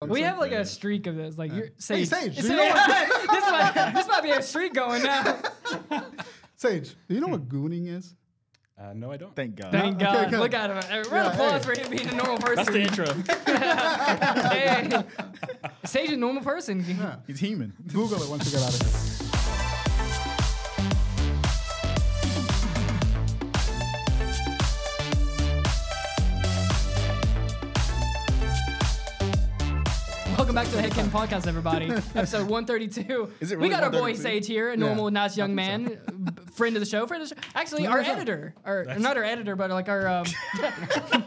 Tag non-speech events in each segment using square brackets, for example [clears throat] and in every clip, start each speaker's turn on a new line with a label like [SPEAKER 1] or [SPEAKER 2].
[SPEAKER 1] It's
[SPEAKER 2] We have like
[SPEAKER 1] okay.
[SPEAKER 2] a streak of this. Like you're
[SPEAKER 1] Hey,
[SPEAKER 2] Sage.
[SPEAKER 1] Sage,
[SPEAKER 2] It's-
[SPEAKER 1] do you
[SPEAKER 2] [laughs]
[SPEAKER 1] know what-
[SPEAKER 2] this, might, this might be a streak
[SPEAKER 1] [laughs]
[SPEAKER 2] going now.
[SPEAKER 1] Sage, do you know what gooning is?
[SPEAKER 3] Uh, no, I don't.
[SPEAKER 4] Thank God.
[SPEAKER 2] Thank
[SPEAKER 1] Okay,
[SPEAKER 2] God.
[SPEAKER 1] good.
[SPEAKER 2] Look at him. A round of
[SPEAKER 1] Yeah,
[SPEAKER 2] applause
[SPEAKER 1] hey.
[SPEAKER 2] for him being a normal person.
[SPEAKER 3] That's the intro.
[SPEAKER 2] Hey. Sage is a normal person.
[SPEAKER 4] He's human.
[SPEAKER 1] Google it once you get out of here.
[SPEAKER 2] Welcome back to the Headcanon
[SPEAKER 1] [laughs]
[SPEAKER 2] Podcast, everybody. Episode 132.
[SPEAKER 4] Is it
[SPEAKER 2] we
[SPEAKER 4] really
[SPEAKER 2] got our boy
[SPEAKER 4] 132?
[SPEAKER 2] Sage here, a normal, nice young man, [laughs] b- friend of the show, friend of the show. Actually, our editor, or not our editor, but like our.
[SPEAKER 1] [laughs]
[SPEAKER 2] Um, [laughs]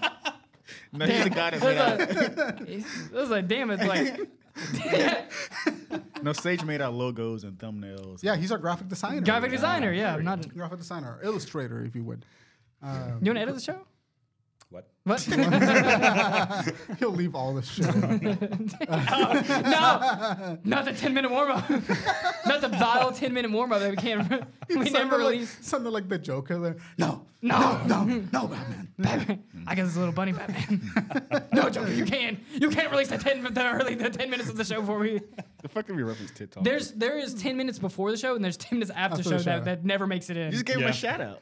[SPEAKER 4] [laughs] No, he's the guy that made [laughs]
[SPEAKER 2] there's
[SPEAKER 4] our,
[SPEAKER 2] a, [laughs] there's a damn, it's
[SPEAKER 1] [laughs]
[SPEAKER 2] like.
[SPEAKER 4] no Sage made our logos and thumbnails.
[SPEAKER 1] Yeah, he's our graphic designer.
[SPEAKER 2] graphic designer, yeah. I'm not,
[SPEAKER 1] Graphic designer, illustrator, if you would.
[SPEAKER 2] you want to edit the show?
[SPEAKER 3] [laughs] What?
[SPEAKER 2] What?
[SPEAKER 1] [laughs] He'll leave all this
[SPEAKER 2] [laughs]
[SPEAKER 1] shit. in.
[SPEAKER 2] no,
[SPEAKER 1] [laughs]
[SPEAKER 2] not the 10 minute warm up. [laughs] not the vile 10 minute warm up that
[SPEAKER 1] [laughs]
[SPEAKER 2] we can't. we never
[SPEAKER 1] Sounded like- [laughs]
[SPEAKER 2] release.
[SPEAKER 1] Sounded like the Joker there. No,
[SPEAKER 2] No.
[SPEAKER 1] no, no,
[SPEAKER 2] [laughs]
[SPEAKER 1] Batman.
[SPEAKER 2] Batman. I guess it's a little bunny Batman. [laughs] no, Joker, you can't. You can't release the 10 the early the 10 minutes of the show for me.
[SPEAKER 4] The fuck did we reference TikTok?
[SPEAKER 2] There's there is 10 minutes before the show and there's 10 minutes after,
[SPEAKER 1] After
[SPEAKER 2] the
[SPEAKER 1] the
[SPEAKER 2] show,
[SPEAKER 1] show.
[SPEAKER 2] that, that never makes it in.
[SPEAKER 4] you just gave him
[SPEAKER 3] Yeah.
[SPEAKER 4] a shout out.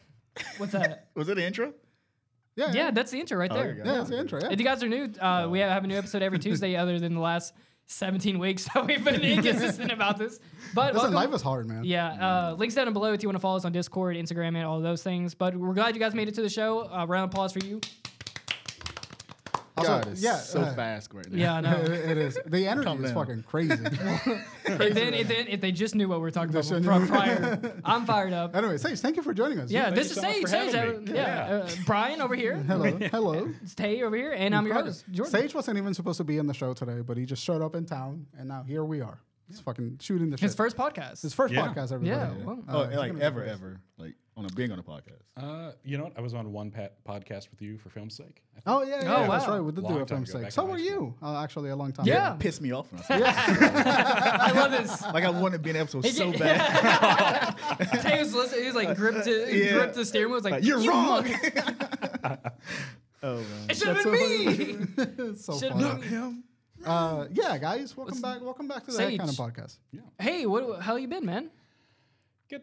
[SPEAKER 1] [laughs]
[SPEAKER 2] What's that?
[SPEAKER 4] Was it the intro?
[SPEAKER 1] Yeah,
[SPEAKER 2] Yeah, that's the intro right
[SPEAKER 4] Oh, there
[SPEAKER 2] there.
[SPEAKER 4] you go. Oh.
[SPEAKER 1] yeah, that's the intro. Yeah.
[SPEAKER 2] If you guys are new, uh, we have a new episode
[SPEAKER 4] [laughs]
[SPEAKER 2] every Tuesday other than the last 17 weeks [laughs] that we've been inconsistent about this. But
[SPEAKER 1] Listen,
[SPEAKER 2] welcome.
[SPEAKER 1] life is hard, [laughs] man.
[SPEAKER 2] Yeah, uh, links down below if you want to follow us on Discord, Instagram, and all those things. But we're glad you guys made it to the show. Uh, round of applause for you.
[SPEAKER 1] Also,
[SPEAKER 4] God, it's
[SPEAKER 1] yeah,
[SPEAKER 4] so
[SPEAKER 1] uh,
[SPEAKER 4] fast right now.
[SPEAKER 2] Yeah,
[SPEAKER 1] [laughs]
[SPEAKER 2] I know.
[SPEAKER 1] It- it is. The energy
[SPEAKER 4] Calm
[SPEAKER 1] is
[SPEAKER 4] down.
[SPEAKER 1] fucking
[SPEAKER 2] [laughs]
[SPEAKER 1] crazy.
[SPEAKER 2] if, then, if, then, if they just knew what we were talking about
[SPEAKER 1] Just knew.
[SPEAKER 2] from prior, I'm fired up.
[SPEAKER 1] anyway, Sage, thank you for joining us.
[SPEAKER 2] Yeah,
[SPEAKER 3] Thank
[SPEAKER 2] this is
[SPEAKER 3] you so much
[SPEAKER 2] Sage.
[SPEAKER 3] for
[SPEAKER 2] Sage,
[SPEAKER 3] having
[SPEAKER 2] uh,
[SPEAKER 3] me.
[SPEAKER 2] yeah, Uh, Brian over here, [laughs]
[SPEAKER 1] Hello, hello.
[SPEAKER 2] Tay over here, and I'm your host, Jordan.
[SPEAKER 1] Sage wasn't even supposed to be in the show today, but he just showed up in town, and now here we are. He's fucking shooting the shit.
[SPEAKER 2] His first podcast. [laughs]
[SPEAKER 1] His first
[SPEAKER 3] Yeah.
[SPEAKER 1] podcast, everybody.
[SPEAKER 2] yeah, well,
[SPEAKER 1] Uh,
[SPEAKER 4] Oh, like ever, ever, like on a being on a podcast.
[SPEAKER 3] Uh, you know what? I was on one pa- podcast with you for film's sake. I
[SPEAKER 1] Oh yeah, yeah, that's
[SPEAKER 2] wow.
[SPEAKER 1] right. We did
[SPEAKER 3] Long
[SPEAKER 1] do it for
[SPEAKER 3] time
[SPEAKER 1] him
[SPEAKER 3] ago,
[SPEAKER 1] sake.
[SPEAKER 3] back
[SPEAKER 1] So
[SPEAKER 3] in high
[SPEAKER 1] were you uh, actually a long time?
[SPEAKER 2] Yeah.
[SPEAKER 1] ago.
[SPEAKER 4] Pissed me off. When I saw yeah.
[SPEAKER 2] I love this.
[SPEAKER 4] Like I wanted to be in an [laughs] episode
[SPEAKER 2] He
[SPEAKER 4] so
[SPEAKER 2] get-
[SPEAKER 4] bad.
[SPEAKER 2] Tay was listening. He was like gripped to
[SPEAKER 4] Yeah.
[SPEAKER 2] gripped the steering wheel. was like
[SPEAKER 4] Like, you're
[SPEAKER 2] "You
[SPEAKER 4] wrong."
[SPEAKER 2] look-
[SPEAKER 4] oh man. [laughs]
[SPEAKER 2] it should have been [laughs] me.
[SPEAKER 1] [laughs] It's so
[SPEAKER 2] Should've
[SPEAKER 1] funny.
[SPEAKER 2] been-
[SPEAKER 4] Him.
[SPEAKER 1] Uh, yeah, guys, welcome back. Welcome back to the
[SPEAKER 2] Sage.
[SPEAKER 1] kind of podcast.
[SPEAKER 2] Hey, what? How you been, man?
[SPEAKER 3] Good.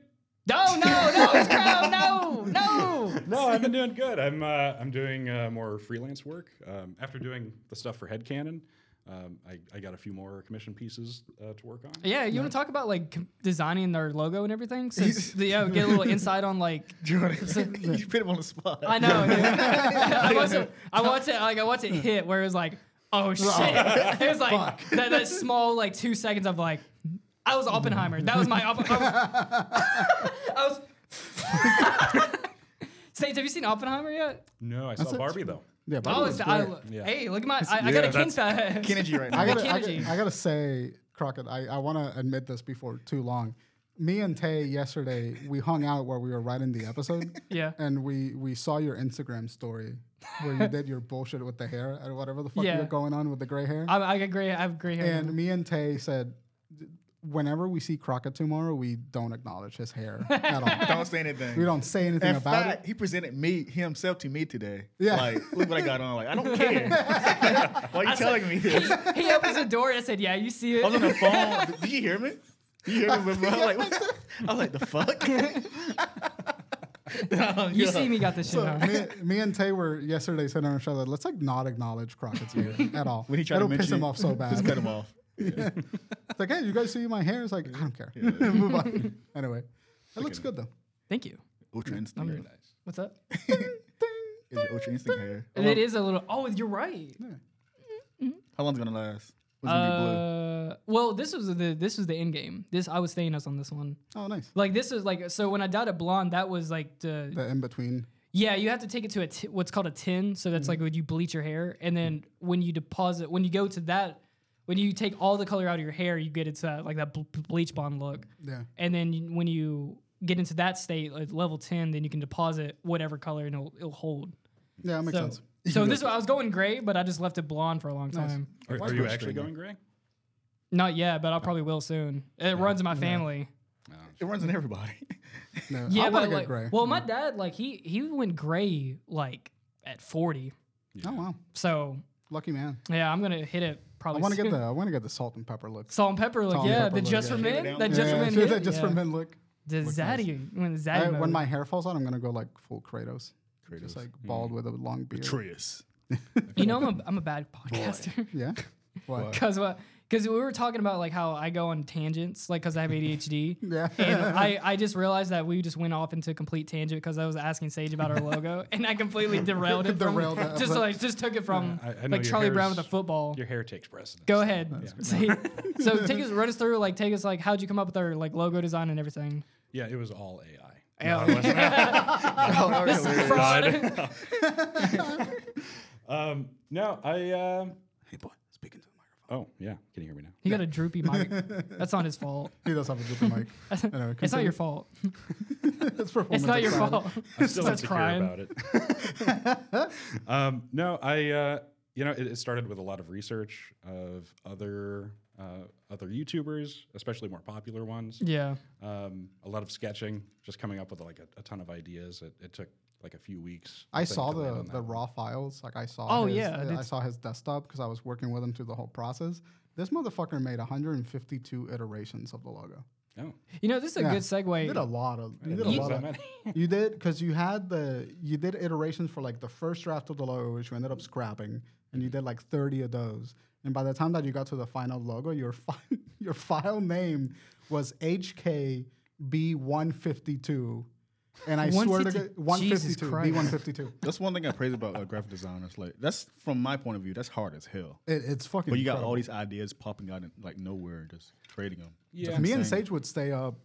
[SPEAKER 2] No, no, no, it's crowd. No, no.
[SPEAKER 3] No, I've been doing good. I'm uh, I'm doing uh, more freelance work. Um, after doing the stuff for Headcanon, um, I, I got a few more commission pieces uh, to work on.
[SPEAKER 2] Yeah, you want to talk about like com- designing their logo and everything? Since the, yeah, get a little insight on like. [laughs]
[SPEAKER 4] Jordan, [laughs] you put him on the spot.
[SPEAKER 2] I
[SPEAKER 4] [laughs]
[SPEAKER 2] know. dude. I watched it. I watched it. Like I watched it hit where it was like, oh shit! [laughs] It was like that, that small like two seconds of like, I was Oppenheimer. That was my. Oppen- I was. I was [laughs] Sage, have you seen Oppenheimer yet?
[SPEAKER 3] No, I saw
[SPEAKER 1] it.
[SPEAKER 3] Barbie though.
[SPEAKER 1] Yeah,
[SPEAKER 2] Oh,
[SPEAKER 1] Barbie
[SPEAKER 2] it's,
[SPEAKER 1] was
[SPEAKER 2] I,
[SPEAKER 1] great.
[SPEAKER 3] Yeah.
[SPEAKER 2] hey, look at my, I, I got a
[SPEAKER 3] Yeah,
[SPEAKER 2] Ken
[SPEAKER 3] that's-
[SPEAKER 2] fat.
[SPEAKER 4] Energy right now.
[SPEAKER 1] I gotta, I,
[SPEAKER 2] Kennedy.
[SPEAKER 1] gotta, I gotta say, Crockett, I, I want to admit this before too long. Me and Tay yesterday, we hung out while we were writing the episode.
[SPEAKER 2] [laughs] Yeah.
[SPEAKER 1] And we we saw your Instagram story where
[SPEAKER 2] [laughs]
[SPEAKER 1] you did your bullshit with the hair and whatever the fuck
[SPEAKER 2] Yeah.
[SPEAKER 1] you're going on with the gray hair.
[SPEAKER 2] [laughs] I, I got gray. I have gray hair. now.
[SPEAKER 1] and
[SPEAKER 4] Uh-huh.
[SPEAKER 1] me and Tay said, whenever we see Crockett tomorrow, we don't acknowledge his
[SPEAKER 4] [laughs]
[SPEAKER 1] hair at all.
[SPEAKER 4] don't say anything.
[SPEAKER 1] we don't say anything
[SPEAKER 4] In
[SPEAKER 1] about
[SPEAKER 4] fact, he presented me himself to me today.
[SPEAKER 1] Yeah.
[SPEAKER 4] Like, look what I got on. Like, I [laughs] don't care. Why are you telling me this? I
[SPEAKER 2] he opens the door and I said, "Yeah, you see it."
[SPEAKER 4] was on [laughs] the phone. Did you hear me? Did You hear me, bro? I was like, what the- I was like, the [laughs] fuck?
[SPEAKER 2] you see me got this
[SPEAKER 1] [laughs]
[SPEAKER 2] shit. on.
[SPEAKER 4] uh-huh.
[SPEAKER 1] it. Me, me and Tay were yesterday sitting on our show that let's like not acknowledge Crockett's
[SPEAKER 4] [laughs]
[SPEAKER 1] hair at all.
[SPEAKER 4] When he tried
[SPEAKER 1] It'll
[SPEAKER 4] to
[SPEAKER 1] piss
[SPEAKER 4] mention
[SPEAKER 1] him
[SPEAKER 4] it,
[SPEAKER 1] off so
[SPEAKER 4] [laughs] Just
[SPEAKER 1] bad.
[SPEAKER 4] cut him off.
[SPEAKER 1] It's like, hey, you guys see my hair? It's like, I don't care. [laughs] Move on. Anyway, it looks good
[SPEAKER 4] [laughs]
[SPEAKER 1] though.
[SPEAKER 2] Thank you.
[SPEAKER 4] Ultra instinct. Very nice.
[SPEAKER 2] What's up?
[SPEAKER 4] Is your ultra instinct hair? How
[SPEAKER 2] It
[SPEAKER 4] long,
[SPEAKER 2] is a little. Oh, you're right.
[SPEAKER 4] how long's it gonna last? What's gonna be blue?
[SPEAKER 2] Uh, well, this was the this was the end game. This I was Thanos on this one.
[SPEAKER 1] Oh, nice.
[SPEAKER 2] Like this is like so when I dyed it blonde, that was like the
[SPEAKER 1] The in between.
[SPEAKER 2] yeah. You have to take it to a t- what's called a tin. So that's like when you bleach your hair, and then when you deposit, when you go to that, when you take all the color out of your hair, you get into that, like that bl- bleach blonde look.
[SPEAKER 1] Yeah.
[SPEAKER 2] And then you- when you get into that state, like level ten, then you can deposit whatever color and it'll, it'll hold.
[SPEAKER 1] Yeah, that makes
[SPEAKER 2] so,
[SPEAKER 1] sense.
[SPEAKER 2] so this I was going gray, but I just left it blonde for a long time.
[SPEAKER 3] Are,
[SPEAKER 1] Why
[SPEAKER 3] are you
[SPEAKER 1] not?
[SPEAKER 3] actually going gray?
[SPEAKER 2] Not yet,
[SPEAKER 1] Oh.
[SPEAKER 2] but I probably will soon. It runs in my family.
[SPEAKER 4] It runs in [laughs] everybody.
[SPEAKER 1] No,
[SPEAKER 2] Yeah,
[SPEAKER 1] I want
[SPEAKER 2] but
[SPEAKER 1] to get
[SPEAKER 2] like,
[SPEAKER 1] gray.
[SPEAKER 2] well, my dad like he he went gray like at forty,
[SPEAKER 1] oh wow,
[SPEAKER 2] so
[SPEAKER 1] lucky man.
[SPEAKER 2] yeah, I'm gonna hit it
[SPEAKER 1] I
[SPEAKER 2] probably.
[SPEAKER 1] want to get
[SPEAKER 2] soon.
[SPEAKER 1] the I want to get the salt and pepper look.
[SPEAKER 2] salt and pepper look.
[SPEAKER 1] Salt and
[SPEAKER 2] yeah,
[SPEAKER 1] pepper
[SPEAKER 2] the
[SPEAKER 1] look,
[SPEAKER 2] just
[SPEAKER 1] yeah.
[SPEAKER 2] for
[SPEAKER 4] Shoot
[SPEAKER 2] men.
[SPEAKER 4] it down.
[SPEAKER 1] [laughs]
[SPEAKER 2] That
[SPEAKER 4] Yeah,
[SPEAKER 2] just for men.
[SPEAKER 1] yeah,
[SPEAKER 2] hit,
[SPEAKER 1] just
[SPEAKER 2] yeah.
[SPEAKER 1] for men look.
[SPEAKER 2] The
[SPEAKER 1] Look
[SPEAKER 2] zaddy when the zaddy
[SPEAKER 1] I,
[SPEAKER 2] mode.
[SPEAKER 1] when my hair falls out, I'm gonna go like full Kratos, Hmm. just
[SPEAKER 4] Kratos.
[SPEAKER 1] like bald with a long beard.
[SPEAKER 4] Trius.
[SPEAKER 1] [laughs]
[SPEAKER 2] you know I'm a, I'm a bad podcaster.
[SPEAKER 1] Yeah. What?
[SPEAKER 2] [laughs] Cause what? Cause we were talking about like how I go on tangents, like cause I have
[SPEAKER 1] [laughs]
[SPEAKER 2] ADHD.
[SPEAKER 1] [laughs] Yeah.
[SPEAKER 2] And
[SPEAKER 3] [laughs]
[SPEAKER 2] I, I just realized that we just went off into a complete tangent because I was asking Sage about our logo
[SPEAKER 3] [laughs]
[SPEAKER 2] and I completely derailed it.
[SPEAKER 1] Derailed
[SPEAKER 2] from,
[SPEAKER 1] it.
[SPEAKER 2] [laughs] just like just took it from
[SPEAKER 3] I- I know
[SPEAKER 2] like
[SPEAKER 3] your
[SPEAKER 2] Charlie Brown with a
[SPEAKER 3] hair's-
[SPEAKER 2] football.
[SPEAKER 3] Your hair takes precedence.
[SPEAKER 2] Go ahead. Say- [laughs] so take us run us through like take us like how'd you come up with our like logo design and everything?
[SPEAKER 3] Yeah, it was all AI.
[SPEAKER 2] Yeah.
[SPEAKER 3] No, it
[SPEAKER 1] [laughs]
[SPEAKER 3] wasn't.
[SPEAKER 2] This is fraud. [laughs]
[SPEAKER 3] um, no, I. Uh,
[SPEAKER 1] Hey boy, speaking to the microphone.
[SPEAKER 3] oh yeah, can you hear me now?
[SPEAKER 2] He got a droopy
[SPEAKER 3] [laughs]
[SPEAKER 2] mic. That's not his fault.
[SPEAKER 1] He does have a different
[SPEAKER 2] [laughs]
[SPEAKER 1] mic. Anyway,
[SPEAKER 2] It's
[SPEAKER 1] continue.
[SPEAKER 2] not
[SPEAKER 1] [laughs]
[SPEAKER 2] your fault.
[SPEAKER 1] it's, performance
[SPEAKER 2] It's not your
[SPEAKER 1] anxiety.
[SPEAKER 2] fault. [laughs]
[SPEAKER 3] I'm still
[SPEAKER 2] Starts
[SPEAKER 3] insecure
[SPEAKER 2] crying.
[SPEAKER 3] about it. [laughs] um, no, I. Uh, you know, it, it started with a lot of research of other uh, other YouTubers, especially more popular ones.
[SPEAKER 2] Yeah.
[SPEAKER 3] Um, a lot of sketching, just coming up with like a, a ton of ideas. It, it took like a few weeks.
[SPEAKER 1] I
[SPEAKER 3] think,
[SPEAKER 1] saw
[SPEAKER 3] to land
[SPEAKER 1] the
[SPEAKER 3] on that
[SPEAKER 1] the
[SPEAKER 3] one.
[SPEAKER 1] raw files. Like I saw.
[SPEAKER 2] Oh,
[SPEAKER 1] his,
[SPEAKER 2] yeah,
[SPEAKER 1] uh, I
[SPEAKER 2] that's-
[SPEAKER 1] saw his desktop because I was working with him through the whole process. This motherfucker made 152 iterations of the logo.
[SPEAKER 3] Oh,
[SPEAKER 2] You know, this is a
[SPEAKER 1] Yeah.
[SPEAKER 2] good
[SPEAKER 1] You did a
[SPEAKER 2] segue.
[SPEAKER 1] lot of. You did a
[SPEAKER 3] Use
[SPEAKER 1] lot
[SPEAKER 3] that
[SPEAKER 1] of.
[SPEAKER 3] many.
[SPEAKER 1] You did because you had the you did iterations for like the first draft of the logo, which you ended up scrapping, and you did like 30 of those. And by the time that you got to the final logo, your [laughs] fi- your file name was HKB152. And I swear to
[SPEAKER 2] 150
[SPEAKER 1] God, 152,
[SPEAKER 2] Jesus Christ.
[SPEAKER 1] B152.
[SPEAKER 4] That's one thing I praise about uh, graphic designers. Like that's from my point of view, that's hard as hell.
[SPEAKER 1] It, it's fucking.
[SPEAKER 4] But you got
[SPEAKER 1] incredible.
[SPEAKER 4] all these ideas popping out in like nowhere, and just creating them.
[SPEAKER 3] Yeah.
[SPEAKER 1] Me and
[SPEAKER 4] insane.
[SPEAKER 1] Sage would stay up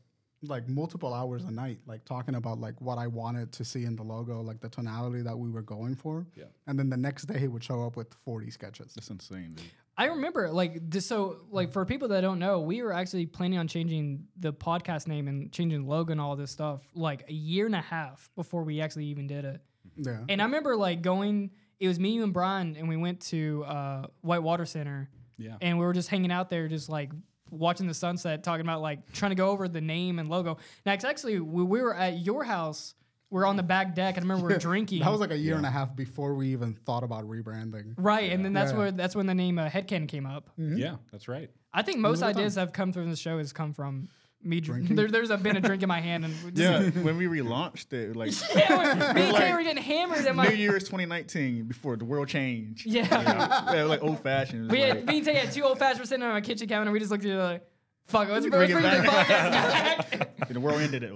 [SPEAKER 1] like multiple hours a night, like talking about like what I wanted to see in the logo, like the tonality that we were going for.
[SPEAKER 3] Yeah.
[SPEAKER 1] And then the next day he would show up with 40
[SPEAKER 3] [laughs]
[SPEAKER 1] sketches.
[SPEAKER 4] That's insane, dude.
[SPEAKER 2] I remember, like, just so, like, for people that don't know, we were actually planning on changing the podcast name and changing the logo and all this stuff, like, a year and a half before we actually even did it.
[SPEAKER 1] Yeah.
[SPEAKER 2] And I remember, like, going, it was me, you, and Brian, and we went to uh, Whitewater Center.
[SPEAKER 3] Yeah.
[SPEAKER 2] And we were just hanging out there, just like watching the sunset, talking about, like, trying to go over the name and logo. Now, it's actually, we, we were at your house. We are on the back deck, and
[SPEAKER 1] [laughs]
[SPEAKER 2] I remember we were drinking.
[SPEAKER 1] That was like a year and a half before we even thought about
[SPEAKER 3] [laughs]
[SPEAKER 1] rebranding.
[SPEAKER 2] Right, and then that's
[SPEAKER 1] Yeah.
[SPEAKER 2] where that's when the name uh, Headcan came up.
[SPEAKER 1] Mm-hmm.
[SPEAKER 3] Yeah, that's right.
[SPEAKER 2] I think most ideas that have come from the show has come from me
[SPEAKER 1] Drinking?
[SPEAKER 2] drinking. There, there's a, been a drink in
[SPEAKER 1] [laughs]
[SPEAKER 2] my hand, and we just,
[SPEAKER 4] Yeah, when we relaunched it, like
[SPEAKER 2] [laughs] yeah, me and
[SPEAKER 4] Like-
[SPEAKER 2] Taylor were getting hammered in
[SPEAKER 4] New
[SPEAKER 2] my
[SPEAKER 4] Year's 2019, before the world changed.
[SPEAKER 2] yeah.
[SPEAKER 4] yeah, like old fashioned.
[SPEAKER 2] We
[SPEAKER 4] Like,
[SPEAKER 2] had me and Taylor had two old fashions sitting on my kitchen counter, and we just looked at each other like, "Fuck, let's bring,
[SPEAKER 4] Bring it
[SPEAKER 2] bring the podcast
[SPEAKER 4] back.
[SPEAKER 1] [laughs]
[SPEAKER 2] back."
[SPEAKER 4] the world ended that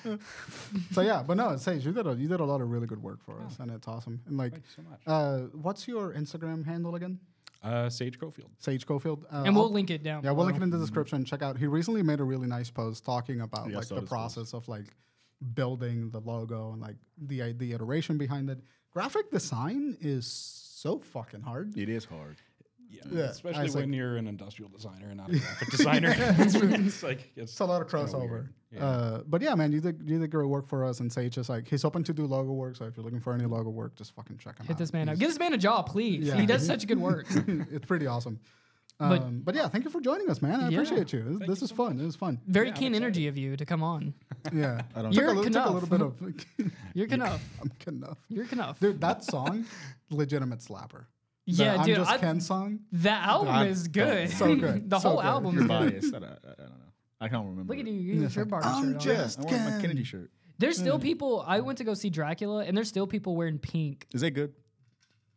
[SPEAKER 4] way.
[SPEAKER 1] So yeah, but no, Sage, you did a you did a lot of really good work for us, and it's awesome. And like,
[SPEAKER 3] Thanks Oh. so much.
[SPEAKER 1] uh, what's your Instagram handle again?
[SPEAKER 3] Uh, Sage Cofield.
[SPEAKER 1] Sage Cofield. Uh,
[SPEAKER 2] and
[SPEAKER 1] I'll-
[SPEAKER 2] we'll link it down.
[SPEAKER 1] Yeah, we'll link it
[SPEAKER 2] below.
[SPEAKER 1] in the description. Check out. He recently made a really nice post talking about
[SPEAKER 4] Yeah, I
[SPEAKER 1] like
[SPEAKER 4] saw
[SPEAKER 1] the
[SPEAKER 4] this post.
[SPEAKER 1] process of like building the logo and like the i- the iteration behind it. Graphic design is so fucking hard.
[SPEAKER 4] It is hard.
[SPEAKER 3] Yeah,
[SPEAKER 1] Yeah, I
[SPEAKER 3] especially
[SPEAKER 1] was
[SPEAKER 3] when you're an industrial designer and
[SPEAKER 1] [laughs]
[SPEAKER 3] not a graphic designer. it's, it's like it's,
[SPEAKER 1] It's a lot of
[SPEAKER 3] kinda
[SPEAKER 1] crossover.
[SPEAKER 3] weird. Yeah.
[SPEAKER 1] Uh, but yeah, man, you did you did great work for us, and Sage is like he's open to do logo work. So if you're looking for any logo work, just fucking check him
[SPEAKER 2] Hit
[SPEAKER 1] out.
[SPEAKER 2] this man up. Give this man a job, please.
[SPEAKER 1] Yeah.
[SPEAKER 2] He does such
[SPEAKER 1] [laughs]
[SPEAKER 2] good work.
[SPEAKER 1] it's pretty awesome. Um,
[SPEAKER 2] But-
[SPEAKER 1] but, yeah, thank you for joining us, man. I
[SPEAKER 2] Yeah.
[SPEAKER 1] appreciate you. This, this is fun. It was fun.
[SPEAKER 2] Very keen energy of you to come on.
[SPEAKER 1] Yeah, I
[SPEAKER 4] don't-
[SPEAKER 1] took
[SPEAKER 2] You're
[SPEAKER 1] a little, took a
[SPEAKER 2] Knuff.
[SPEAKER 1] little bit of.
[SPEAKER 2] [laughs]
[SPEAKER 1] [laughs]
[SPEAKER 2] You're enough.
[SPEAKER 1] I'm enough,
[SPEAKER 2] You're enough.
[SPEAKER 1] dude. That song, [laughs] legitimate slapper. The
[SPEAKER 2] Yeah,
[SPEAKER 1] I'm
[SPEAKER 2] dude.
[SPEAKER 1] Just
[SPEAKER 2] I-
[SPEAKER 1] Ken song.
[SPEAKER 2] that album
[SPEAKER 4] I-
[SPEAKER 2] is good.
[SPEAKER 1] so good,
[SPEAKER 2] [laughs] the
[SPEAKER 1] so
[SPEAKER 2] whole
[SPEAKER 1] good.
[SPEAKER 2] album
[SPEAKER 4] You're
[SPEAKER 2] is good.
[SPEAKER 4] biased. I, don't- I- I don't know. I can't remember.
[SPEAKER 2] Look at
[SPEAKER 4] it.
[SPEAKER 2] you. You got
[SPEAKER 1] [laughs]
[SPEAKER 2] your barber shirt on.
[SPEAKER 4] I want my Kennedy shirt.
[SPEAKER 2] There's still
[SPEAKER 1] Hmm.
[SPEAKER 2] people. I went to go see Dracula, and there's still people wearing pink.
[SPEAKER 4] Is that good?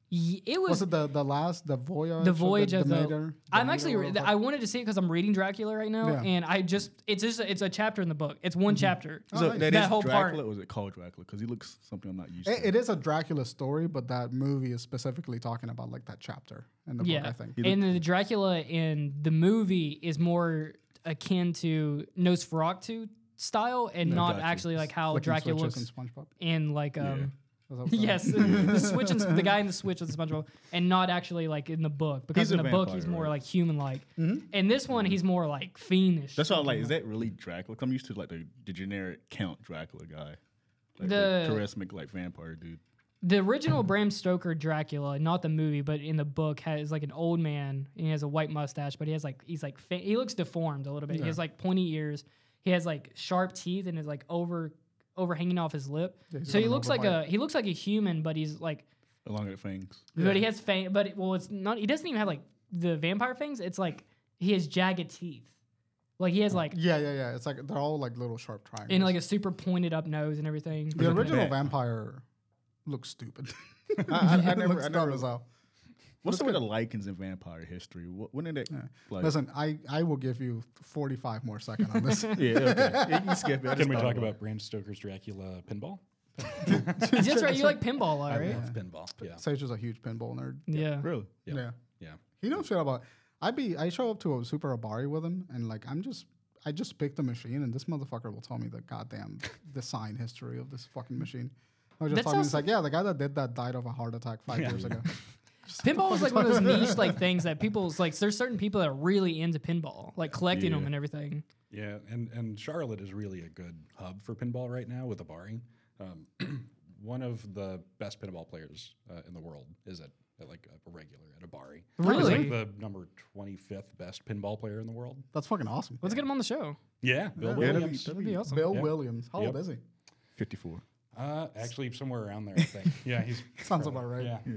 [SPEAKER 2] Y- It was,
[SPEAKER 1] Was it the the last the voyage?
[SPEAKER 2] the voyage of the.
[SPEAKER 1] Demeter-
[SPEAKER 2] I'm
[SPEAKER 1] Demeter
[SPEAKER 2] actually.
[SPEAKER 1] or whatever?
[SPEAKER 2] I wanted to see it because I'm reading Dracula right now,
[SPEAKER 1] Yeah. Mm-hmm.
[SPEAKER 2] and I just it's just it's a chapter in the book. It's one chapter.
[SPEAKER 4] So
[SPEAKER 1] nice.
[SPEAKER 4] that
[SPEAKER 2] That
[SPEAKER 4] is
[SPEAKER 2] whole part.
[SPEAKER 4] Dracula, or is it called Dracula? Because he looks something I'm not used
[SPEAKER 1] It-
[SPEAKER 4] to.
[SPEAKER 1] it is a Dracula story, but that movie is specifically talking about like that chapter in the
[SPEAKER 2] yeah,
[SPEAKER 1] book. I think.
[SPEAKER 2] and the Dracula in the movie is more akin to Nosferatu style, and not
[SPEAKER 4] gotcha.
[SPEAKER 2] actually like how
[SPEAKER 1] Flicking
[SPEAKER 2] Dracula
[SPEAKER 1] switches
[SPEAKER 2] looks
[SPEAKER 1] in SpongeBob.
[SPEAKER 2] in like um.
[SPEAKER 1] Is that what that-
[SPEAKER 2] [laughs] Yes,
[SPEAKER 4] [laughs]
[SPEAKER 2] the switch and the guy in the switch with the SpongeBob, and not actually like in the book because
[SPEAKER 4] He's
[SPEAKER 2] in
[SPEAKER 4] a
[SPEAKER 2] the book
[SPEAKER 4] vampire,
[SPEAKER 2] he's more
[SPEAKER 4] right? Mm-hmm.
[SPEAKER 2] like human-like, and this one he's more like fiendish.
[SPEAKER 4] That's why I'm like, is that really Dracula? 'Cause I'm used to like the, the generic Count Dracula guy, like
[SPEAKER 2] The-
[SPEAKER 4] the charismatic like vampire dude.
[SPEAKER 2] the original Bram Stoker Dracula, not the movie, but in the book has like an old man and he has a white mustache, but he has like he's like fa- he looks deformed a little bit. He has like pointy ears, he has like sharp teeth, and is like over overhanging off his lip.
[SPEAKER 1] he's
[SPEAKER 2] so he
[SPEAKER 1] got an
[SPEAKER 2] looks like
[SPEAKER 1] overbite.
[SPEAKER 2] a he looks like a human, but he's like
[SPEAKER 4] along with things.
[SPEAKER 2] But he has fang. But it- well, it's not. He doesn't even have like the vampire fangs. It's like he has jagged teeth. Like he has like
[SPEAKER 1] Yeah, yeah, yeah. It's like they're all like little sharp triangles.
[SPEAKER 2] in like a super pointed up nose and everything.
[SPEAKER 1] the original
[SPEAKER 4] Yeah.
[SPEAKER 1] vampire looks stupid. [laughs]
[SPEAKER 4] I, I, I
[SPEAKER 1] It
[SPEAKER 4] never,
[SPEAKER 1] looks
[SPEAKER 4] I
[SPEAKER 1] dumb
[SPEAKER 4] never.
[SPEAKER 1] as hell.
[SPEAKER 4] What's the way the lichens in vampire history? What, when did it? Like,
[SPEAKER 1] Listen, I, I will give you 45 more seconds on this.
[SPEAKER 4] [laughs] yeah, okay. Yeah, you can skip it. I just
[SPEAKER 3] Can we
[SPEAKER 4] thought
[SPEAKER 3] talk
[SPEAKER 4] it.
[SPEAKER 3] about Bram Stoker's Dracula pinball?
[SPEAKER 2] That's right. You like pinball, all
[SPEAKER 3] I
[SPEAKER 2] right?
[SPEAKER 3] love pinball. Yeah.
[SPEAKER 1] Sage is a huge pinball nerd.
[SPEAKER 2] Yeah.
[SPEAKER 4] Really?
[SPEAKER 3] Yeah.
[SPEAKER 1] Yeah.
[SPEAKER 3] Yeah.
[SPEAKER 1] He knows shit about I'd be I show up to a super Abari with him and like I'm just I just picked the machine and this motherfucker will tell me the goddamn design history of this fucking machine. I was just
[SPEAKER 2] That
[SPEAKER 1] talking, he's
[SPEAKER 2] sounds-
[SPEAKER 1] like, yeah, the guy that did that died of a heart attack five years ago.
[SPEAKER 2] Pinball is like one of those niche like things that people's like. There's certain people that are really into pinball, like collecting them and everything.
[SPEAKER 3] Yeah, and and Charlotte is really a good hub for pinball right now with Abari. Um, [clears throat] one of the best pinball players uh, in the world is at, at like a regular at Abari. He's
[SPEAKER 2] Really?
[SPEAKER 3] like the number twenty fifth best pinball player in the world.
[SPEAKER 1] That's fucking awesome.
[SPEAKER 2] Let's get him on the show.
[SPEAKER 3] Yeah, Bill
[SPEAKER 1] Yeah, that'd be-
[SPEAKER 3] Williams.
[SPEAKER 1] that'd
[SPEAKER 2] That'd be awesome.
[SPEAKER 1] Bill
[SPEAKER 3] Yeah.
[SPEAKER 1] Williams. How
[SPEAKER 3] Yep.
[SPEAKER 1] old is he?
[SPEAKER 4] 54.
[SPEAKER 3] Uh, actually, somewhere around there, I think. [laughs] yeah, he's
[SPEAKER 1] Sounds about right.
[SPEAKER 3] yeah.
[SPEAKER 4] Yeah.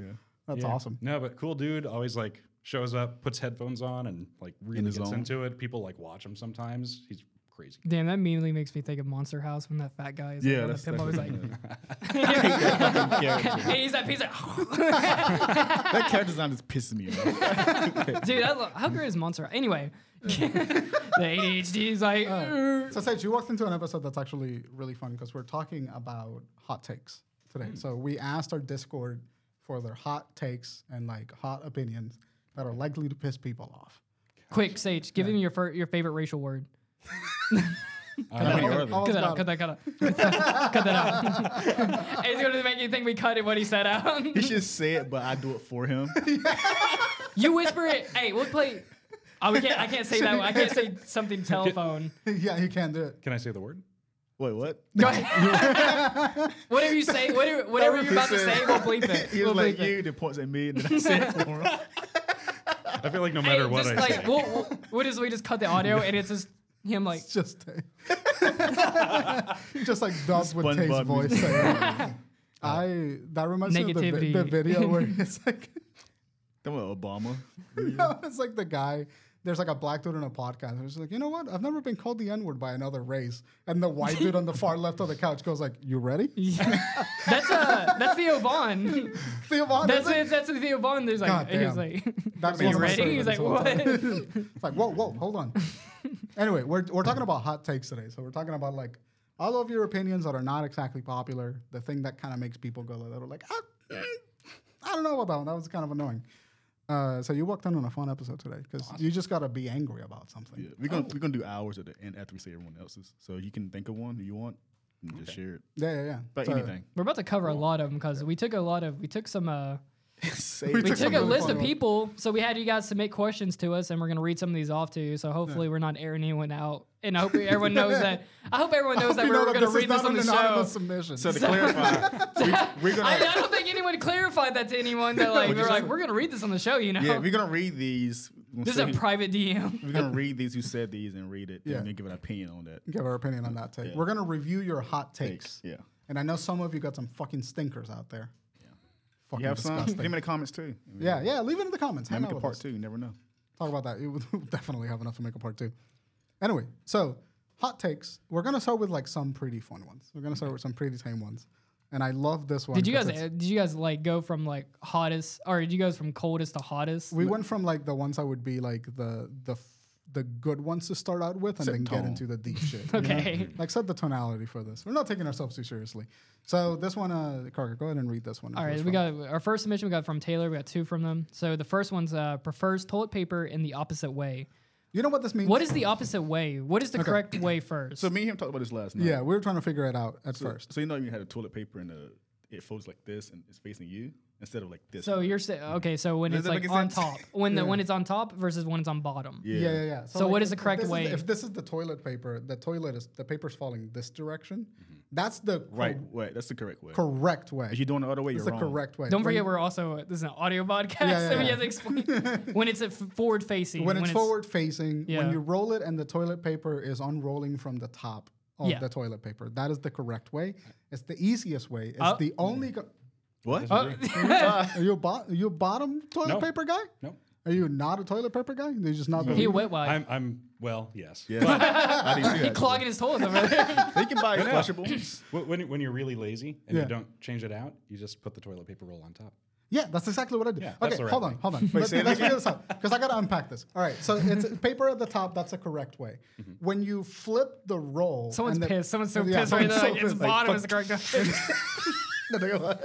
[SPEAKER 1] That's
[SPEAKER 3] Yeah.
[SPEAKER 1] awesome.
[SPEAKER 3] No, but cool dude. Always like shows up, puts headphones on, and like really
[SPEAKER 4] his
[SPEAKER 3] gets
[SPEAKER 4] own.
[SPEAKER 3] into it. People like watch him sometimes. He's crazy.
[SPEAKER 2] Damn, that immediately makes me think of Monster House when that fat guy is
[SPEAKER 4] Yeah,
[SPEAKER 2] like, on
[SPEAKER 4] that's,
[SPEAKER 2] the pinball.
[SPEAKER 4] that's
[SPEAKER 2] He's like,
[SPEAKER 4] [laughs] yeah.
[SPEAKER 2] and [laughs] he's like, he's like,
[SPEAKER 4] that character design is pissing me off.
[SPEAKER 2] [laughs] dude, I lo- how great is Monster? House? Anyway, [laughs] the ADHD is like, "Ugh."
[SPEAKER 1] So Sage, you walked into an episode that's actually really fun because we're talking about hot takes today. So we asked our Discord for their hot takes and like hot opinions that are likely to piss people off.
[SPEAKER 2] quick, Sage, give him your fir- your favorite racial word.
[SPEAKER 4] How
[SPEAKER 3] Uh,
[SPEAKER 4] many are
[SPEAKER 1] All- all
[SPEAKER 4] there?
[SPEAKER 2] Cut that
[SPEAKER 1] about
[SPEAKER 2] out. Cut that. Cut that. Cut that, [laughs] cut that out. [laughs] it's gonna make you think we cut it what he said out.
[SPEAKER 4] He should say it, but I do it
[SPEAKER 2] [laughs]
[SPEAKER 4] for him.
[SPEAKER 2] you whisper it. Hey, we'll play. Oh, we can't. I can't say that. one. I can't say something telephone.
[SPEAKER 1] it. [laughs] yeah, you can do it.
[SPEAKER 3] Can I say the word?
[SPEAKER 2] [laughs]
[SPEAKER 4] Wait, what?
[SPEAKER 2] Go ahead. [laughs] whatever you say, whatever, whatever you're about to say, we'll bleep it.
[SPEAKER 4] [laughs] He
[SPEAKER 2] we'll
[SPEAKER 4] was like
[SPEAKER 2] bleep it.
[SPEAKER 4] you, then points at me, and then I say it for him.
[SPEAKER 3] I feel like no
[SPEAKER 2] Hey,
[SPEAKER 3] matter what
[SPEAKER 2] just
[SPEAKER 3] I
[SPEAKER 2] like,
[SPEAKER 3] say.
[SPEAKER 2] We'll, we'll, we'll just, we just cut the audio and it's just him like, [laughs]
[SPEAKER 1] It's just [laughs] just like Dobbs would taste
[SPEAKER 4] SpongeBob
[SPEAKER 1] voice. [laughs]
[SPEAKER 4] music.
[SPEAKER 1] saying, I that reminds me of the, vi- the
[SPEAKER 2] Negativity.
[SPEAKER 1] video where it's like
[SPEAKER 4] Then what, Obama.
[SPEAKER 1] [laughs] no, it's like the guy. There's like a black dude in a podcast who's like, you know what? I've never been called the N word by another race. And the white dude on the
[SPEAKER 2] [laughs]
[SPEAKER 1] far left of the couch goes like, "You ready?" [laughs]
[SPEAKER 2] that's uh that's Theo Vaughn.
[SPEAKER 1] Theo Von,
[SPEAKER 2] That's
[SPEAKER 1] is it?
[SPEAKER 2] it. That's the Theo Vaughn. There's like,
[SPEAKER 1] God
[SPEAKER 2] he's
[SPEAKER 1] damn.
[SPEAKER 2] like, [laughs]
[SPEAKER 1] That's
[SPEAKER 2] Are
[SPEAKER 1] one
[SPEAKER 2] you
[SPEAKER 1] of my
[SPEAKER 2] ready? He's
[SPEAKER 1] favorites
[SPEAKER 2] like,
[SPEAKER 1] of all
[SPEAKER 2] what?
[SPEAKER 1] time. [laughs] it's like, whoa, whoa, hold
[SPEAKER 2] [laughs]
[SPEAKER 1] on. anyway, we're, we're talking about hot takes today. So we're talking about like all of your opinions that are not exactly popular, the thing that kind of makes people go a little like, ah, mm, I don't know about that one. That was kind of annoying. Uh, so you walked in on a fun episode today because you just got to be angry about something.
[SPEAKER 4] Yeah, we're
[SPEAKER 2] Oh.
[SPEAKER 4] gonna we're gonna do hours at the end after we say everyone else's, so you can think of one you want and just share it.
[SPEAKER 1] Yeah, yeah, yeah.
[SPEAKER 4] But
[SPEAKER 1] So-
[SPEAKER 2] [laughs]
[SPEAKER 4] anything,
[SPEAKER 2] We're about to cover a lot of them because we took a lot of, we took some, uh,
[SPEAKER 4] say
[SPEAKER 2] we
[SPEAKER 1] took
[SPEAKER 2] took
[SPEAKER 1] some
[SPEAKER 2] a
[SPEAKER 1] really
[SPEAKER 2] list
[SPEAKER 1] fun
[SPEAKER 2] of
[SPEAKER 1] ones.
[SPEAKER 2] people. So we had you guys submit questions to us and we're going to read some of these off to you. So hopefully we're not airing anyone out. And I hope everyone knows
[SPEAKER 1] [laughs]
[SPEAKER 2] that. I hope everyone [laughs] knows that
[SPEAKER 1] You know
[SPEAKER 2] we're
[SPEAKER 1] that
[SPEAKER 2] going to
[SPEAKER 1] this
[SPEAKER 2] read
[SPEAKER 1] is
[SPEAKER 2] this
[SPEAKER 1] not
[SPEAKER 2] on the
[SPEAKER 1] an
[SPEAKER 2] show.
[SPEAKER 1] anonymous submission.
[SPEAKER 4] So to clarify,
[SPEAKER 2] [laughs]
[SPEAKER 4] we, we're
[SPEAKER 2] I,
[SPEAKER 4] gonna
[SPEAKER 2] I don't think anyone clarified that to
[SPEAKER 1] [laughs]
[SPEAKER 2] anyone. That like
[SPEAKER 4] What'd
[SPEAKER 2] we're
[SPEAKER 4] you
[SPEAKER 2] like
[SPEAKER 4] say?
[SPEAKER 2] we're gonna read this on the show, you know.
[SPEAKER 4] yeah we're gonna read these.
[SPEAKER 2] [laughs]
[SPEAKER 4] We're gonna
[SPEAKER 2] this is
[SPEAKER 4] say
[SPEAKER 2] a
[SPEAKER 4] who-
[SPEAKER 1] [laughs]
[SPEAKER 2] private DM.
[SPEAKER 4] we're gonna read these who said these and read it
[SPEAKER 1] Yeah.
[SPEAKER 4] and then give an opinion on that.
[SPEAKER 1] [laughs] give our opinion on that take. We're gonna review your hot takes.
[SPEAKER 4] Yeah,
[SPEAKER 1] And I know some of you got some fucking stinkers out there. Yeah. Fucking
[SPEAKER 4] you have some. Leave
[SPEAKER 1] disgusting.
[SPEAKER 4] them in the comments too. And we-
[SPEAKER 1] Yeah, yeah. Leave it in the comments.
[SPEAKER 4] might
[SPEAKER 1] Hang
[SPEAKER 4] make
[SPEAKER 1] out
[SPEAKER 4] a
[SPEAKER 1] with
[SPEAKER 4] part
[SPEAKER 1] us.
[SPEAKER 4] two. You never know.
[SPEAKER 1] Talk about that. It would [laughs] we'll definitely have enough to make a part two. Anyway, so hot takes. We're gonna start with like some pretty fun ones. We're gonna start with some pretty tame ones. And I love this one.
[SPEAKER 2] Did you
[SPEAKER 1] 'cause
[SPEAKER 2] guys?
[SPEAKER 1] it's-
[SPEAKER 2] Did you guys like go from like hottest, or did you guys from coldest to hottest?
[SPEAKER 1] We went from like the ones that would be like the the f- the good ones to start out with, and
[SPEAKER 4] Set
[SPEAKER 1] then get
[SPEAKER 4] tone.
[SPEAKER 1] into the deep shit.
[SPEAKER 2] [laughs]
[SPEAKER 1] you know?
[SPEAKER 2] okay.
[SPEAKER 1] Like set the tonality for this. We're not taking ourselves too seriously. So this one, uh, Carter, go ahead and read this one.
[SPEAKER 2] All
[SPEAKER 1] It
[SPEAKER 2] right,
[SPEAKER 1] was
[SPEAKER 2] we
[SPEAKER 1] from-
[SPEAKER 2] got our first submission. We got from Taylor. We got two from them. So the first one's uh, prefers toilet paper in the opposite way.
[SPEAKER 1] You know what this means?
[SPEAKER 2] What is the opposite way? What is the correct way first?
[SPEAKER 4] So me and him talked about this last night.
[SPEAKER 1] Yeah, we were trying to figure it out at
[SPEAKER 4] So,
[SPEAKER 1] first.
[SPEAKER 4] so you know you had a toilet paper and the it folds like this and it's facing you instead of like this.
[SPEAKER 2] So you're saying okay. So when
[SPEAKER 4] Does
[SPEAKER 2] it's
[SPEAKER 4] that
[SPEAKER 2] like
[SPEAKER 4] make
[SPEAKER 2] on
[SPEAKER 4] sense?
[SPEAKER 2] top, when the when it's on top versus when it's on bottom.
[SPEAKER 4] yeah.
[SPEAKER 1] Yeah, yeah, yeah.
[SPEAKER 2] So what
[SPEAKER 1] like,
[SPEAKER 2] is the
[SPEAKER 1] if
[SPEAKER 2] correct
[SPEAKER 1] this
[SPEAKER 2] way?
[SPEAKER 1] if this is the toilet paper, the toilet is the paper's falling this direction. That's the
[SPEAKER 4] Mm-hmm. Right
[SPEAKER 1] cor-
[SPEAKER 4] way. That's the correct way.
[SPEAKER 1] correct way.
[SPEAKER 4] If you're doing the other way,
[SPEAKER 1] It's
[SPEAKER 4] you're
[SPEAKER 1] the
[SPEAKER 4] wrong.
[SPEAKER 1] correct way.
[SPEAKER 2] Don't
[SPEAKER 1] When-
[SPEAKER 2] forget, we're also this is an audio podcast,
[SPEAKER 1] Yeah, yeah,
[SPEAKER 2] so we
[SPEAKER 1] yeah.
[SPEAKER 2] have to
[SPEAKER 1] [laughs]
[SPEAKER 2] explain when it's a f- forward facing.
[SPEAKER 1] when, it's forward facing.
[SPEAKER 2] Yeah.
[SPEAKER 1] When you roll it and the toilet paper is unrolling from the top of
[SPEAKER 2] Yeah. Uh,
[SPEAKER 1] the toilet paper, that is the correct way. It's the easiest way. It's
[SPEAKER 2] I'll-
[SPEAKER 1] the only. co-
[SPEAKER 4] What?
[SPEAKER 2] Oh, [laughs]
[SPEAKER 1] Uh, Are you a bo- are you a bottom toilet
[SPEAKER 3] No.
[SPEAKER 1] paper guy?
[SPEAKER 3] No,
[SPEAKER 1] Are you not a toilet paper guy? They just not.
[SPEAKER 2] he
[SPEAKER 1] believe-
[SPEAKER 2] went wide.
[SPEAKER 3] I'm. I'm. Well, yes.
[SPEAKER 4] yeah.
[SPEAKER 1] [laughs]
[SPEAKER 4] How
[SPEAKER 2] [laughs]
[SPEAKER 4] do you do that?
[SPEAKER 2] clogging his toes over there.
[SPEAKER 4] They can buy
[SPEAKER 3] know.
[SPEAKER 1] [laughs]
[SPEAKER 4] flushables.
[SPEAKER 3] Wh- When, when you're really lazy and
[SPEAKER 1] Yeah.
[SPEAKER 3] you don't change it out, you just put the toilet paper roll on top.
[SPEAKER 1] Yeah, that's exactly what I did.
[SPEAKER 3] Yeah, that's
[SPEAKER 1] okay,
[SPEAKER 3] the right
[SPEAKER 1] hold
[SPEAKER 3] way.
[SPEAKER 1] on, hold on. Let,
[SPEAKER 4] say it
[SPEAKER 1] let's figure this out because I got to unpack this. All right, so it's paper at the top. That's the correct way.
[SPEAKER 3] Mm-hmm.
[SPEAKER 1] When you flip the roll,
[SPEAKER 2] Someone's
[SPEAKER 1] and the-
[SPEAKER 2] pissed. Someone's so
[SPEAKER 1] Yeah,
[SPEAKER 2] pissed right
[SPEAKER 1] someone's
[SPEAKER 2] now.
[SPEAKER 1] so
[SPEAKER 2] like, it's
[SPEAKER 1] pissed, like,
[SPEAKER 2] bottom
[SPEAKER 1] fuck
[SPEAKER 2] is the correct guy.
[SPEAKER 4] No, they go,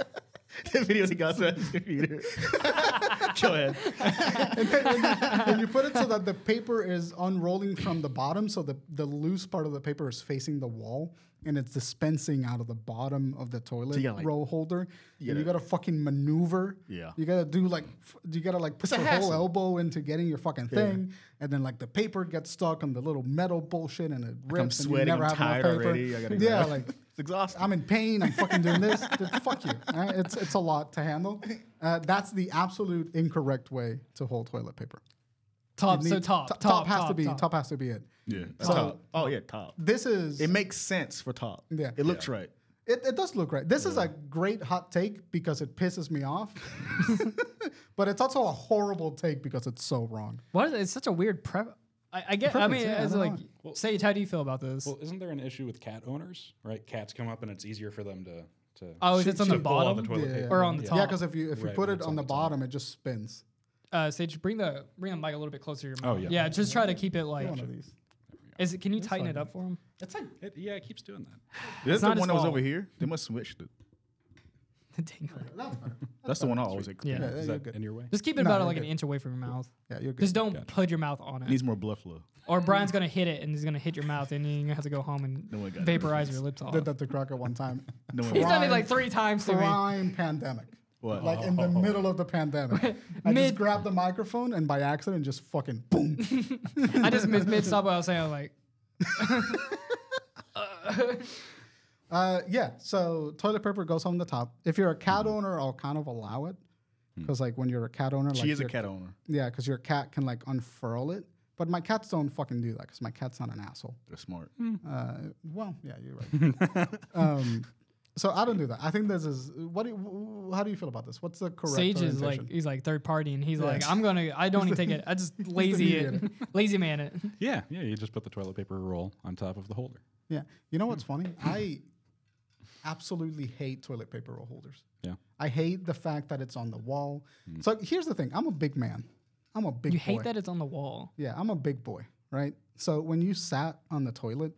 [SPEAKER 4] [laughs] the videos he got
[SPEAKER 1] [laughs]
[SPEAKER 4] to his computer. [laughs] Go ahead.
[SPEAKER 1] and you put it so that the paper is unrolling from the bottom, so the, the loose part of the paper is facing the wall, and it's dispensing out of the bottom of the toilet
[SPEAKER 4] you gotta, like-
[SPEAKER 1] roll holder. You and you
[SPEAKER 4] gotta-
[SPEAKER 1] gotta fucking maneuver.
[SPEAKER 4] Yeah.
[SPEAKER 1] You gotta do like f- you gotta like put
[SPEAKER 4] a
[SPEAKER 1] your
[SPEAKER 4] hassle.
[SPEAKER 1] whole elbow into getting your fucking thing, and then like the paper gets stuck on the little metal bullshit, and it
[SPEAKER 4] I'm
[SPEAKER 1] rips. And
[SPEAKER 4] sweating.
[SPEAKER 1] you never
[SPEAKER 4] I'm
[SPEAKER 1] have enough
[SPEAKER 4] tired
[SPEAKER 1] paper.
[SPEAKER 4] already. I gotta go.
[SPEAKER 1] [laughs] yeah, like
[SPEAKER 4] It's exhausting.
[SPEAKER 1] I'm in pain. I'm fucking doing this. [laughs] Dude, fuck you. All right? It's it's a lot to handle. Uh, that's the absolute incorrect way to hold toilet paper.
[SPEAKER 2] [laughs] top,
[SPEAKER 1] You
[SPEAKER 2] so
[SPEAKER 1] need-
[SPEAKER 2] top,
[SPEAKER 1] to- top,
[SPEAKER 2] top,
[SPEAKER 1] has to be top. has to be it.
[SPEAKER 4] Yeah.
[SPEAKER 1] So-
[SPEAKER 4] top. Oh yeah, top.
[SPEAKER 1] This is
[SPEAKER 4] It
[SPEAKER 1] it,
[SPEAKER 4] makes sense for top.
[SPEAKER 1] Yeah.
[SPEAKER 4] It looks right.
[SPEAKER 1] it, does look right. This is a great hot take because it pisses me
[SPEAKER 3] [laughs]
[SPEAKER 1] off, [laughs] but it's also a horrible take because it's so wrong.
[SPEAKER 2] What is it? It's such a weird prep. I, I get. I
[SPEAKER 1] Preference,
[SPEAKER 2] mean,
[SPEAKER 1] yeah, I
[SPEAKER 2] as
[SPEAKER 1] don't
[SPEAKER 2] like,
[SPEAKER 1] know.
[SPEAKER 2] say, how do you feel about this?
[SPEAKER 3] Well, isn't there an issue with cat owners? Right, cats come up and it's easier for them to to.
[SPEAKER 1] Uh,
[SPEAKER 2] oh, is it on the
[SPEAKER 3] to pull all
[SPEAKER 2] bottom?
[SPEAKER 3] toilet paper.
[SPEAKER 2] Or on the
[SPEAKER 1] Yeah,
[SPEAKER 2] top.
[SPEAKER 1] because if you if you
[SPEAKER 3] Right,
[SPEAKER 1] put
[SPEAKER 3] when
[SPEAKER 1] it
[SPEAKER 3] it's
[SPEAKER 1] on
[SPEAKER 3] on
[SPEAKER 1] the
[SPEAKER 3] the top.
[SPEAKER 1] bottom, it just spins.
[SPEAKER 2] uh, Sage, bring the bring the mic a little bit closer to your mouth.
[SPEAKER 3] yeah.
[SPEAKER 2] Yeah, just try to keep it like.
[SPEAKER 1] One of
[SPEAKER 3] [laughs]
[SPEAKER 1] these.
[SPEAKER 2] Is it? Can you tighten it up for him? [laughs]
[SPEAKER 3] It's like it, yeah, it keeps doing that.
[SPEAKER 4] That's
[SPEAKER 2] not his
[SPEAKER 4] the one that was
[SPEAKER 2] fault.
[SPEAKER 4] over here. They must switch it.
[SPEAKER 2] Dang.
[SPEAKER 1] That's better.
[SPEAKER 4] That's the one I always.
[SPEAKER 2] Yeah.
[SPEAKER 1] Yeah,
[SPEAKER 3] Is
[SPEAKER 1] you're
[SPEAKER 3] that
[SPEAKER 1] good.
[SPEAKER 3] in your way?
[SPEAKER 2] Just keep it
[SPEAKER 1] No,
[SPEAKER 2] about
[SPEAKER 1] you're
[SPEAKER 2] like
[SPEAKER 1] good.
[SPEAKER 2] an inch away from your mouth.
[SPEAKER 1] Yeah, you're good.
[SPEAKER 3] [laughs]
[SPEAKER 2] Just don't put your mouth on it.
[SPEAKER 4] Needs more blood flow.
[SPEAKER 2] or Brian's gonna hit it and he's gonna hit your mouth and then you're gonna have to go home and
[SPEAKER 4] No one got the
[SPEAKER 2] vaporize your lips off.
[SPEAKER 1] did that to Crocker one time.
[SPEAKER 4] No one.
[SPEAKER 2] He's done it
[SPEAKER 1] Prime-
[SPEAKER 2] like three times to me.
[SPEAKER 1] Prime pandemic.
[SPEAKER 4] What?
[SPEAKER 1] Like in
[SPEAKER 3] Oh.
[SPEAKER 1] the middle of the
[SPEAKER 2] [laughs]
[SPEAKER 1] pandemic. I just
[SPEAKER 2] Mid-
[SPEAKER 1] grabbed the microphone and by accident just fucking boom.
[SPEAKER 2] I just mid mid stop what I was saying. I was like,
[SPEAKER 1] Uh, yeah, so toilet paper goes on the top. If you're a cat
[SPEAKER 4] Mm-hmm.
[SPEAKER 1] owner, I'll kind of allow it. Because like when you're a cat owner, like
[SPEAKER 4] Hmm. She is a
[SPEAKER 1] your-
[SPEAKER 4] cat owner.
[SPEAKER 1] Yeah, because your cat can like unfurl it. But my cats don't fucking do that because my cat's not an asshole.
[SPEAKER 4] They're smart.
[SPEAKER 1] Uh, well, yeah, you're right.
[SPEAKER 4] [laughs]
[SPEAKER 1] um, so I don't do that. I think this is what. Do you, wh- how do you feel about this? What's the correct?
[SPEAKER 2] Sage is like
[SPEAKER 1] orientation?
[SPEAKER 2] he's like third party and he's like I'm gonna I don't even take it I just lazy it lazy man it
[SPEAKER 3] Yeah, yeah. You just put the toilet paper roll on top of the holder.
[SPEAKER 1] Yeah. You know what's
[SPEAKER 2] Hmm.
[SPEAKER 1] funny?
[SPEAKER 2] [laughs]
[SPEAKER 1] I absolutely hate toilet paper roll holders.
[SPEAKER 3] Yeah.
[SPEAKER 1] I hate the fact that it's on the wall.
[SPEAKER 4] Hmm.
[SPEAKER 1] So here's the thing I'm a big man. I'm a big
[SPEAKER 2] you
[SPEAKER 1] boy.
[SPEAKER 2] hate that it's on the wall
[SPEAKER 1] Yeah, I'm a big boy, right? So when you sat on the toilet,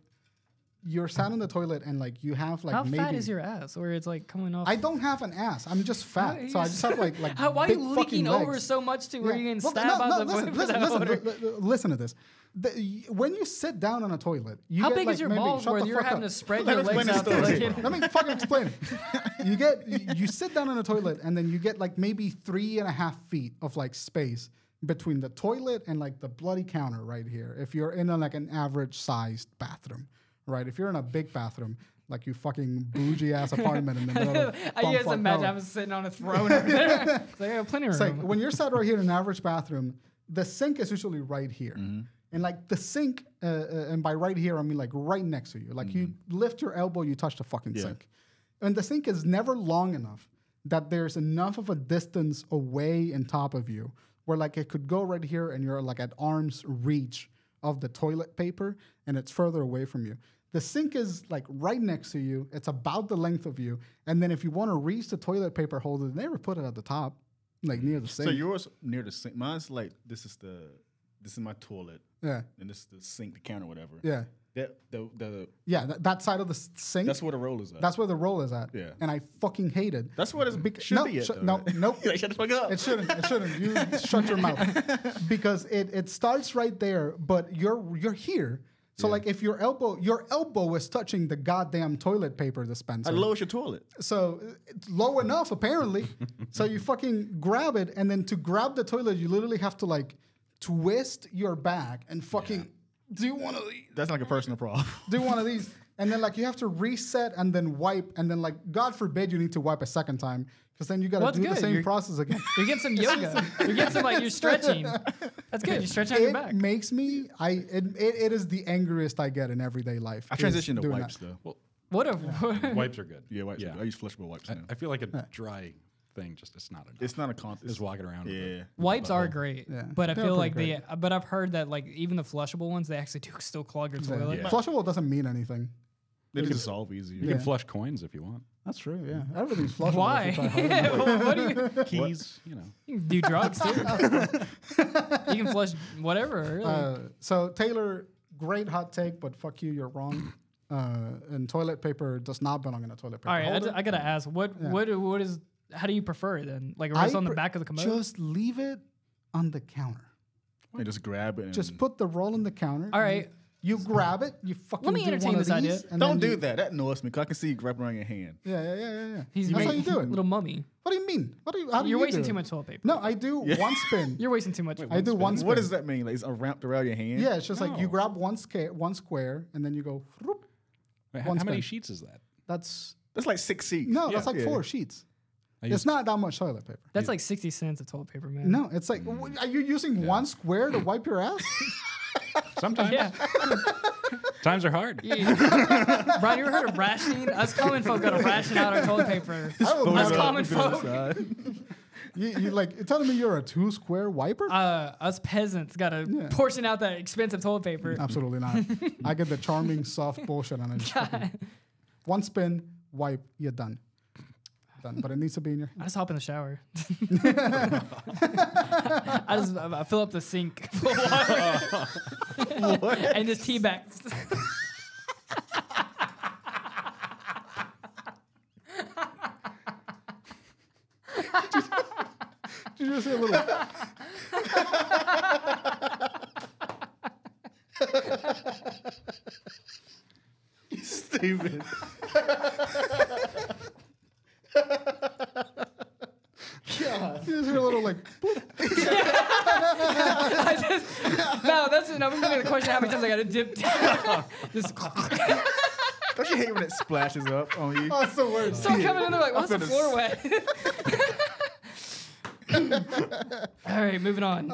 [SPEAKER 1] you're sat on the toilet and like you have like
[SPEAKER 2] how
[SPEAKER 1] maybe.
[SPEAKER 2] fat is your ass where it's like coming off
[SPEAKER 1] I don't have an ass. I'm just fat. so I just have like like.
[SPEAKER 2] [laughs] How, why are
[SPEAKER 1] big
[SPEAKER 2] you
[SPEAKER 1] fucking
[SPEAKER 2] leaking
[SPEAKER 1] legs.
[SPEAKER 2] over so much to where
[SPEAKER 1] Yeah.
[SPEAKER 2] you getting
[SPEAKER 1] Well,
[SPEAKER 2] stabbed out the [laughs]
[SPEAKER 1] listen,
[SPEAKER 2] for
[SPEAKER 1] listen,
[SPEAKER 2] that
[SPEAKER 1] listen,
[SPEAKER 2] order?
[SPEAKER 1] li- li- listen to this. The, y- when you sit down on a toilet, you
[SPEAKER 2] How
[SPEAKER 1] get,
[SPEAKER 2] big
[SPEAKER 1] like,
[SPEAKER 2] is your
[SPEAKER 1] maybe-
[SPEAKER 2] balls
[SPEAKER 1] shut
[SPEAKER 2] where
[SPEAKER 1] the
[SPEAKER 2] you're
[SPEAKER 1] fuck
[SPEAKER 2] having
[SPEAKER 1] up.
[SPEAKER 2] to spread
[SPEAKER 4] Let
[SPEAKER 2] your
[SPEAKER 4] me
[SPEAKER 2] legs
[SPEAKER 4] explain
[SPEAKER 2] out
[SPEAKER 4] the
[SPEAKER 2] to like
[SPEAKER 4] story.
[SPEAKER 1] [laughs]
[SPEAKER 2] hit-
[SPEAKER 1] Let me fucking explain it. You get you- you sit down on a toilet and then you get like maybe three and a half feet of like space between the toilet and like the bloody counter right here. If you're in a, like an average sized bathroom, right? If you're in a big bathroom, like you fucking bougie ass apartment in the middle. Of
[SPEAKER 2] [laughs] I just
[SPEAKER 1] bumfuck
[SPEAKER 2] imagine
[SPEAKER 1] nowhere.
[SPEAKER 2] I was sitting on a throne over there. It's like I have plenty of
[SPEAKER 1] It's like
[SPEAKER 2] room.
[SPEAKER 1] when you're sat right here in an average bathroom, the sink is usually right here. And like the sink, uh, uh, and by right here, I mean like right next to you. Like you lift your elbow, you touch the fucking sink. And the sink is never long enough that there's enough of a distance away in top of you where like it could go right here and you're like at arm's reach of the toilet paper and it's further away from you. The sink is like right next to you, it's about the length of you. And then if you want to reach the toilet paper holder, they never put it at the top, like near the sink.
[SPEAKER 4] So yours near the sink. Mine's like this is the this is my toilet
[SPEAKER 1] yeah,
[SPEAKER 4] and this is the sink, the counter, whatever.
[SPEAKER 1] yeah,
[SPEAKER 4] That the the
[SPEAKER 1] yeah. That, that side of the s- sink.
[SPEAKER 4] that's
[SPEAKER 1] That's,
[SPEAKER 4] where the roll is at.
[SPEAKER 1] where the roll is at.
[SPEAKER 4] Yeah.
[SPEAKER 1] And I fucking hate it.
[SPEAKER 4] that's what it's
[SPEAKER 1] Bec-
[SPEAKER 4] should
[SPEAKER 1] no,
[SPEAKER 4] be at.
[SPEAKER 1] shut-
[SPEAKER 4] though, [laughs]
[SPEAKER 1] no,
[SPEAKER 4] right?
[SPEAKER 1] nope.
[SPEAKER 4] [laughs] like shut the fuck up.
[SPEAKER 1] It shouldn't. It shouldn't. You shut your
[SPEAKER 4] [laughs]
[SPEAKER 1] mouth because it it starts right there, but you're you're here. So like if your elbow your elbow is touching the goddamn toilet paper dispenser.
[SPEAKER 4] I lowers your toilet.
[SPEAKER 1] so it's low enough apparently. so you fucking grab it and then to grab the toilet you literally have to like twist your back and fucking do one of these
[SPEAKER 4] That's like a personal problem. [laughs]
[SPEAKER 1] do one of these and then like you have to reset and then wipe and then like god forbid you need to wipe a second time because then you got to
[SPEAKER 2] Well, that's
[SPEAKER 1] do the
[SPEAKER 2] good.
[SPEAKER 1] same
[SPEAKER 2] You're-
[SPEAKER 1] process
[SPEAKER 2] [laughs]
[SPEAKER 1] again
[SPEAKER 2] You get some yoga. You get some like you're stretching. That's good. You're stretching out your
[SPEAKER 1] it
[SPEAKER 2] back.
[SPEAKER 1] makes me i it, it, it is the angriest i get in everyday life
[SPEAKER 4] I
[SPEAKER 1] is
[SPEAKER 4] transitioned to
[SPEAKER 1] doing
[SPEAKER 4] wipes
[SPEAKER 1] that.
[SPEAKER 4] though.
[SPEAKER 2] What a
[SPEAKER 3] [laughs] Wipes are good. Oh,
[SPEAKER 4] Yeah, wipes. are good. I use flushable wipes now.
[SPEAKER 3] I feel like a dry thing just it's not enough.
[SPEAKER 4] It's not a con.
[SPEAKER 3] just walking around. with it.
[SPEAKER 4] Yeah.
[SPEAKER 2] Wipes are
[SPEAKER 3] Butthole.
[SPEAKER 2] great,
[SPEAKER 1] Yeah.
[SPEAKER 2] but I
[SPEAKER 1] They're
[SPEAKER 2] feel like
[SPEAKER 1] pretty
[SPEAKER 2] the but I've heard that like even the flushable ones they actually do still clog your toilet.
[SPEAKER 3] Yeah.
[SPEAKER 1] Flushable doesn't mean anything.
[SPEAKER 4] They just solve easier.
[SPEAKER 3] You
[SPEAKER 1] Yeah.
[SPEAKER 3] can flush coins if you want.
[SPEAKER 1] That's true. Yeah, everything's flushable. if you
[SPEAKER 2] Why? [laughs]
[SPEAKER 1] try hard enough.
[SPEAKER 2] what do you,
[SPEAKER 3] Keys, you know.
[SPEAKER 2] you can do
[SPEAKER 1] [laughs]
[SPEAKER 2] drugs too? you can flush whatever. Really.
[SPEAKER 1] Uh, so Taylor, great hot take, but fuck you, you're wrong. Uh, and toilet paper does not belong in a toilet paper
[SPEAKER 2] All right, I,
[SPEAKER 1] holder.
[SPEAKER 2] ju- I gotta ask, what what what is how do you prefer it then? Like rest
[SPEAKER 1] I
[SPEAKER 2] on the
[SPEAKER 1] pre-
[SPEAKER 2] back of the commode.
[SPEAKER 1] Just leave it on the counter.
[SPEAKER 4] [laughs] And just grab it. And
[SPEAKER 1] Just put the roll on the counter.
[SPEAKER 2] All right.
[SPEAKER 1] You, you grab it. You fucking.
[SPEAKER 2] me
[SPEAKER 1] do
[SPEAKER 2] entertain
[SPEAKER 1] one of
[SPEAKER 2] this idea.
[SPEAKER 1] these, and
[SPEAKER 4] Don't
[SPEAKER 1] then
[SPEAKER 4] do
[SPEAKER 1] you-
[SPEAKER 4] that. That annoys me. 'cause I can see you grab around your hand.
[SPEAKER 1] Yeah, yeah, yeah, yeah. yeah.
[SPEAKER 2] He's
[SPEAKER 1] That's how you
[SPEAKER 2] making-
[SPEAKER 1] do it.
[SPEAKER 2] Little mummy.
[SPEAKER 1] What do you mean? What do you? How do
[SPEAKER 2] You're
[SPEAKER 1] you
[SPEAKER 2] wasting
[SPEAKER 1] do
[SPEAKER 2] too
[SPEAKER 1] it?
[SPEAKER 2] much toilet paper.
[SPEAKER 1] No, I
[SPEAKER 4] [laughs]
[SPEAKER 1] do one spin.
[SPEAKER 2] You're wasting too much.
[SPEAKER 1] I do one spin.
[SPEAKER 4] What does that mean? Like it's wrapped around your hand?
[SPEAKER 1] Yeah, it's just like you grab one square, one square, and then you go. whoop.
[SPEAKER 3] Wait, h-
[SPEAKER 1] One
[SPEAKER 3] how many
[SPEAKER 1] spin.
[SPEAKER 3] sheets is that?
[SPEAKER 1] That's
[SPEAKER 4] That's like six seats.
[SPEAKER 1] no, that's like
[SPEAKER 4] Yeah.
[SPEAKER 1] four sheets.
[SPEAKER 3] I
[SPEAKER 1] It's
[SPEAKER 3] used-
[SPEAKER 1] not that much toilet paper.
[SPEAKER 2] That's like sixty cents of toilet paper, man.
[SPEAKER 1] No, it's like, w are you using one square to wipe your
[SPEAKER 4] [laughs]
[SPEAKER 1] ass? [laughs]
[SPEAKER 3] Sometimes
[SPEAKER 2] Yeah.
[SPEAKER 3] times are hard.
[SPEAKER 1] [laughs]
[SPEAKER 2] Brian, you ever heard of rationing? Us common folk gotta ration out our toilet paper.
[SPEAKER 1] will
[SPEAKER 2] Us
[SPEAKER 1] never-
[SPEAKER 2] common folk.
[SPEAKER 1] you, you like you're telling me you're a two square wiper?
[SPEAKER 2] Uh, us peasants gotta
[SPEAKER 1] Yeah.
[SPEAKER 2] portion out that expensive toilet paper.
[SPEAKER 1] Absolutely not. I get the charming soft bullshit and I just
[SPEAKER 2] [laughs]
[SPEAKER 1] fucking- one spin, wipe, you're done. Done. But it needs to be in your
[SPEAKER 2] I just hop in the
[SPEAKER 1] [laughs]
[SPEAKER 2] shower. [laughs] I just I I fill up
[SPEAKER 1] [laughs]
[SPEAKER 2] the sink full of water.
[SPEAKER 4] [laughs]
[SPEAKER 2] and just tea bags.
[SPEAKER 1] Did you just hear a little
[SPEAKER 4] Stupid.
[SPEAKER 1] Did you just hear a little like bloop?
[SPEAKER 2] [laughs] I just, no, that's enough. I'm gonna question how many times I gotta dip [laughs] down. just
[SPEAKER 4] Don't you hate when it splashes up on you?
[SPEAKER 1] Oh, it's the worst.
[SPEAKER 2] start coming in. They're like, "What's the
[SPEAKER 4] gonna
[SPEAKER 2] floor wet?" [laughs] All right, moving on.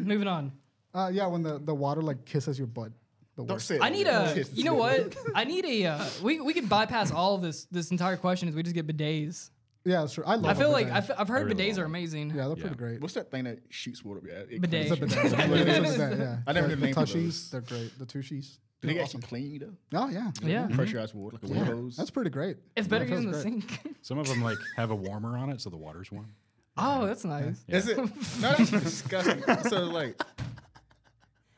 [SPEAKER 2] [clears throat] moving on.
[SPEAKER 1] Uh, yeah, when the, the water like kisses your butt. The
[SPEAKER 4] Don't
[SPEAKER 1] worst.
[SPEAKER 4] say it
[SPEAKER 2] I
[SPEAKER 4] like
[SPEAKER 2] need
[SPEAKER 4] that.
[SPEAKER 2] a. You know what? I need a. Uh, we we could bypass all of this this entire question if we just get bidets.
[SPEAKER 1] Yeah, that's true. I love
[SPEAKER 2] I
[SPEAKER 1] a
[SPEAKER 2] feel like
[SPEAKER 1] bidet.
[SPEAKER 2] I've, I've heard
[SPEAKER 3] really
[SPEAKER 2] bidets
[SPEAKER 3] love
[SPEAKER 2] are amazing.
[SPEAKER 1] yeah, they're
[SPEAKER 3] Yeah.
[SPEAKER 1] pretty great.
[SPEAKER 4] What's that thing that shoots water? Yeah, it-
[SPEAKER 1] It's
[SPEAKER 2] Bidet.
[SPEAKER 1] a bidet. It's a bidet,
[SPEAKER 2] [laughs]
[SPEAKER 4] [laughs]
[SPEAKER 1] yeah.
[SPEAKER 4] I never
[SPEAKER 1] The- the
[SPEAKER 4] knew the name of
[SPEAKER 1] tushies.
[SPEAKER 4] those.
[SPEAKER 1] They're great. The tushies.
[SPEAKER 4] Do they actually clean you though?
[SPEAKER 1] Oh yeah,
[SPEAKER 2] Yeah.
[SPEAKER 4] Pressurized water, like a Mm-hmm. yeah. hose.
[SPEAKER 1] that's pretty great.
[SPEAKER 2] It's better
[SPEAKER 1] feels
[SPEAKER 2] using the
[SPEAKER 1] great.
[SPEAKER 2] sink. [laughs]
[SPEAKER 3] Some of them like have a warmer on it, so the water's warm.
[SPEAKER 2] oh, that's nice. [laughs]
[SPEAKER 4] Is it? No, that's disgusting. so like,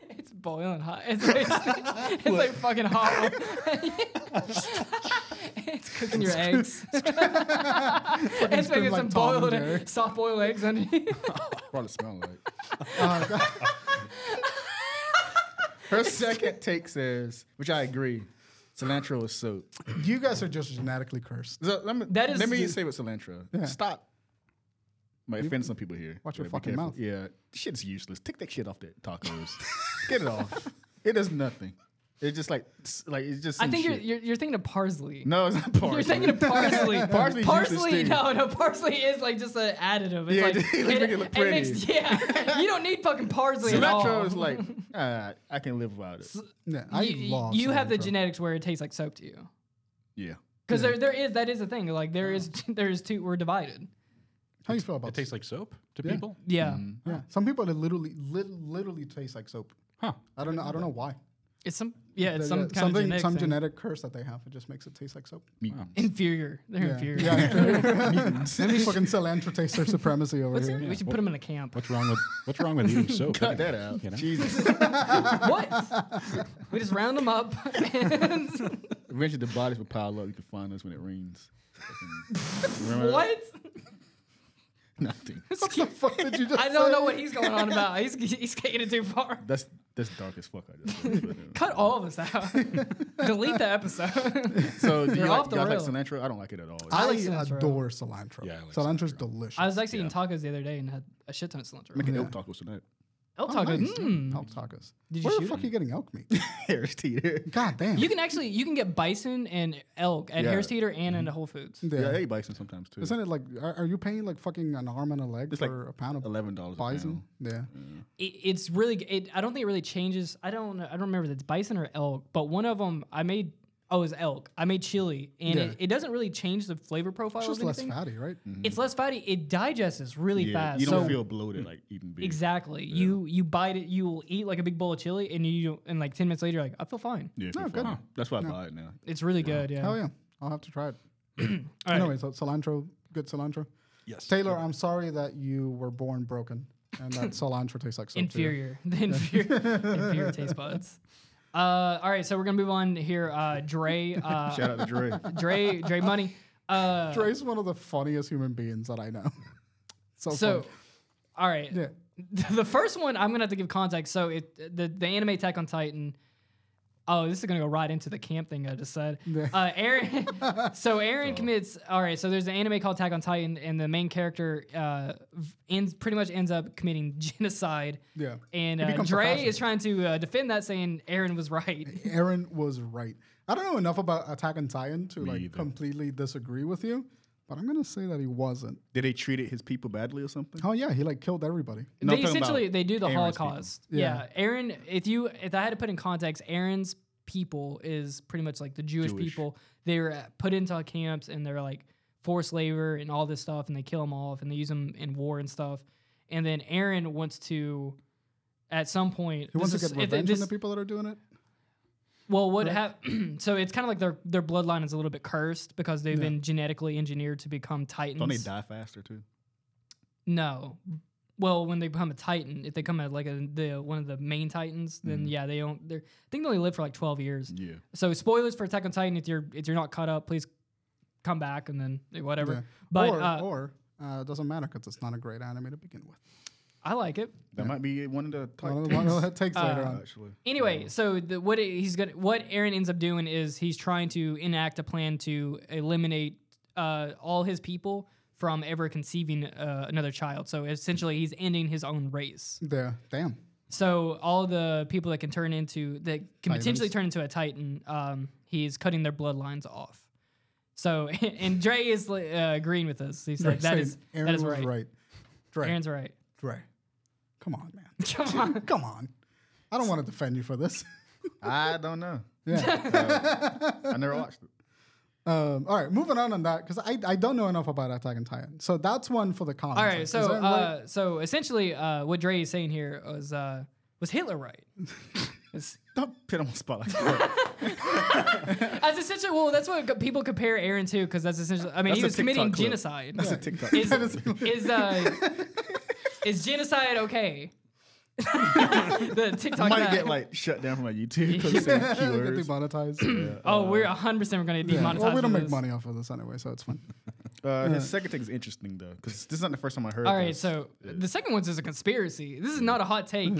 [SPEAKER 2] It's boiling hot. It's like, it's like fucking hot.
[SPEAKER 4] [laughs]
[SPEAKER 2] it's cooking your eggs. [laughs] it's
[SPEAKER 1] scream
[SPEAKER 2] making
[SPEAKER 1] like
[SPEAKER 2] some
[SPEAKER 1] Tom and
[SPEAKER 2] boiled,
[SPEAKER 1] Jerry.
[SPEAKER 2] soft boiled eggs underneath.
[SPEAKER 4] probably smell like.
[SPEAKER 1] Uh, [laughs] God.
[SPEAKER 4] Her second take says, which I agree, cilantro is soap.
[SPEAKER 1] you guys are just genetically cursed.
[SPEAKER 4] So let me
[SPEAKER 2] That is
[SPEAKER 4] let me
[SPEAKER 2] the-
[SPEAKER 4] say with cilantro.
[SPEAKER 1] Yeah.
[SPEAKER 4] Stop. Might offend some people here.
[SPEAKER 1] Watch your
[SPEAKER 4] Be
[SPEAKER 1] fucking
[SPEAKER 4] careful.
[SPEAKER 1] mouth.
[SPEAKER 4] Yeah, shit's useless. Take that shit off that
[SPEAKER 1] [laughs]
[SPEAKER 4] tacos. Get it off. It does nothing. It's just like s- like it's
[SPEAKER 2] [laughs]
[SPEAKER 4] just.
[SPEAKER 2] I
[SPEAKER 4] some
[SPEAKER 2] think you're,
[SPEAKER 4] shit.
[SPEAKER 2] you're you're thinking of parsley.
[SPEAKER 4] No, it's not parsley.
[SPEAKER 2] You're thinking of
[SPEAKER 4] [laughs]
[SPEAKER 2] parsley.
[SPEAKER 4] Parsley's
[SPEAKER 2] parsley,
[SPEAKER 4] useless,
[SPEAKER 2] no, no, parsley is like just an additive. It's
[SPEAKER 4] Yeah,
[SPEAKER 2] like,
[SPEAKER 4] [laughs] it makes it look pretty.
[SPEAKER 2] makes- yeah, you don't need fucking parsley
[SPEAKER 4] [laughs]
[SPEAKER 2] at all.
[SPEAKER 4] cilantro is like uh, I can live without it.
[SPEAKER 1] Yeah, I
[SPEAKER 2] you,
[SPEAKER 1] love.
[SPEAKER 2] you have the
[SPEAKER 1] cilantro.
[SPEAKER 2] genetics where it tastes like soap to you.
[SPEAKER 4] Yeah.
[SPEAKER 2] Because there, there is that is a thing. Like there is [laughs] there is two. We're divided. Mm.
[SPEAKER 1] How do you feel about
[SPEAKER 3] It tastes like soap to people.
[SPEAKER 2] Yeah,
[SPEAKER 1] Yeah, some people it literally, lit literally tastes like soap.
[SPEAKER 3] Huh.
[SPEAKER 1] I don't know. I don't know why.
[SPEAKER 2] it's some yeah it's
[SPEAKER 1] Yeah,
[SPEAKER 2] some
[SPEAKER 1] yeah,
[SPEAKER 2] kind
[SPEAKER 1] something,
[SPEAKER 2] of genetic
[SPEAKER 1] some
[SPEAKER 2] thing.
[SPEAKER 1] genetic curse that they have. It just makes it taste like soap.
[SPEAKER 3] Wow.
[SPEAKER 2] inferior. They're
[SPEAKER 1] Yeah,
[SPEAKER 2] inferior.
[SPEAKER 1] yeah.
[SPEAKER 2] [laughs]
[SPEAKER 1] [laughs] Any fucking cilantro tastes their supremacy over
[SPEAKER 2] What's
[SPEAKER 1] here. [laughs]
[SPEAKER 2] it- We should put them in a camp.
[SPEAKER 3] What's wrong with What's wrong with eating soap?
[SPEAKER 4] Cut that out.
[SPEAKER 3] You know?
[SPEAKER 4] Jesus.
[SPEAKER 1] [laughs]
[SPEAKER 2] what? We just round them up. [laughs] and-
[SPEAKER 4] Eventually the bodies will pile up. You can find us when it rains. Remember
[SPEAKER 2] [laughs]
[SPEAKER 4] that?
[SPEAKER 2] what?
[SPEAKER 4] Nothing.
[SPEAKER 2] Just
[SPEAKER 1] The
[SPEAKER 2] keep-
[SPEAKER 1] fuck did you just?
[SPEAKER 2] [laughs] I don't
[SPEAKER 1] say?
[SPEAKER 2] know what he's going on about. He's he's taking it too far.
[SPEAKER 4] That's that's dark as fuck. I
[SPEAKER 2] [laughs]
[SPEAKER 4] just said.
[SPEAKER 2] Cut all of us
[SPEAKER 1] [laughs]
[SPEAKER 2] out. Delete the episode.
[SPEAKER 4] So do you
[SPEAKER 2] You're
[SPEAKER 4] like,
[SPEAKER 2] off the
[SPEAKER 4] guys like
[SPEAKER 2] rail.
[SPEAKER 4] cilantro? I don't like it at all. It's-
[SPEAKER 1] I,
[SPEAKER 2] like cilantro.
[SPEAKER 1] adore cilantro.
[SPEAKER 3] Yeah, I like
[SPEAKER 1] cilantro's
[SPEAKER 3] cilantro.
[SPEAKER 1] delicious.
[SPEAKER 2] I was actually eating tacos the other day and had a shit ton of cilantro.
[SPEAKER 4] Make an
[SPEAKER 1] Yeah.
[SPEAKER 4] elk
[SPEAKER 1] [laughs]
[SPEAKER 4] tacos tonight.
[SPEAKER 2] El
[SPEAKER 1] Oh,
[SPEAKER 2] tacos.
[SPEAKER 1] nice.
[SPEAKER 2] mm.
[SPEAKER 1] Elk tacos.
[SPEAKER 2] Did you
[SPEAKER 1] Where the
[SPEAKER 2] shoot
[SPEAKER 1] fuck are
[SPEAKER 2] it?
[SPEAKER 1] you getting elk meat? [laughs]
[SPEAKER 4] Harris Teeter.
[SPEAKER 1] God damn.
[SPEAKER 2] [laughs] You can actually you can get bison and elk at
[SPEAKER 4] Yeah.
[SPEAKER 2] Harris Theater
[SPEAKER 1] Mm-hmm.
[SPEAKER 2] and at Whole Foods.
[SPEAKER 1] Yeah.
[SPEAKER 4] Yeah, they bison sometimes too.
[SPEAKER 1] Isn't it like, are, are you paying like fucking an arm and a leg
[SPEAKER 4] It's like
[SPEAKER 1] for a pound of
[SPEAKER 4] Eleven dollars.
[SPEAKER 1] bison? Yeah.
[SPEAKER 2] It, it's really it. I don't think it really changes. I don't I don't remember if it's bison or elk, but one of them I made. oh, it was elk. I made chili, and
[SPEAKER 1] Yeah.
[SPEAKER 2] it, it doesn't really change the flavor profile.
[SPEAKER 1] It's just
[SPEAKER 2] of
[SPEAKER 1] less
[SPEAKER 2] anything.
[SPEAKER 1] fatty, right?
[SPEAKER 2] It's less fatty. It digests really
[SPEAKER 4] Yeah,
[SPEAKER 2] fast.
[SPEAKER 4] you don't
[SPEAKER 2] so-
[SPEAKER 4] feel bloated like eating beer.
[SPEAKER 2] Exactly. You you bite it. You will eat like a big bowl of chili, and you and like ten minutes later, you're like, I feel fine.
[SPEAKER 4] Yeah, if
[SPEAKER 1] No,
[SPEAKER 4] you're
[SPEAKER 1] good.
[SPEAKER 4] fine. That's why I buy it now.
[SPEAKER 2] It's really good. Yeah.
[SPEAKER 1] Hell yeah, I'll have to try it.
[SPEAKER 2] [clears throat] All right.
[SPEAKER 1] Anyway, so cilantro, good cilantro.
[SPEAKER 3] Yes.
[SPEAKER 1] Taylor, I'm sorry that you were born broken, and
[SPEAKER 2] [laughs]
[SPEAKER 1] that cilantro tastes like soap to you.
[SPEAKER 2] inferior. [laughs] The inferior, inferior taste buds. Uh, all right, so we're gonna move on here. Uh, Dre, uh,
[SPEAKER 4] Shout out
[SPEAKER 1] [laughs]
[SPEAKER 4] to Dre.
[SPEAKER 2] Dre, Dre, money. Uh,
[SPEAKER 1] Dre's one of the funniest human beings that I know. [laughs] so,
[SPEAKER 2] so,
[SPEAKER 1] funny.
[SPEAKER 2] all right.
[SPEAKER 1] yeah,
[SPEAKER 2] [laughs] the first one I'm gonna have to give context. So it the the anime Attack on Titan. Oh, this is gonna go right into the camp thing I just said.
[SPEAKER 1] Yeah.
[SPEAKER 2] Uh,
[SPEAKER 1] [laughs]
[SPEAKER 2] Aaron, so Aaron commits. All right, so there's an anime called Attack on Titan, and the main character uh, v- ends pretty much ends up committing [laughs] genocide.
[SPEAKER 1] yeah.
[SPEAKER 2] And
[SPEAKER 1] He
[SPEAKER 2] uh,
[SPEAKER 1] becomes a
[SPEAKER 2] Dre
[SPEAKER 1] fascist.
[SPEAKER 2] is trying to uh, defend that, saying Aaron
[SPEAKER 1] [laughs]
[SPEAKER 2] was right.
[SPEAKER 1] Aaron was right. I don't know enough about Attack on Titan to like
[SPEAKER 4] either.
[SPEAKER 1] completely disagree with you, but I'm gonna say that he wasn't.
[SPEAKER 4] Did they treated his people badly or something?
[SPEAKER 1] Oh yeah, he like killed everybody.
[SPEAKER 4] No, I'm
[SPEAKER 2] they
[SPEAKER 4] talking about
[SPEAKER 2] essentially they do the
[SPEAKER 4] Aaron's people.
[SPEAKER 2] Holocaust.
[SPEAKER 1] Yeah.
[SPEAKER 2] Yeah. Aaron, if you if I had to put in context, Aaron's people is pretty much like the Jewish,
[SPEAKER 4] Jewish.
[SPEAKER 2] people. They're uh, put into camps and they're like forced labor and all this stuff, and they kill them off and they use them in war and stuff. And then Aaron wants to, at some point,
[SPEAKER 1] He wants to
[SPEAKER 2] this
[SPEAKER 1] get
[SPEAKER 2] is- if-
[SPEAKER 1] revenge
[SPEAKER 2] this-
[SPEAKER 1] on the people that are doing it.
[SPEAKER 2] well, what hap- [clears throat] so it's kind of like their their bloodline is a little bit cursed because they've
[SPEAKER 1] Yeah.
[SPEAKER 2] been genetically engineered to become titans.
[SPEAKER 4] Don't they die faster too?
[SPEAKER 2] No. Well, when they become a titan, if they come at like a, the one of the main titans, then
[SPEAKER 1] Mm-hmm.
[SPEAKER 2] yeah, they don't. They're, I think they only live for like twelve years.
[SPEAKER 4] Yeah.
[SPEAKER 2] So spoilers for Attack on Titan. If you're if you're not caught up, please come back and then eh, whatever.
[SPEAKER 1] Yeah.
[SPEAKER 2] But
[SPEAKER 1] or
[SPEAKER 2] uh,
[SPEAKER 1] or uh, it doesn't matter because it's not a great anime to begin with.
[SPEAKER 2] I like it.
[SPEAKER 4] That might be one of the
[SPEAKER 1] One
[SPEAKER 4] top
[SPEAKER 1] of the one that
[SPEAKER 2] [laughs]
[SPEAKER 1] takes
[SPEAKER 2] Uh,
[SPEAKER 1] later on.
[SPEAKER 4] actually.
[SPEAKER 2] Anyway, so the, what it- he's gonna what Aaron ends up doing is he's trying to enact a plan to eliminate uh, all his people from ever conceiving uh, another child. So essentially, he's ending his own race.
[SPEAKER 1] Yeah, damn.
[SPEAKER 2] So all the people that can turn into that can potentially
[SPEAKER 1] Titans.
[SPEAKER 2] turn into a titan, um, he's cutting their bloodlines off. So [laughs] and Dre is like, uh, agreeing with us. He's like, that
[SPEAKER 1] Saying
[SPEAKER 2] is
[SPEAKER 1] Aaron
[SPEAKER 2] that is
[SPEAKER 1] was
[SPEAKER 2] right.
[SPEAKER 1] Dre,
[SPEAKER 2] Aaron's right.
[SPEAKER 1] Dre, come on, man,
[SPEAKER 2] [laughs] Come on.
[SPEAKER 1] [laughs] come on. I
[SPEAKER 2] [laughs]
[SPEAKER 1] don't want to defend you for this. [laughs]
[SPEAKER 4] I don't know.
[SPEAKER 1] yeah.
[SPEAKER 4] I never watched it.
[SPEAKER 1] Um, all right, moving on on that because I, I don't know enough about Attack on Titan, so that's one for the comments.
[SPEAKER 2] All right. So
[SPEAKER 1] [laughs]
[SPEAKER 2] uh, so essentially, uh, what Dre is saying here was uh, was Hitler right? [laughs] It's-
[SPEAKER 4] Don't put him on the spot like that.
[SPEAKER 2] that's essentially well, that's what co- people compare Aaron to because that's essentially. I mean,
[SPEAKER 4] That's
[SPEAKER 2] he
[SPEAKER 4] a
[SPEAKER 2] was committing
[SPEAKER 4] TikTok clip.
[SPEAKER 2] genocide. [laughs]
[SPEAKER 4] That's a TikTok.
[SPEAKER 2] Is
[SPEAKER 4] [laughs]
[SPEAKER 2] [laughs] is uh, is genocide okay? [laughs] the TikTok
[SPEAKER 4] might
[SPEAKER 2] that-
[SPEAKER 4] get like shut down from
[SPEAKER 2] [laughs]
[SPEAKER 4] my YouTube
[SPEAKER 1] [laughs]
[SPEAKER 4] because of saying
[SPEAKER 1] get
[SPEAKER 4] keywords.
[SPEAKER 1] demonetized.
[SPEAKER 2] Oh, we're 100% we're going to
[SPEAKER 1] Yeah.
[SPEAKER 2] demonetize.
[SPEAKER 1] Well, we don't
[SPEAKER 2] for
[SPEAKER 1] make
[SPEAKER 2] this.
[SPEAKER 1] money off of this anyway, so it's fine.
[SPEAKER 4] Uh, his second thing is interesting though, because this is not the first time I heard.
[SPEAKER 2] All right,
[SPEAKER 4] [laughs] this.
[SPEAKER 2] so the second one's is a conspiracy. This is not a hot take.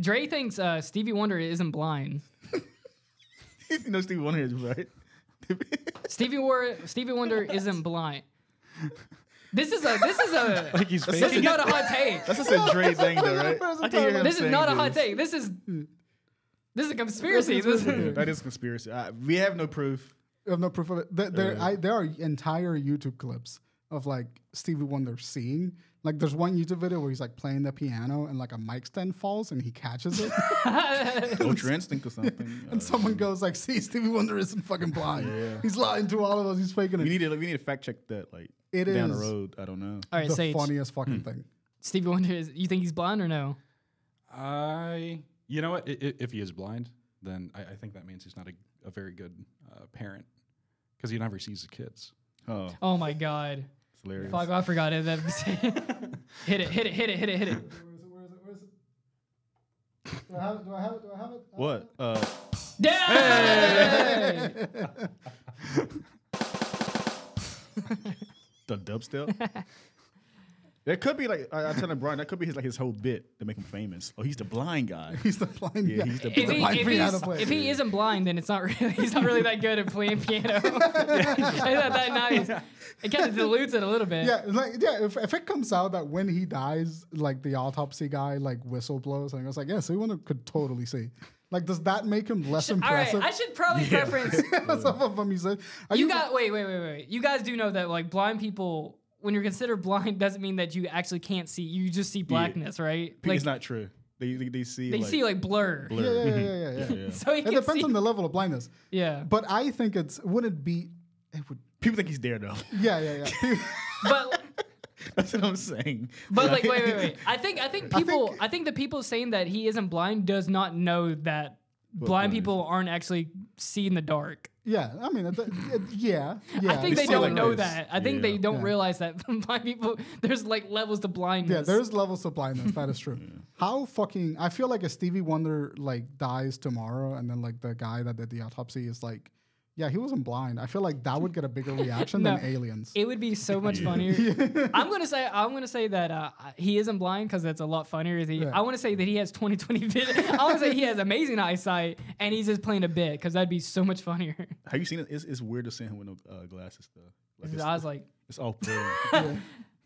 [SPEAKER 2] Dre thinks uh, Stevie Wonder isn't blind.
[SPEAKER 4] you know Steve Wonder
[SPEAKER 1] [laughs]
[SPEAKER 4] is right.
[SPEAKER 2] Stevie War Stevie Wonder isn't blind. This is a this is a
[SPEAKER 3] he's
[SPEAKER 2] this is
[SPEAKER 3] faking
[SPEAKER 2] not a hot take.
[SPEAKER 4] That's just a Dre thing though, right? I can hear him
[SPEAKER 2] This is
[SPEAKER 4] saying
[SPEAKER 2] not a
[SPEAKER 4] this.
[SPEAKER 1] [laughs]
[SPEAKER 2] hot take. This is this is a conspiracy. This
[SPEAKER 4] Yeah,
[SPEAKER 2] is,
[SPEAKER 4] that is conspiracy. Uh, we have no proof.
[SPEAKER 1] I have no proof of it. There, there, I, there are entire YouTube clips of like Stevie Wonder singing. Like, there's one YouTube video where he's like playing the piano and like a mic stand falls and he catches [laughs] it.
[SPEAKER 4] Ultra instinct or something.
[SPEAKER 1] [laughs]
[SPEAKER 4] Uh,
[SPEAKER 1] and someone goes like, "See, Stevie Wonder isn't fucking blind.
[SPEAKER 4] Yeah.
[SPEAKER 1] He's lying to all of us. He's faking
[SPEAKER 4] we
[SPEAKER 1] it."
[SPEAKER 4] need to we need to fact check that like
[SPEAKER 1] It
[SPEAKER 4] down
[SPEAKER 1] is-
[SPEAKER 4] the road. I don't know.
[SPEAKER 2] [laughs] all right,
[SPEAKER 1] the
[SPEAKER 2] Sage.
[SPEAKER 1] funniest
[SPEAKER 4] Hmm.
[SPEAKER 1] fucking thing.
[SPEAKER 2] Stevie Wonder is. You think he's blind or no?
[SPEAKER 3] I, you know what? I- i- If he is blind, then I, I think that means he's not a, a very good uh, parent because he never sees his kids.
[SPEAKER 4] Oh,
[SPEAKER 2] Oh my god.
[SPEAKER 4] it's hilarious.
[SPEAKER 2] Fuck, I forgot it. That hit it, hit it, hit it, hit it, hit it.
[SPEAKER 1] Do I have it? Do I have it? Do I have it?
[SPEAKER 4] What? Uh,
[SPEAKER 2] Dang!
[SPEAKER 4] the dubstep. That could be like I, I tell him Brian. That could be his like his whole bit to make him famous. Oh, he's the blind guy.
[SPEAKER 1] [laughs] He's the blind
[SPEAKER 4] Yeah,
[SPEAKER 1] guy.
[SPEAKER 4] he's the
[SPEAKER 2] If
[SPEAKER 4] blind.
[SPEAKER 2] he,
[SPEAKER 1] Like
[SPEAKER 2] if,
[SPEAKER 1] being
[SPEAKER 2] he's-
[SPEAKER 1] out of
[SPEAKER 2] [laughs]
[SPEAKER 1] place.
[SPEAKER 2] if he isn't blind, then it's not really [laughs] he's not really that good at playing piano. [laughs] It's not that nice. It kind of dilutes it a little bit.
[SPEAKER 1] Yeah, like yeah. If, if it comes out that when he dies, like the autopsy guy like whistle blows, and it's like, yeah, so Wonder could totally see. Like, does that make him less
[SPEAKER 2] All right,
[SPEAKER 1] impressive? [laughs]
[SPEAKER 2] I should probably reference.
[SPEAKER 1] as of a musician? [laughs] Are
[SPEAKER 2] You got wait, wait, wait, wait, wait. You guys do know that like blind people, when you're considered blind, doesn't mean that you actually can't see. You just see blackness, right?
[SPEAKER 4] It's
[SPEAKER 2] Like,
[SPEAKER 4] not true. They they, they see
[SPEAKER 2] They
[SPEAKER 4] like,
[SPEAKER 2] see like blur.
[SPEAKER 4] blur.
[SPEAKER 1] Yeah, yeah, yeah, yeah, yeah.
[SPEAKER 4] [laughs] Yeah,
[SPEAKER 2] [laughs]
[SPEAKER 4] yeah.
[SPEAKER 2] So he
[SPEAKER 1] It
[SPEAKER 2] can
[SPEAKER 1] depends
[SPEAKER 2] see.
[SPEAKER 1] on the level of blindness. [laughs]
[SPEAKER 2] yeah.
[SPEAKER 1] But I think it's would it be it would
[SPEAKER 4] People think he's there though.
[SPEAKER 1] yeah, yeah, yeah.
[SPEAKER 2] But
[SPEAKER 4] [laughs] That's what I'm saying.
[SPEAKER 2] but like
[SPEAKER 4] Right?
[SPEAKER 2] wait wait wait. I think I think people I think,
[SPEAKER 1] think-
[SPEAKER 2] the people saying that he isn't blind does not know that blind
[SPEAKER 4] blind is.
[SPEAKER 2] people aren't actually see in the dark.
[SPEAKER 1] yeah, I mean it, it- yeah, yeah.
[SPEAKER 2] I think
[SPEAKER 4] They
[SPEAKER 2] they
[SPEAKER 4] see
[SPEAKER 2] don't
[SPEAKER 4] like
[SPEAKER 2] know
[SPEAKER 4] this.
[SPEAKER 2] that. I think
[SPEAKER 4] Yeah.
[SPEAKER 2] they don't
[SPEAKER 1] Yeah.
[SPEAKER 2] realize that [laughs] blind people there's like levels to blindness.
[SPEAKER 1] Yeah, there's levels of blindness. That is
[SPEAKER 4] [laughs]
[SPEAKER 1] true. How fucking I feel like if Stevie Wonder like dies tomorrow and then like the guy that did the autopsy is like, yeah, he wasn't blind. I feel like that would get a
[SPEAKER 2] [laughs]
[SPEAKER 1] bigger reaction
[SPEAKER 2] No.
[SPEAKER 1] than aliens.
[SPEAKER 2] It would be so much funnier.
[SPEAKER 1] [laughs]
[SPEAKER 2] I'm gonna say I'm gonna say that uh, he isn't blind because that's a lot funnier. He,
[SPEAKER 1] Yeah.
[SPEAKER 2] I want to say that he has 20/20 vision. I want to say he has amazing eyesight and he's just playing a bit because that'd be so much funnier.
[SPEAKER 4] [laughs] Have you seen it? It's, it's weird to see him with no uh, glasses though. Like
[SPEAKER 2] His
[SPEAKER 4] it's,
[SPEAKER 2] eyes like
[SPEAKER 4] it's all blurry.
[SPEAKER 2] [laughs]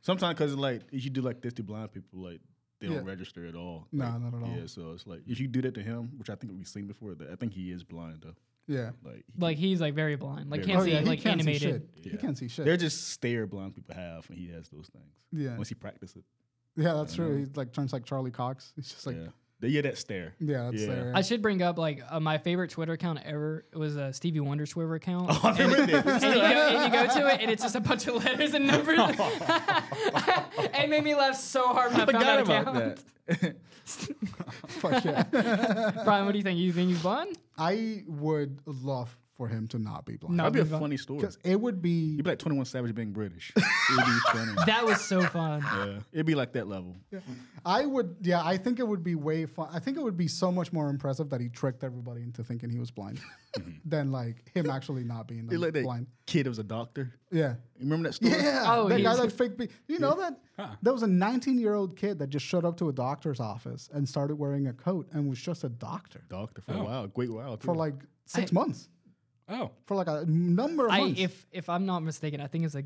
[SPEAKER 4] Sometimes because like if you do like this to blind people, like they don't
[SPEAKER 1] Yeah.
[SPEAKER 4] register at all.
[SPEAKER 1] No,
[SPEAKER 4] Like,
[SPEAKER 1] not at all.
[SPEAKER 4] Yeah, so it's like if you do that to him, which I think we've seen before, that I think he is blind though.
[SPEAKER 1] yeah.
[SPEAKER 4] Like, he,
[SPEAKER 2] like he's like very blind. Like
[SPEAKER 4] Very
[SPEAKER 2] can't
[SPEAKER 1] oh
[SPEAKER 2] see
[SPEAKER 1] yeah, he
[SPEAKER 2] like
[SPEAKER 1] can't see
[SPEAKER 2] animated.
[SPEAKER 1] shit. He can't see shit.
[SPEAKER 4] they're just stare blind people have, and he has those things.
[SPEAKER 1] Yeah.
[SPEAKER 4] [laughs] once he practices.
[SPEAKER 1] yeah, that's true. He like turns like Charlie Cox. [laughs] He's just like
[SPEAKER 4] yeah, they yeah that stare.
[SPEAKER 1] yeah, that's
[SPEAKER 4] Yeah. [laughs]
[SPEAKER 1] there.
[SPEAKER 2] I should bring up like uh, my favorite Twitter account ever was a Stevie Wonder Swiver account.
[SPEAKER 1] [laughs]
[SPEAKER 4] Oh, I remember this.
[SPEAKER 2] and you, go, and you go to it, and it's just a bunch of letters and
[SPEAKER 1] [laughs]
[SPEAKER 2] numbers. [laughs] it made me laugh so hard when I, found
[SPEAKER 4] Forgot
[SPEAKER 2] that
[SPEAKER 4] about
[SPEAKER 2] account.
[SPEAKER 4] that.
[SPEAKER 1] Fuck yeah. [laughs]
[SPEAKER 2] [laughs] Brian, what do you think? You think he's blind?
[SPEAKER 1] I would love for him to not be blind.
[SPEAKER 2] No.
[SPEAKER 4] That'd be a
[SPEAKER 2] Move on.
[SPEAKER 4] funny story.
[SPEAKER 1] Because it would be
[SPEAKER 4] You'd be like Twenty One Savage
[SPEAKER 1] [laughs]
[SPEAKER 4] being British. It'd be funny.
[SPEAKER 2] That was so fun.
[SPEAKER 4] Yeah, it'd be like that level.
[SPEAKER 1] I would, yeah, I think it would be way fun. I think it would be so much more impressive that he tricked everybody into thinking he was blind [laughs] than like him actually not being
[SPEAKER 4] They like that
[SPEAKER 1] blind.
[SPEAKER 4] kid that was a doctor.
[SPEAKER 1] Yeah.
[SPEAKER 4] Remember that story?
[SPEAKER 1] Yeah.
[SPEAKER 2] Oh,
[SPEAKER 1] that
[SPEAKER 2] yeah.
[SPEAKER 1] guy that faked be- You know that? There was a 19 year old kid that just showed up to a doctor's office and started wearing a coat and was just a doctor
[SPEAKER 4] Doctor for
[SPEAKER 3] Oh.
[SPEAKER 4] a while, a great while.
[SPEAKER 1] for
[SPEAKER 4] too.
[SPEAKER 1] like six months,
[SPEAKER 3] Oh,
[SPEAKER 1] for like a number of
[SPEAKER 2] I,
[SPEAKER 1] months.
[SPEAKER 2] if if I'm not mistaken, I think it's a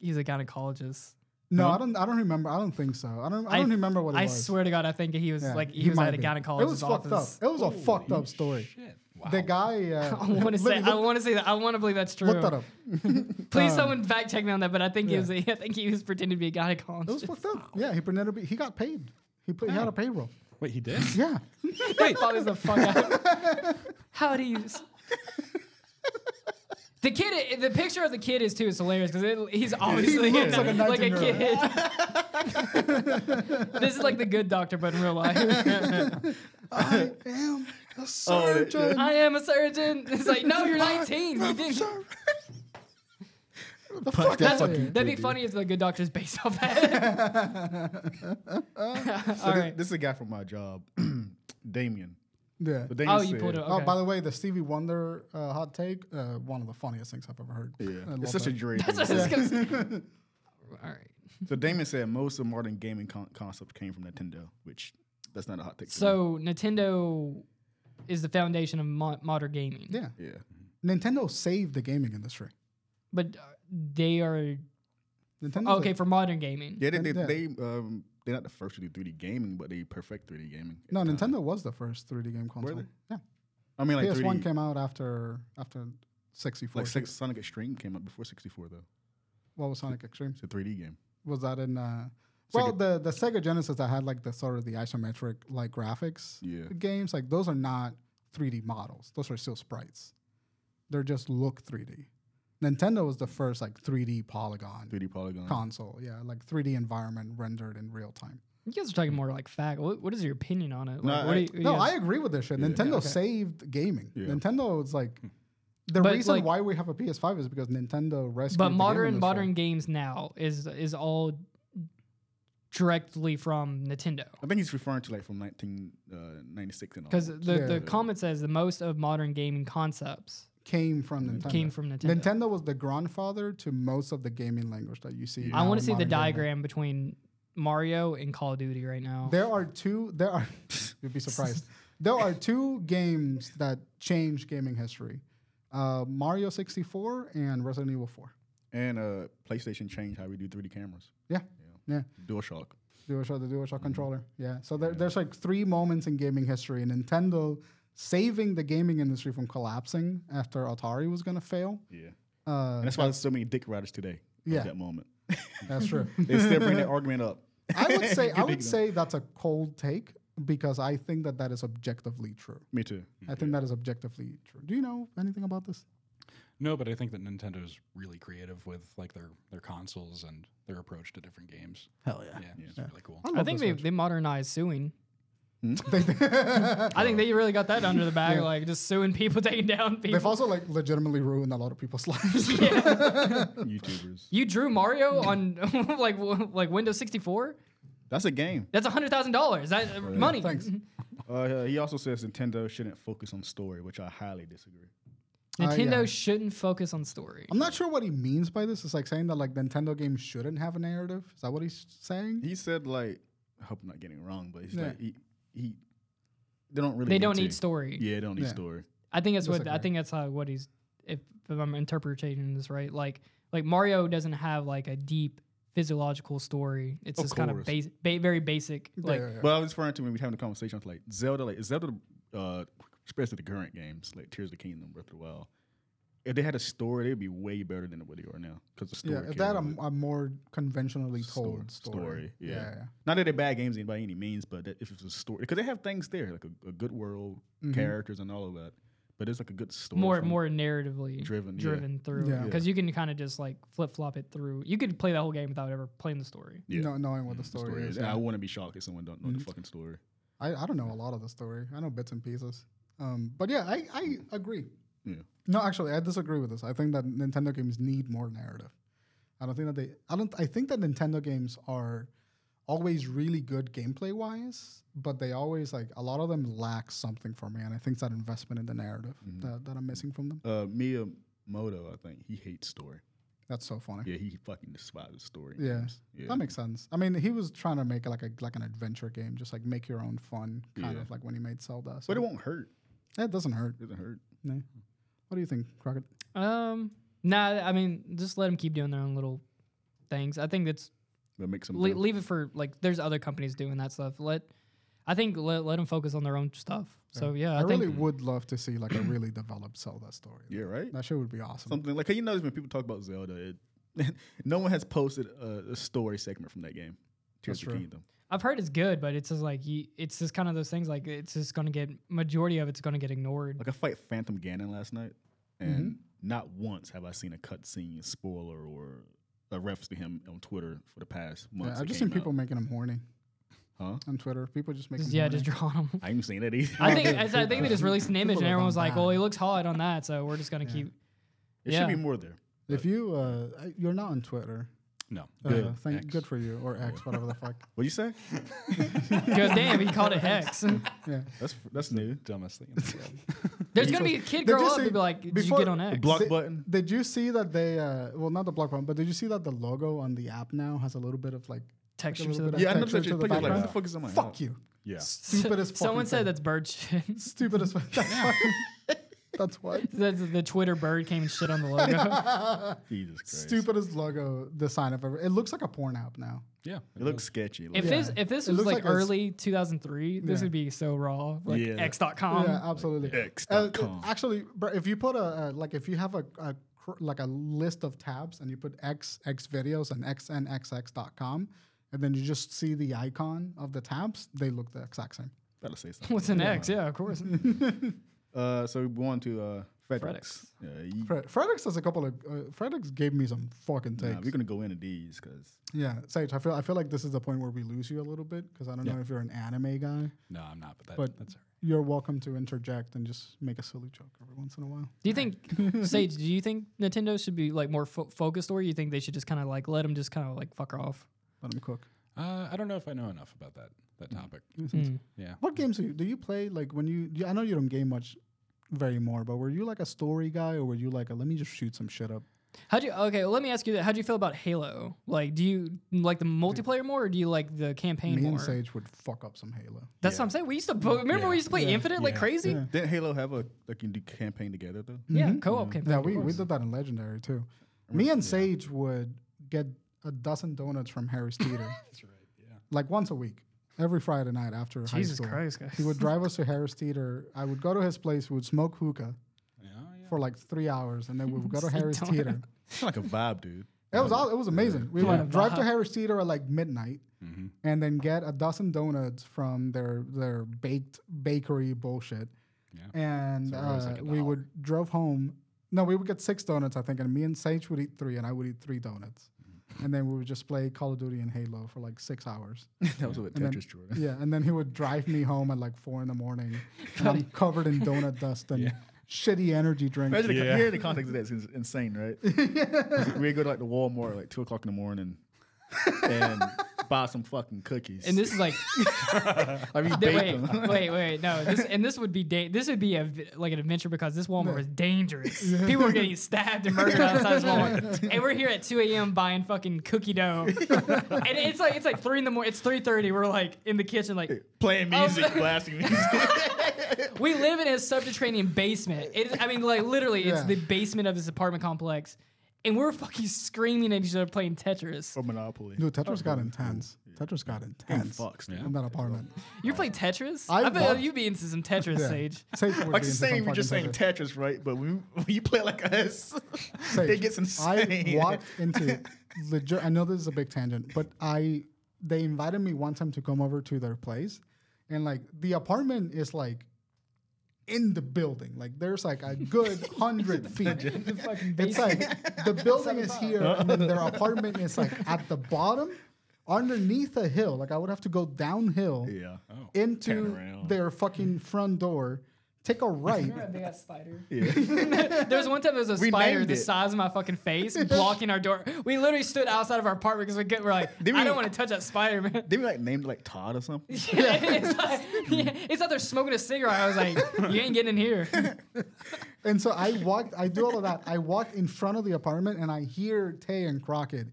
[SPEAKER 2] he's a gynecologist.
[SPEAKER 1] no, I don't. I don't remember. I don't think so. I don't. I, don't remember what it
[SPEAKER 2] I
[SPEAKER 1] was.
[SPEAKER 2] swear to God, I think he was
[SPEAKER 1] Yeah,
[SPEAKER 2] like he, was
[SPEAKER 1] might
[SPEAKER 2] at a
[SPEAKER 1] be.
[SPEAKER 2] gynecologist's
[SPEAKER 1] It was
[SPEAKER 2] office. [laughs]
[SPEAKER 1] fucked up. It was a fucked up story.
[SPEAKER 3] shit. Wow.
[SPEAKER 1] The guy. Uh,
[SPEAKER 2] I want to say
[SPEAKER 1] literally
[SPEAKER 2] I
[SPEAKER 1] look-
[SPEAKER 2] want to say that I want to believe that's true.
[SPEAKER 1] look that up. Um,
[SPEAKER 2] Please, someone fact check me on that. But I think
[SPEAKER 1] yeah.
[SPEAKER 2] he was [laughs] I think he was pretending to be a gynecologist.
[SPEAKER 1] It was fucked up. Yeah, he pretended to be. He got paid. He put, he had a payroll.
[SPEAKER 3] Wait, he did?
[SPEAKER 1] Yeah.
[SPEAKER 2] Wait, thought was the fuck out. How do you? s- The kid, the picture of the kid is too is hilarious because he's obviously
[SPEAKER 1] looks like a
[SPEAKER 2] like a
[SPEAKER 1] 19-year-old.
[SPEAKER 2] kid. [laughs] this is like the good doctor, but in real life,
[SPEAKER 1] I am [laughs] a surgeon.
[SPEAKER 2] I am a surgeon. It's like, no, you're 19. You didn't.
[SPEAKER 1] the fuck
[SPEAKER 4] that
[SPEAKER 1] out of
[SPEAKER 4] fucking-
[SPEAKER 1] here.
[SPEAKER 2] That'd be funny if the good doctor's based off that.
[SPEAKER 1] [laughs]
[SPEAKER 2] [laughs]
[SPEAKER 4] So
[SPEAKER 2] All
[SPEAKER 4] this,
[SPEAKER 2] right.
[SPEAKER 4] this is a guy from my job, [clears throat] Damien.
[SPEAKER 1] Yeah.
[SPEAKER 4] But Damien
[SPEAKER 2] Oh, you
[SPEAKER 4] said-
[SPEAKER 2] pulled it. Okay.
[SPEAKER 1] Oh, by the way, the Stevie Wonder uh, hot take, uh, one of the funniest things I've ever heard. I
[SPEAKER 4] Yeah,
[SPEAKER 1] love
[SPEAKER 4] it's such a
[SPEAKER 1] that.
[SPEAKER 4] dream.
[SPEAKER 2] [laughs] That's what I was gonna say.
[SPEAKER 1] [laughs]
[SPEAKER 2] All right.
[SPEAKER 4] so Damien said most of modern gaming con- concepts came from Nintendo, which that's not a hot take. for me.
[SPEAKER 2] So Nintendo is the foundation of mo- modern gaming.
[SPEAKER 1] Yeah.
[SPEAKER 4] yeah,
[SPEAKER 1] Nintendo saved the gaming industry.
[SPEAKER 2] But uh, they are
[SPEAKER 1] Nintendo.
[SPEAKER 2] okay for modern gaming.
[SPEAKER 4] yeah, they, they,
[SPEAKER 1] Yeah.
[SPEAKER 4] they um they're not the first to do 3D gaming, but they perfect 3D gaming.
[SPEAKER 1] No, Nintendo was the first 3D game console.
[SPEAKER 4] they?
[SPEAKER 1] Yeah.
[SPEAKER 4] I mean like
[SPEAKER 1] PS1
[SPEAKER 4] 3D,
[SPEAKER 1] came out after after 64.
[SPEAKER 4] like six, Sonic Extreme came out before 64 though.
[SPEAKER 1] What was Sonic Extreme?
[SPEAKER 4] It's a 3D game.
[SPEAKER 1] Was that in? Uh, well, the the Sega Genesis that had like the sort of the isometric like graphics
[SPEAKER 4] Yeah.
[SPEAKER 1] games, like those are not 3D models. Those are still sprites. They're just look 3D. Nintendo was the first like 3D polygon
[SPEAKER 4] 3D polygon.
[SPEAKER 1] console. Yeah, like 3D environment rendered in real time.
[SPEAKER 2] You guys are talking more like fact. What, what is your opinion on it? Like,
[SPEAKER 4] No,
[SPEAKER 2] what
[SPEAKER 4] I-
[SPEAKER 2] do you,
[SPEAKER 1] No,
[SPEAKER 2] you
[SPEAKER 1] I
[SPEAKER 2] guys-
[SPEAKER 1] agree with this shit. Nintendo saved gaming.
[SPEAKER 4] Yeah.
[SPEAKER 1] Nintendo was like the
[SPEAKER 2] But,
[SPEAKER 1] reason
[SPEAKER 2] like-
[SPEAKER 1] why we have a PS5 is because Nintendo rescued.
[SPEAKER 2] But
[SPEAKER 1] the game
[SPEAKER 2] modern
[SPEAKER 1] industry.
[SPEAKER 2] modern games now is is all directly from Nintendo
[SPEAKER 4] I think he's referring to like from 1996 and all.
[SPEAKER 2] because
[SPEAKER 4] that.
[SPEAKER 2] the,
[SPEAKER 1] Yeah.
[SPEAKER 2] the comment says the most of modern gaming concepts
[SPEAKER 1] came from Nintendo.
[SPEAKER 2] Mm-hmm. came from Nintendo.
[SPEAKER 1] Nintendo. was the grandfather to most of the gaming language that you see.
[SPEAKER 2] I
[SPEAKER 1] now in
[SPEAKER 2] want to see the
[SPEAKER 1] modern gaming.
[SPEAKER 2] diagram between Mario and Call of Duty right now.
[SPEAKER 1] There are two. There are. [laughs] you'd be surprised. There are two games that changed gaming history: uh, Mario 64 and Resident Evil 4.
[SPEAKER 4] and uh, PlayStation changed how we do 3D cameras.
[SPEAKER 1] Yeah, yeah.
[SPEAKER 4] DualShock.
[SPEAKER 1] DualShock, the DualShock controller. Mm. Yeah. So there, there's like three moments in gaming history: and Nintendo saving the gaming industry from collapsing after Atari was gonna fail.
[SPEAKER 4] Yeah.
[SPEAKER 1] Uh,
[SPEAKER 4] And that's why there's so many dick riders today.
[SPEAKER 1] Yeah.
[SPEAKER 4] At that moment.
[SPEAKER 1] that's true. [laughs]
[SPEAKER 2] [laughs]
[SPEAKER 4] They still bring that argument up.
[SPEAKER 1] I would say I [laughs]
[SPEAKER 4] Good
[SPEAKER 1] would
[SPEAKER 4] example.
[SPEAKER 1] say that's a cold take. because I think that that is objectively true.
[SPEAKER 4] Me too.
[SPEAKER 1] I think that is objectively true. Do you know anything about this?
[SPEAKER 3] No, but I think that Nintendo's really creative with like their their consoles and their approach to different games.
[SPEAKER 1] Hell
[SPEAKER 3] Yeah, it's really cool.
[SPEAKER 1] I, love
[SPEAKER 2] I think
[SPEAKER 1] the
[SPEAKER 2] they,
[SPEAKER 1] Switch.
[SPEAKER 2] they modernized suing. [laughs] I think they really got that under the bag, like just suing people, [laughs] taking down people.
[SPEAKER 1] They've also like legitimately ruined a lot of people's [laughs] lives.
[SPEAKER 4] [laughs] YouTubers.
[SPEAKER 2] you drew Mario on [laughs] like w- like Windows 64.
[SPEAKER 4] That's a game.
[SPEAKER 2] That's hundred thousand dollars. That money. Mm-hmm.
[SPEAKER 1] Thanks.
[SPEAKER 4] Uh, he also says Nintendo shouldn't focus on story, which I highly disagree.
[SPEAKER 2] Nintendo
[SPEAKER 1] yeah.
[SPEAKER 2] shouldn't focus on story.
[SPEAKER 1] I'm not sure what he means by this. It's like saying that like Nintendo games shouldn't have a narrative. Is that what he's saying?
[SPEAKER 4] He said like, I hope I'm not getting it wrong, but he's
[SPEAKER 1] Yeah.
[SPEAKER 4] like he, he they don't really
[SPEAKER 2] They don't
[SPEAKER 4] to.
[SPEAKER 2] need story.
[SPEAKER 4] Yeah, they don't need
[SPEAKER 1] Yeah.
[SPEAKER 4] story.
[SPEAKER 2] I think that's what I
[SPEAKER 1] Disagree.
[SPEAKER 2] think that's how what he's if, if I'm interpreting this right. Like like Mario doesn't have like a deep physiological story. It's
[SPEAKER 4] Of
[SPEAKER 2] just kind of
[SPEAKER 4] course.
[SPEAKER 2] bas- ba- very basic. Like
[SPEAKER 1] yeah, yeah.
[SPEAKER 4] But I was referring to when we were having a conversation I was like Zelda, like Zelda, uh, especially the current games like Tears of the Kingdom, Breath of the Wild. If they had a story, they'd be way better than what they are now because the story.
[SPEAKER 1] yeah, if
[SPEAKER 4] carries
[SPEAKER 1] that a,
[SPEAKER 4] it.
[SPEAKER 1] a more conventionally told
[SPEAKER 4] Stor-
[SPEAKER 1] story.
[SPEAKER 4] yeah.
[SPEAKER 1] yeah, yeah.
[SPEAKER 4] Not that they're bad games any- by any means, but that if it's a story, because they have things there like a, a good world,
[SPEAKER 1] Mm-hmm.
[SPEAKER 4] characters, and all of that. But it's like a good story.
[SPEAKER 2] more
[SPEAKER 4] from-
[SPEAKER 2] more narratively
[SPEAKER 4] Driven, yeah.
[SPEAKER 2] driven through
[SPEAKER 1] Yeah.
[SPEAKER 2] because you can kind of just like flip flop it through. You could play the whole game without ever playing the story.
[SPEAKER 4] Yeah. Mm,
[SPEAKER 1] No, knowing what the story,
[SPEAKER 4] story.
[SPEAKER 1] is.
[SPEAKER 4] And
[SPEAKER 1] yeah. Mm-hmm.
[SPEAKER 4] I wouldn't be shocked if someone don't know the fucking story.
[SPEAKER 1] I, I don't know a lot of the story. I know bits and pieces. Um, but yeah, I, I agree.
[SPEAKER 4] Yeah.
[SPEAKER 1] No, actually, I disagree with this. I think that Nintendo games need more narrative. I don't think that they. I don't. I think that Nintendo games are always really good gameplay wise, but they always like a lot of them lack something for me, and I think it's that investment in the narrative
[SPEAKER 4] Mm-hmm.
[SPEAKER 1] that, that I'm missing from them.
[SPEAKER 4] Uh, Miyamoto, I think he hates story.
[SPEAKER 1] That's so funny.
[SPEAKER 4] Yeah, he fucking despises story. in
[SPEAKER 1] Yeah.
[SPEAKER 4] games. yeah.
[SPEAKER 1] That makes sense. I mean, he was trying to make it like a like an adventure game, just like make your own fun, kind
[SPEAKER 4] Yeah.
[SPEAKER 1] of like when he made Zelda. So
[SPEAKER 4] but it won't hurt.
[SPEAKER 1] it doesn't hurt.
[SPEAKER 4] It doesn't hurt.
[SPEAKER 1] No. What do you think, Crockett?
[SPEAKER 2] Um, nah, I mean just let them keep doing their own little things. I think that's
[SPEAKER 4] But makes him.
[SPEAKER 2] Le- leave it for like there's other companies doing that stuff. Let I think let, let them focus on their own stuff. So yeah,
[SPEAKER 1] I,
[SPEAKER 2] I, think
[SPEAKER 1] really would love to see like a really developed Zelda story.
[SPEAKER 4] yeah, right.
[SPEAKER 1] That shit would be awesome.
[SPEAKER 4] Something like 'cause you notice when people talk about Zelda, it, [laughs] no one has posted a, a story segment from that game. Tears
[SPEAKER 1] That's
[SPEAKER 4] of the
[SPEAKER 1] true.
[SPEAKER 4] Kingdom.
[SPEAKER 2] I've heard it's good, but it's just like you, it's just kind of those things like it's just gonna get majority of it's gonna get ignored.
[SPEAKER 4] Like I fight Phantom Ganon last night, and
[SPEAKER 1] Mm-hmm.
[SPEAKER 4] not once have I seen a cutscene, spoiler, or a reference to him on Twitter for the past
[SPEAKER 1] Yeah,
[SPEAKER 4] month.
[SPEAKER 1] I've just seen people making him horny
[SPEAKER 4] huh?
[SPEAKER 1] on Twitter. People just make
[SPEAKER 2] Just,
[SPEAKER 1] him
[SPEAKER 2] yeah,
[SPEAKER 1] horny.
[SPEAKER 2] just draw on them.
[SPEAKER 4] I ain't seen that either. [laughs]
[SPEAKER 2] I think I, I think they just released an image and
[SPEAKER 1] are
[SPEAKER 2] everyone was
[SPEAKER 1] gone
[SPEAKER 2] like, "Well,
[SPEAKER 1] bad.
[SPEAKER 2] he looks hot on that, so we're just gonna keep."
[SPEAKER 4] there
[SPEAKER 2] yeah.
[SPEAKER 4] should be more there.
[SPEAKER 1] if you uh, I- you're not on Twitter.
[SPEAKER 3] No,
[SPEAKER 1] Uh,
[SPEAKER 4] Good.
[SPEAKER 1] thank
[SPEAKER 3] X.
[SPEAKER 1] good for you or X, whatever the fuck.
[SPEAKER 4] [laughs] What you say?
[SPEAKER 2] Good damn, he called
[SPEAKER 1] [laughs]
[SPEAKER 2] it hex.
[SPEAKER 1] Yeah,
[SPEAKER 4] That's that's new.
[SPEAKER 3] dumbest thing in the world.
[SPEAKER 2] There's gonna be a kid
[SPEAKER 1] They
[SPEAKER 2] grow
[SPEAKER 1] just
[SPEAKER 2] up
[SPEAKER 1] say-
[SPEAKER 2] and be like, "Did you
[SPEAKER 1] before-
[SPEAKER 2] get on X?"
[SPEAKER 4] Block
[SPEAKER 1] Did-
[SPEAKER 4] button.
[SPEAKER 1] Did you see that they? Uh, well, not the block button, but did you see that the logo on the app now has a little bit of like
[SPEAKER 2] Texture
[SPEAKER 1] like a
[SPEAKER 2] to
[SPEAKER 1] little
[SPEAKER 2] the
[SPEAKER 1] bit
[SPEAKER 4] [laughs] Yeah, I
[SPEAKER 1] of
[SPEAKER 4] noticed that
[SPEAKER 1] texture
[SPEAKER 4] you
[SPEAKER 1] to the
[SPEAKER 4] put your like,
[SPEAKER 1] background?
[SPEAKER 4] what the fuck is on my
[SPEAKER 1] Fuck you.
[SPEAKER 3] Yeah,
[SPEAKER 1] Stupid
[SPEAKER 2] [laughs]
[SPEAKER 1] as fuck.
[SPEAKER 2] Someone said that's bird shit. [laughs]
[SPEAKER 1] stupid as fuck. That's why. [laughs] That's why.
[SPEAKER 4] [laughs]
[SPEAKER 2] that's the Twitter bird came and shit on
[SPEAKER 1] [laughs]
[SPEAKER 2] the logo.
[SPEAKER 4] Jesus Christ.
[SPEAKER 1] Stupidest logo design I've ever. It looks like a porn app now.
[SPEAKER 3] yeah.
[SPEAKER 4] It looks sketchy.
[SPEAKER 2] If
[SPEAKER 4] like-
[SPEAKER 2] this if this
[SPEAKER 1] It
[SPEAKER 2] was
[SPEAKER 1] looks
[SPEAKER 2] like,
[SPEAKER 1] like a s-
[SPEAKER 2] early 2003, this
[SPEAKER 1] Yeah.
[SPEAKER 2] would be so raw. Like
[SPEAKER 4] Yeah.
[SPEAKER 2] X.com.
[SPEAKER 1] yeah,
[SPEAKER 2] [laughs]
[SPEAKER 1] absolutely. Uh,
[SPEAKER 4] X.com.
[SPEAKER 1] actually, bro, if you put a uh, like, if you have a, a cr- like a list of tabs and you put X X videos and xnxx.com, and then you just see the icon of the tabs, they look the exact same.
[SPEAKER 4] Gotta
[SPEAKER 1] [laughs]
[SPEAKER 4] say something.
[SPEAKER 2] What's an X? Yeah, of course.
[SPEAKER 4] Uh, so we're going to uh, Fredericks. Yeah, you-
[SPEAKER 1] Fre- Fredericks has a couple of. Uh, Fredericks gave me some fucking
[SPEAKER 4] nah,
[SPEAKER 1] takes.
[SPEAKER 4] we're gonna go into these because
[SPEAKER 1] yeah, Sage, I feel I feel like this is the point where we lose you a little bit because I don't know if you're an anime guy.
[SPEAKER 3] No, I'm not. But, that,
[SPEAKER 1] But-
[SPEAKER 3] that's all
[SPEAKER 1] You're welcome to interject and just make a silly joke every once in a while.
[SPEAKER 2] Do
[SPEAKER 1] [laughs]
[SPEAKER 2] you think Sage? Do you think Nintendo should be like more fo- focused, or you think they should just kind of like let them just kind of like fuck off?
[SPEAKER 1] Let him cook.
[SPEAKER 3] right. Uh, I don't know if I know enough about that that topic.
[SPEAKER 1] Hmm.
[SPEAKER 2] Mm.
[SPEAKER 3] Yeah.
[SPEAKER 1] What games do you, do you play? Like when you, you- I know you don't game much, very more. But were you like a story guy, or were you like, a, let me just shoot some shit up?
[SPEAKER 2] How do you? Okay, well, let me ask you. that. How do you feel about Halo? Like, do you like the multiplayer more, or do you like the campaign
[SPEAKER 1] Me
[SPEAKER 2] more?
[SPEAKER 1] and Sage would fuck up some Halo.
[SPEAKER 2] That's what I'm saying. We used to bo- remember we used to play Infinite like
[SPEAKER 3] Yeah.
[SPEAKER 2] crazy. Yeah,
[SPEAKER 1] Yeah.
[SPEAKER 4] didn't Halo have a like you do campaign together though?
[SPEAKER 2] co-op campaign.
[SPEAKER 1] Yeah,
[SPEAKER 2] of
[SPEAKER 1] we, we
[SPEAKER 2] course.
[SPEAKER 1] did that in Legendary too. Me and Sage would get a dozen donuts from
[SPEAKER 2] [laughs]
[SPEAKER 1] Harry's Theater,
[SPEAKER 3] That's right. Yeah.
[SPEAKER 1] like once a week, every Friday night after high
[SPEAKER 2] Jesus
[SPEAKER 1] school.
[SPEAKER 2] Christ, guys.
[SPEAKER 1] He would drive
[SPEAKER 2] [laughs]
[SPEAKER 1] us to Harris Theater. I would go to his place. We would smoke hookah
[SPEAKER 3] Yeah. yeah.
[SPEAKER 1] for like three hours, and then we would go to Harris
[SPEAKER 2] Donut.
[SPEAKER 1] Theater.
[SPEAKER 4] It's like a vibe, dude.
[SPEAKER 1] It was all. It was amazing. We
[SPEAKER 2] Yeah.
[SPEAKER 1] went drive to
[SPEAKER 2] Wow.
[SPEAKER 1] Harris Theater at like midnight,
[SPEAKER 3] Mm-hmm.
[SPEAKER 1] and then get a dozen donuts from their their baked bakery bullshit. And
[SPEAKER 3] So it
[SPEAKER 1] uh,
[SPEAKER 3] was like a
[SPEAKER 1] we
[SPEAKER 3] dollar.
[SPEAKER 1] would drove home. No, we would get six donuts, I think, and me and Sage would eat three, and I would eat three donuts,
[SPEAKER 3] Mm-hmm.
[SPEAKER 1] and then we would just play Call of Duty and Halo for like six hours. [laughs]
[SPEAKER 4] that was with
[SPEAKER 1] And then-
[SPEAKER 4] Tetris Jordan.
[SPEAKER 1] Yeah, and then he would drive me home at like four in the morning, and I'm covered in donut dust and shitty energy drink.
[SPEAKER 4] [laughs] Imagine the,
[SPEAKER 3] Yeah.
[SPEAKER 4] hearing the context of that is insane, right? we go to like the Walmart at like two o'clock in the morning and buy some fucking cookies.
[SPEAKER 2] And this is like,
[SPEAKER 4] like we bake
[SPEAKER 2] wait,
[SPEAKER 4] them.
[SPEAKER 2] wait, wait, no. This and this would be da- this would be a vi- like an adventure because this Walmart was dangerous. People were getting stabbed and murdered outside this Walmart, and we're here at 2 a.m. buying fucking cookie dough, and it's like it's like three in the morning. It's 3:30. We're like in the kitchen, like
[SPEAKER 4] Playing music, blasting music.
[SPEAKER 2] we live in a subterranean basement. It is, I mean, like literally, it's
[SPEAKER 1] Yeah.
[SPEAKER 2] the basement of this apartment complex, and we're fucking screaming at each other playing Tetris.
[SPEAKER 4] or Monopoly.
[SPEAKER 1] Dude, Tetris got intense. Tetris got intense.
[SPEAKER 4] Fucks, dude.
[SPEAKER 1] In that apartment.
[SPEAKER 2] You play Tetris?
[SPEAKER 1] I
[SPEAKER 2] I,
[SPEAKER 1] love-
[SPEAKER 2] bet you'd be into some Tetris,
[SPEAKER 1] Yeah.
[SPEAKER 2] Sage.
[SPEAKER 1] Sage would
[SPEAKER 4] Like
[SPEAKER 1] be
[SPEAKER 4] the
[SPEAKER 1] into
[SPEAKER 4] same,
[SPEAKER 1] some
[SPEAKER 4] we're just saying [laughs]
[SPEAKER 1] fucking
[SPEAKER 4] Tetris, right? But when, when you play like us,
[SPEAKER 1] Sage,
[SPEAKER 4] it gets [laughs] insane.
[SPEAKER 1] I walked into legit. I know this is a big tangent, but I they invited me one time to come over to their place, and like the apartment is like in the building. Like there's like a
[SPEAKER 4] [laughs]
[SPEAKER 1] good hundred feet. It's like the building is here, and then their apartment is like at the bottom, underneath a hill. Like I would have to go downhill
[SPEAKER 4] yeah.
[SPEAKER 1] into
[SPEAKER 4] around.
[SPEAKER 1] their fucking front door, take a right.
[SPEAKER 2] [laughs] there was one time there was a
[SPEAKER 4] We
[SPEAKER 2] spider
[SPEAKER 4] named
[SPEAKER 2] the
[SPEAKER 4] it.
[SPEAKER 2] size of my fucking face blocking our door. We literally stood outside of our apartment because we get, we're like,
[SPEAKER 4] Did
[SPEAKER 2] I
[SPEAKER 4] we-
[SPEAKER 2] don't want to touch that spider, man.
[SPEAKER 4] [laughs]
[SPEAKER 2] [laughs]
[SPEAKER 4] They were like named like Todd or something.
[SPEAKER 2] it's, like, yeah, it's like they're smoking a cigarette. I was like, you ain't getting in here.
[SPEAKER 1] And so I walked, I do all of that. I walked in front of the apartment and I hear Tay and Crockett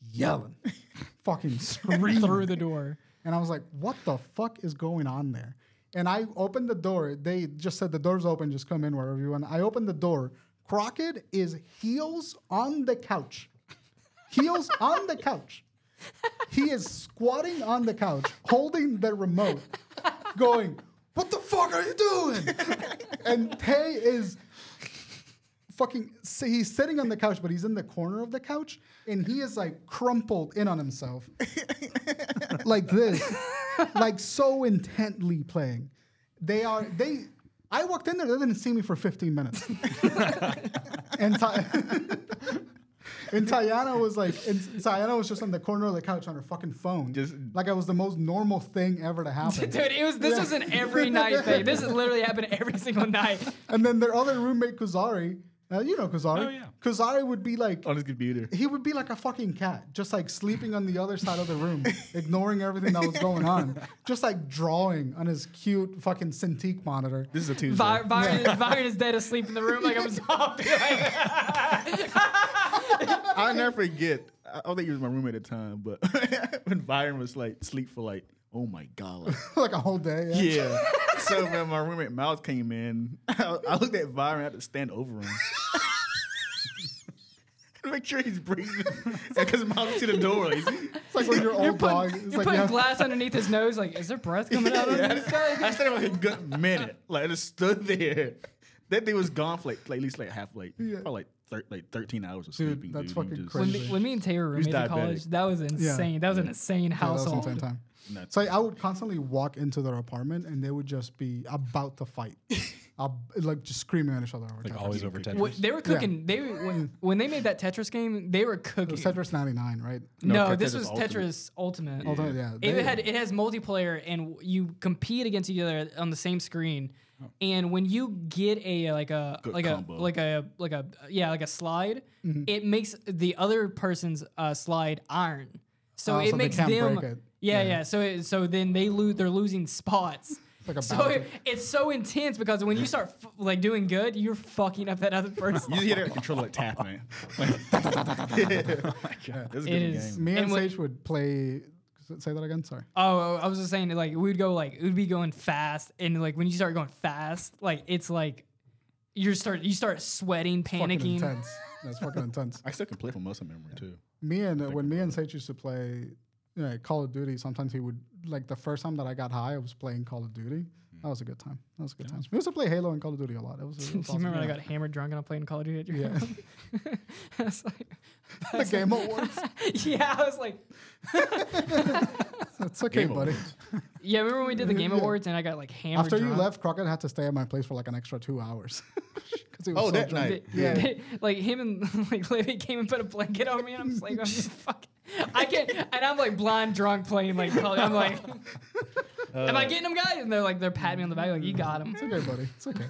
[SPEAKER 1] yelling, fucking screaming
[SPEAKER 2] Through the door.
[SPEAKER 1] And I was like, what the fuck is going on there? And I opened the door. They just said the door's open, just come in wherever you want. I opened the door. Crockett is heels on the couch. Heels on the couch. He is squatting on the couch, holding the remote, going, What the fuck are you doing? And Tay is fucking so he's sitting on the couch, but he's in the corner of the couch, and he is like crumpled in on
[SPEAKER 3] [laughs]
[SPEAKER 1] himself like this, like so intently playing. They are they. I walked in there. They didn't see me for 15
[SPEAKER 3] [laughs]
[SPEAKER 1] minutes. and Ty- [laughs] and Tayana was like, and Tayana was just on the corner of the couch on her fucking phone,
[SPEAKER 4] Just-
[SPEAKER 1] like I was the most normal thing ever to happen.
[SPEAKER 3] [laughs]
[SPEAKER 2] Dude, it was this was an every night thing. This is literally happened every single night.
[SPEAKER 1] and then their other roommate Kuzari, uh, you know Kuzari,
[SPEAKER 3] Oh, yeah.
[SPEAKER 1] Kuzari would be like.
[SPEAKER 4] On his computer.
[SPEAKER 1] he would be like a fucking cat, just like sleeping on the other side of the room, ignoring everything that was going on, just like drawing on his cute fucking Cintiq monitor.
[SPEAKER 4] This is a Tuesday.
[SPEAKER 2] Byron, Byron, Byron is dead asleep in the room like I'm a zombie. Like,
[SPEAKER 4] I'll never forget. I I don't think he was my roommate at the time, but [laughs] when Byron was like sleep for like, oh my god,
[SPEAKER 1] [laughs]
[SPEAKER 4] like,
[SPEAKER 1] like a whole day. Yeah.
[SPEAKER 4] yeah. so when my roommate Miles came in, [laughs] I, I looked at Byron. I had to stand over him. [laughs] Make sure he's breathing, [laughs] because Miles was to the door. Like,
[SPEAKER 1] It's like when your old dog. It's
[SPEAKER 2] You're
[SPEAKER 1] like
[SPEAKER 2] putting
[SPEAKER 1] yeah,
[SPEAKER 2] glass underneath his nose. Like, is there breath coming out
[SPEAKER 4] [laughs]
[SPEAKER 2] of this
[SPEAKER 4] I
[SPEAKER 2] guy?
[SPEAKER 4] stayed there for a good minute. Like I just stood there. That thing was gone for like, like, at least like half like
[SPEAKER 1] Yeah.
[SPEAKER 4] probably like, thir- like thirteen hours of
[SPEAKER 1] Dude,
[SPEAKER 4] sleeping.
[SPEAKER 1] that's
[SPEAKER 4] dude.
[SPEAKER 1] fucking
[SPEAKER 4] You just-
[SPEAKER 2] When
[SPEAKER 1] crazy.
[SPEAKER 2] me, when me and Taylor were roommates in
[SPEAKER 4] diabetic.
[SPEAKER 2] college, that was insane. That was an insane
[SPEAKER 1] that was
[SPEAKER 2] household.
[SPEAKER 1] insane time.
[SPEAKER 4] Nuts.
[SPEAKER 1] So I would constantly walk into their apartment and they would just be about to fight, Ab- like just screaming at each other. Over
[SPEAKER 3] Like
[SPEAKER 1] Tetris.
[SPEAKER 3] always over ten.
[SPEAKER 2] What- they were cooking. They were, when, when they made that Tetris game, they were
[SPEAKER 1] It
[SPEAKER 2] cooking.
[SPEAKER 1] was Tetris 99, right?
[SPEAKER 2] no,
[SPEAKER 4] No,
[SPEAKER 2] this
[SPEAKER 4] Tetris
[SPEAKER 2] was
[SPEAKER 4] Ultimate.
[SPEAKER 2] Tetris Ultimate.
[SPEAKER 1] Although, yeah,
[SPEAKER 2] It
[SPEAKER 1] they-
[SPEAKER 2] had it has multiplayer and you compete against each other on the same screen. And when you get a like a
[SPEAKER 4] Oh. Good
[SPEAKER 2] like
[SPEAKER 4] combo.
[SPEAKER 2] a like a like a yeah like a slide,
[SPEAKER 1] Mm-hmm.
[SPEAKER 2] it makes the other person's uh, slide iron. So
[SPEAKER 1] Oh,
[SPEAKER 2] it
[SPEAKER 1] so they
[SPEAKER 2] makes
[SPEAKER 1] can't
[SPEAKER 2] them
[SPEAKER 1] break it.
[SPEAKER 2] yeah yeah. So it, so then they lose they're losing spots.
[SPEAKER 1] like a
[SPEAKER 2] so
[SPEAKER 1] bouncer.
[SPEAKER 2] it- it's so intense because when you start f- like doing good, you're fucking up that other [laughs] person.
[SPEAKER 4] You just hear that controller
[SPEAKER 2] [laughs]
[SPEAKER 4] like tapping. [laughs] Like, da, da, da, da, da, da, da, da. oh my god, this is a
[SPEAKER 2] It
[SPEAKER 4] good
[SPEAKER 2] is-
[SPEAKER 4] game.
[SPEAKER 1] Me and,
[SPEAKER 2] And when-
[SPEAKER 1] Sage would play. Say that again. Sorry.
[SPEAKER 2] Oh, I was just saying, like we'd go like we'd be going fast, and like when you start going fast, like it's like you start you start sweating,
[SPEAKER 1] Fucking
[SPEAKER 2] panicking. [laughs]
[SPEAKER 1] intense. That's fucking intense.
[SPEAKER 4] I still can play from muscle memory too.
[SPEAKER 1] Me and uh, when me and Sage used to play yeah, Call of Duty. Sometimes he would like the first time that I got high, I was playing Call of Duty.
[SPEAKER 2] Hmm.
[SPEAKER 1] That was a good time. That was a good time. We used to play Halo and Call of Duty a lot. That
[SPEAKER 2] [laughs]
[SPEAKER 1] was. It
[SPEAKER 2] Do
[SPEAKER 1] was
[SPEAKER 2] you remember when I
[SPEAKER 1] awesome.
[SPEAKER 2] got hammered drunk and I played in Call of Duty at your
[SPEAKER 1] Yeah.
[SPEAKER 2] house? [laughs]
[SPEAKER 1] [laughs]
[SPEAKER 2] I was like,
[SPEAKER 1] the Game
[SPEAKER 2] [laughs]
[SPEAKER 1] Awards?
[SPEAKER 2] yeah, I was like,
[SPEAKER 1] It's okay,
[SPEAKER 4] Game
[SPEAKER 1] buddy.
[SPEAKER 4] Awards.
[SPEAKER 2] yeah. Remember when we did the Game
[SPEAKER 1] Yeah.
[SPEAKER 2] Awards and I got like hammered?
[SPEAKER 1] After you
[SPEAKER 2] drunk?
[SPEAKER 1] left, Crockett had to stay at my place for like an extra two hours. [laughs] 'Cause he was
[SPEAKER 4] Oh,
[SPEAKER 1] so
[SPEAKER 4] that
[SPEAKER 1] drunk.
[SPEAKER 4] night.
[SPEAKER 2] They-
[SPEAKER 1] Yeah.
[SPEAKER 2] they- [laughs] like him and like Libby came and put a blanket on me, and I'm just like,
[SPEAKER 1] [laughs]
[SPEAKER 2] I'm just fucking, I can't. And I'm like blind drunk playing like Call- I'm like,
[SPEAKER 4] Uh,
[SPEAKER 2] am I getting them guys? And they're like, they're patting me on the back like, you got him.
[SPEAKER 1] It's okay, buddy. It's
[SPEAKER 2] [laughs]
[SPEAKER 1] okay.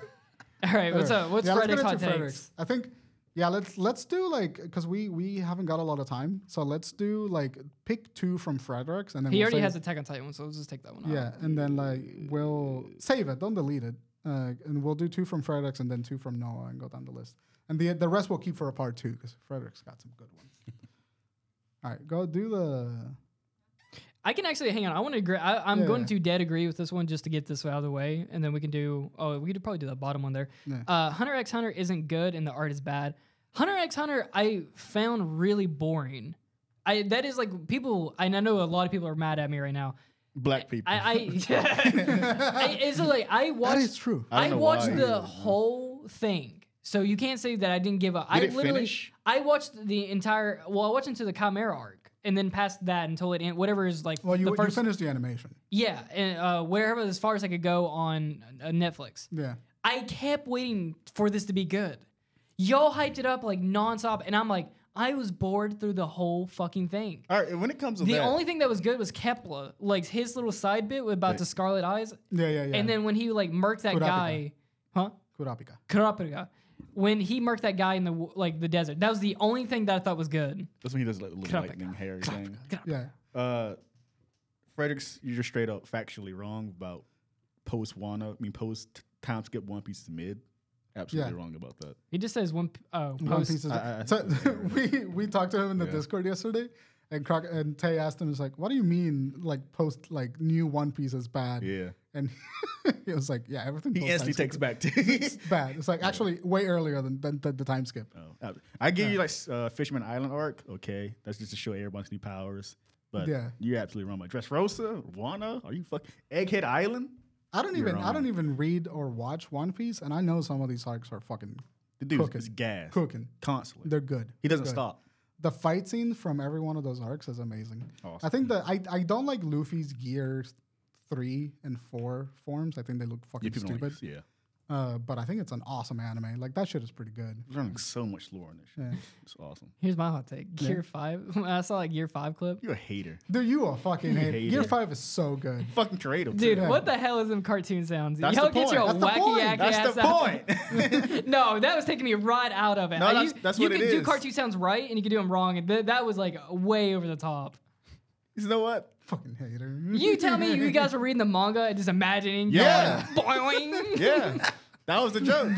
[SPEAKER 2] All right, what's
[SPEAKER 1] Whatever.
[SPEAKER 2] up? What's
[SPEAKER 1] Yeah, let's
[SPEAKER 2] Frederick's
[SPEAKER 1] get
[SPEAKER 2] hot
[SPEAKER 1] into Frederick's.
[SPEAKER 2] takes?
[SPEAKER 1] I think yeah, let's let's do like because we we haven't got a lot of time, so let's do like pick two from Fredericks and then
[SPEAKER 2] He
[SPEAKER 1] we'll
[SPEAKER 2] already
[SPEAKER 1] save-
[SPEAKER 2] has a Tech on Titan one, so let's just take that one. out.
[SPEAKER 1] yeah,
[SPEAKER 4] Um,
[SPEAKER 1] and then like we'll save it. Don't delete it. Uh, and we'll do two from Fredericks and then two from Noah and go down the list. And the the rest we'll keep for a part two because Fredericks got some good
[SPEAKER 4] [laughs]
[SPEAKER 1] ones. All right, go do the.
[SPEAKER 2] I can actually hang on. I want to agree. I, I'm
[SPEAKER 1] Yeah.
[SPEAKER 2] going to dead agree with this one just to get this out of the way, and then we can do. Oh, we could probably do the bottom one there.
[SPEAKER 1] Yeah.
[SPEAKER 2] Uh, Hunter X Hunter isn't good, and the art is bad. Hunter X Hunter I found really boring. I that is like people. And I know a lot of people are mad at me right now.
[SPEAKER 4] Black people.
[SPEAKER 2] I, I, [laughs] I it's like I
[SPEAKER 1] That
[SPEAKER 2] watched.
[SPEAKER 1] is true.
[SPEAKER 4] I
[SPEAKER 2] I,
[SPEAKER 4] don't know
[SPEAKER 2] watched
[SPEAKER 4] why.
[SPEAKER 2] the whole thing. So you can't say that I didn't give up.
[SPEAKER 4] Did
[SPEAKER 2] I
[SPEAKER 4] it
[SPEAKER 2] literally
[SPEAKER 4] finish?
[SPEAKER 2] I watched the entire well, I watched into the Chimera arc and then past that until it end whatever is like
[SPEAKER 1] Well, you,
[SPEAKER 2] the
[SPEAKER 1] you
[SPEAKER 2] first
[SPEAKER 1] finished the animation.
[SPEAKER 2] yeah, and uh wherever as far as I could go on uh, Netflix.
[SPEAKER 1] Yeah.
[SPEAKER 2] I kept waiting for this to be good. Y'all hyped it up like nonstop and I'm like I was bored through the whole fucking thing.
[SPEAKER 4] All right, when it comes to
[SPEAKER 2] The
[SPEAKER 4] that,
[SPEAKER 2] only thing that was good was Kepler, like his little side bit about the Scarlet Eyes,
[SPEAKER 1] Yeah, yeah, yeah.
[SPEAKER 2] and then when he like murked that
[SPEAKER 1] Kurapika.
[SPEAKER 2] guy, huh?
[SPEAKER 1] Kurapika.
[SPEAKER 2] Kurapika. When he murked that guy in the w- like the desert, that was the only thing that I thought was good.
[SPEAKER 4] that's when he does like the little
[SPEAKER 2] Crap, I
[SPEAKER 4] lightning
[SPEAKER 2] got-
[SPEAKER 4] hair thing.
[SPEAKER 1] Yeah.
[SPEAKER 4] Uh, Fredericks, you're just straight up factually wrong about post Wana. I mean, post time skip One Piece is mid. Absolutely
[SPEAKER 1] Yeah.
[SPEAKER 4] wrong about that.
[SPEAKER 2] He just says one. p- Oh,
[SPEAKER 1] One
[SPEAKER 2] post.
[SPEAKER 1] Piece is
[SPEAKER 4] I- I-
[SPEAKER 1] so [laughs] we we talked to him in the Discord yesterday, and Croc and Tay asked him, "Is like, what do you mean like post like new One Piece is bad?"
[SPEAKER 4] Yeah.
[SPEAKER 1] and [laughs] he was like, "Yeah, everything."
[SPEAKER 4] He
[SPEAKER 1] post
[SPEAKER 4] instantly
[SPEAKER 1] time [laughs]
[SPEAKER 4] takes back [laughs] to.
[SPEAKER 1] skip is bad. It's like actually way earlier than than, than the time skip.
[SPEAKER 4] Oh, ab- I give you like s- uh, Fisherman Island arc. Okay, that's just to show everyone's new powers. But
[SPEAKER 1] Yeah.
[SPEAKER 4] you're absolutely wrong about Dressrosa, Wana. Are you fuck Egghead Island?
[SPEAKER 1] I don't even I
[SPEAKER 4] wrong.
[SPEAKER 1] don't even read or watch One Piece, and I know some of these arcs are fucking
[SPEAKER 4] The dude
[SPEAKER 1] Cooking.
[SPEAKER 4] is gas
[SPEAKER 1] cooking.
[SPEAKER 4] constantly.
[SPEAKER 1] They're good.
[SPEAKER 4] he doesn't
[SPEAKER 1] Good.
[SPEAKER 4] stop.
[SPEAKER 1] The fight scene from every one of those arcs is amazing.
[SPEAKER 4] Awesome.
[SPEAKER 1] I think that I, I don't like Luffy's gear three and four forms. I think they look fucking
[SPEAKER 4] people don't
[SPEAKER 1] stupid.
[SPEAKER 4] like- yeah,
[SPEAKER 1] Uh, but I think it's an awesome anime. Like that shit is pretty good.
[SPEAKER 4] There's running so much lore in this. Shit. It's awesome.
[SPEAKER 2] Here's my hot take. Gear five. [laughs] When I saw like Gear five clip.
[SPEAKER 4] You're a hater.
[SPEAKER 1] Dude, you a fucking hate.
[SPEAKER 4] hate
[SPEAKER 1] Gear
[SPEAKER 4] it.
[SPEAKER 1] Five is so good. [laughs]
[SPEAKER 4] Fucking creative,
[SPEAKER 2] Dude,
[SPEAKER 4] Too.
[SPEAKER 2] what the hell is them cartoon sounds?
[SPEAKER 4] That's
[SPEAKER 2] Y'all
[SPEAKER 4] the
[SPEAKER 2] get
[SPEAKER 4] point.
[SPEAKER 2] your
[SPEAKER 4] That's
[SPEAKER 1] the
[SPEAKER 2] wacky
[SPEAKER 1] point.
[SPEAKER 2] act
[SPEAKER 4] That's
[SPEAKER 2] ass
[SPEAKER 4] the
[SPEAKER 2] out. [laughs]
[SPEAKER 4] point. [laughs]
[SPEAKER 2] No, that was taking me right out of it.
[SPEAKER 4] No,
[SPEAKER 2] Uh,
[SPEAKER 4] that's-
[SPEAKER 2] you,
[SPEAKER 4] that's
[SPEAKER 2] you
[SPEAKER 4] what it
[SPEAKER 2] could do
[SPEAKER 4] is.
[SPEAKER 2] cartoon sounds right, and you could do them wrong, and th- that was like way over the top.
[SPEAKER 4] you
[SPEAKER 1] [laughs]
[SPEAKER 4] know what?
[SPEAKER 1] Fucking hater.
[SPEAKER 2] You tell me
[SPEAKER 4] [laughs]
[SPEAKER 2] you guys were reading the manga and just imagining. y'all
[SPEAKER 4] Yeah.
[SPEAKER 2] Boing.
[SPEAKER 4] [laughs] Yeah, that was the joke.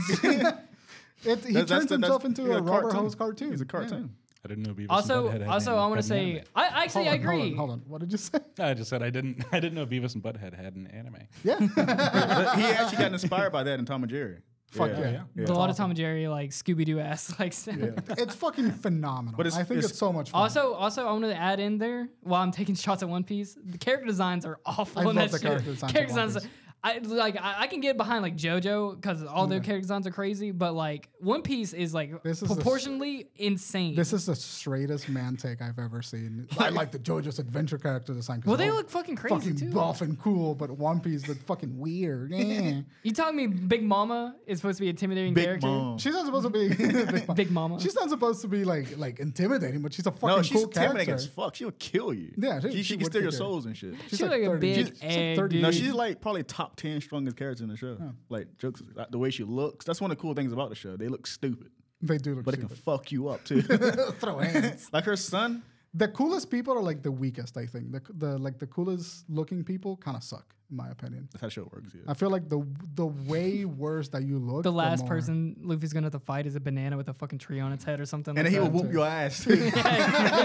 [SPEAKER 1] [laughs] It, he
[SPEAKER 4] That's-
[SPEAKER 1] turns
[SPEAKER 4] that's the-
[SPEAKER 1] himself
[SPEAKER 4] that's-
[SPEAKER 1] into
[SPEAKER 4] he's
[SPEAKER 1] a rubber
[SPEAKER 4] cartoon.
[SPEAKER 1] hose cartoon.
[SPEAKER 4] He's a
[SPEAKER 1] Yeah.
[SPEAKER 4] cartoon.
[SPEAKER 3] I didn't know Beavis and
[SPEAKER 2] Also,
[SPEAKER 3] Butthead had
[SPEAKER 2] also,
[SPEAKER 3] an-
[SPEAKER 2] I want
[SPEAKER 3] had
[SPEAKER 2] to
[SPEAKER 3] an
[SPEAKER 2] say,
[SPEAKER 3] anime.
[SPEAKER 2] I actually
[SPEAKER 1] Hold on,
[SPEAKER 2] agree.
[SPEAKER 1] Hold on, hold on. What did you say? [laughs]
[SPEAKER 3] I just said I didn't. [laughs] I didn't know Beavis and Butthead had an anime.
[SPEAKER 1] Yeah.
[SPEAKER 4] But he actually got inspired by that in Tom and Jerry.
[SPEAKER 1] Fuck yeah.
[SPEAKER 2] a lot of Tom and Jerry like Scooby Doo ass [laughs] like. sound.
[SPEAKER 1] it's fucking phenomenal.
[SPEAKER 4] But it's-
[SPEAKER 1] I think it's,
[SPEAKER 4] it's-
[SPEAKER 1] so much fun.
[SPEAKER 2] Also, also, I want to add in there while I'm taking [laughs] shots at One Piece, the character designs are awful.
[SPEAKER 1] I love
[SPEAKER 2] in that
[SPEAKER 1] the
[SPEAKER 2] shit.
[SPEAKER 1] character designs of
[SPEAKER 2] Character
[SPEAKER 1] One
[SPEAKER 2] designs- I like. I, I can get behind like JoJo because all their character designs are crazy, but like One Piece is like
[SPEAKER 1] This is a s-
[SPEAKER 2] proportionally insane.
[SPEAKER 1] this is the straightest man take I've ever seen. I like the JoJo's Adventure character design. 'cause
[SPEAKER 2] well, they
[SPEAKER 1] they're all
[SPEAKER 2] look fucking crazy
[SPEAKER 1] fucking
[SPEAKER 2] too.
[SPEAKER 1] buff and cool, but One Piece looked fucking weird.
[SPEAKER 2] [laughs]
[SPEAKER 1] Eh.
[SPEAKER 2] You telling me Big Mama is supposed to be an intimidating
[SPEAKER 4] Big
[SPEAKER 2] character?
[SPEAKER 4] Mom.
[SPEAKER 1] She's not supposed to be [laughs] Big Mom.
[SPEAKER 2] Big Mama.
[SPEAKER 1] She's not supposed to be like like intimidating, but she's a fucking
[SPEAKER 4] No, she's
[SPEAKER 1] cool
[SPEAKER 4] intimidating
[SPEAKER 1] character.
[SPEAKER 4] as fuck. She'll kill you.
[SPEAKER 1] Yeah, she-
[SPEAKER 4] she, she,
[SPEAKER 1] she
[SPEAKER 4] can
[SPEAKER 1] would
[SPEAKER 4] steal your
[SPEAKER 1] kill you.
[SPEAKER 4] souls and shit.
[SPEAKER 2] She's like, a
[SPEAKER 1] 30.
[SPEAKER 2] big
[SPEAKER 1] She's like
[SPEAKER 2] egg,
[SPEAKER 1] 30.
[SPEAKER 2] dude.
[SPEAKER 4] No, she's like probably top ten strongest character in the show. Like jokes, like, the way she looks. That's one of the cool things about the show. They look stupid,
[SPEAKER 1] They do look
[SPEAKER 4] but [laughs] it can
[SPEAKER 1] stupid.
[SPEAKER 4] fuck you
[SPEAKER 1] [laughs]
[SPEAKER 4] up too.
[SPEAKER 1] Throw hands.
[SPEAKER 4] like her son,
[SPEAKER 1] The coolest people are like the weakest, I think. The, the like the coolest looking people kind of suck, in my opinion.
[SPEAKER 4] that's how show works. Yeah.
[SPEAKER 1] I feel like the the way worse that you look,
[SPEAKER 2] the last
[SPEAKER 1] more-
[SPEAKER 2] person Luffy's gonna have to fight is a banana with a fucking tree on its head or something.
[SPEAKER 4] And
[SPEAKER 2] like
[SPEAKER 4] then he will
[SPEAKER 2] that.
[SPEAKER 4] whoop your ass. Too. [laughs]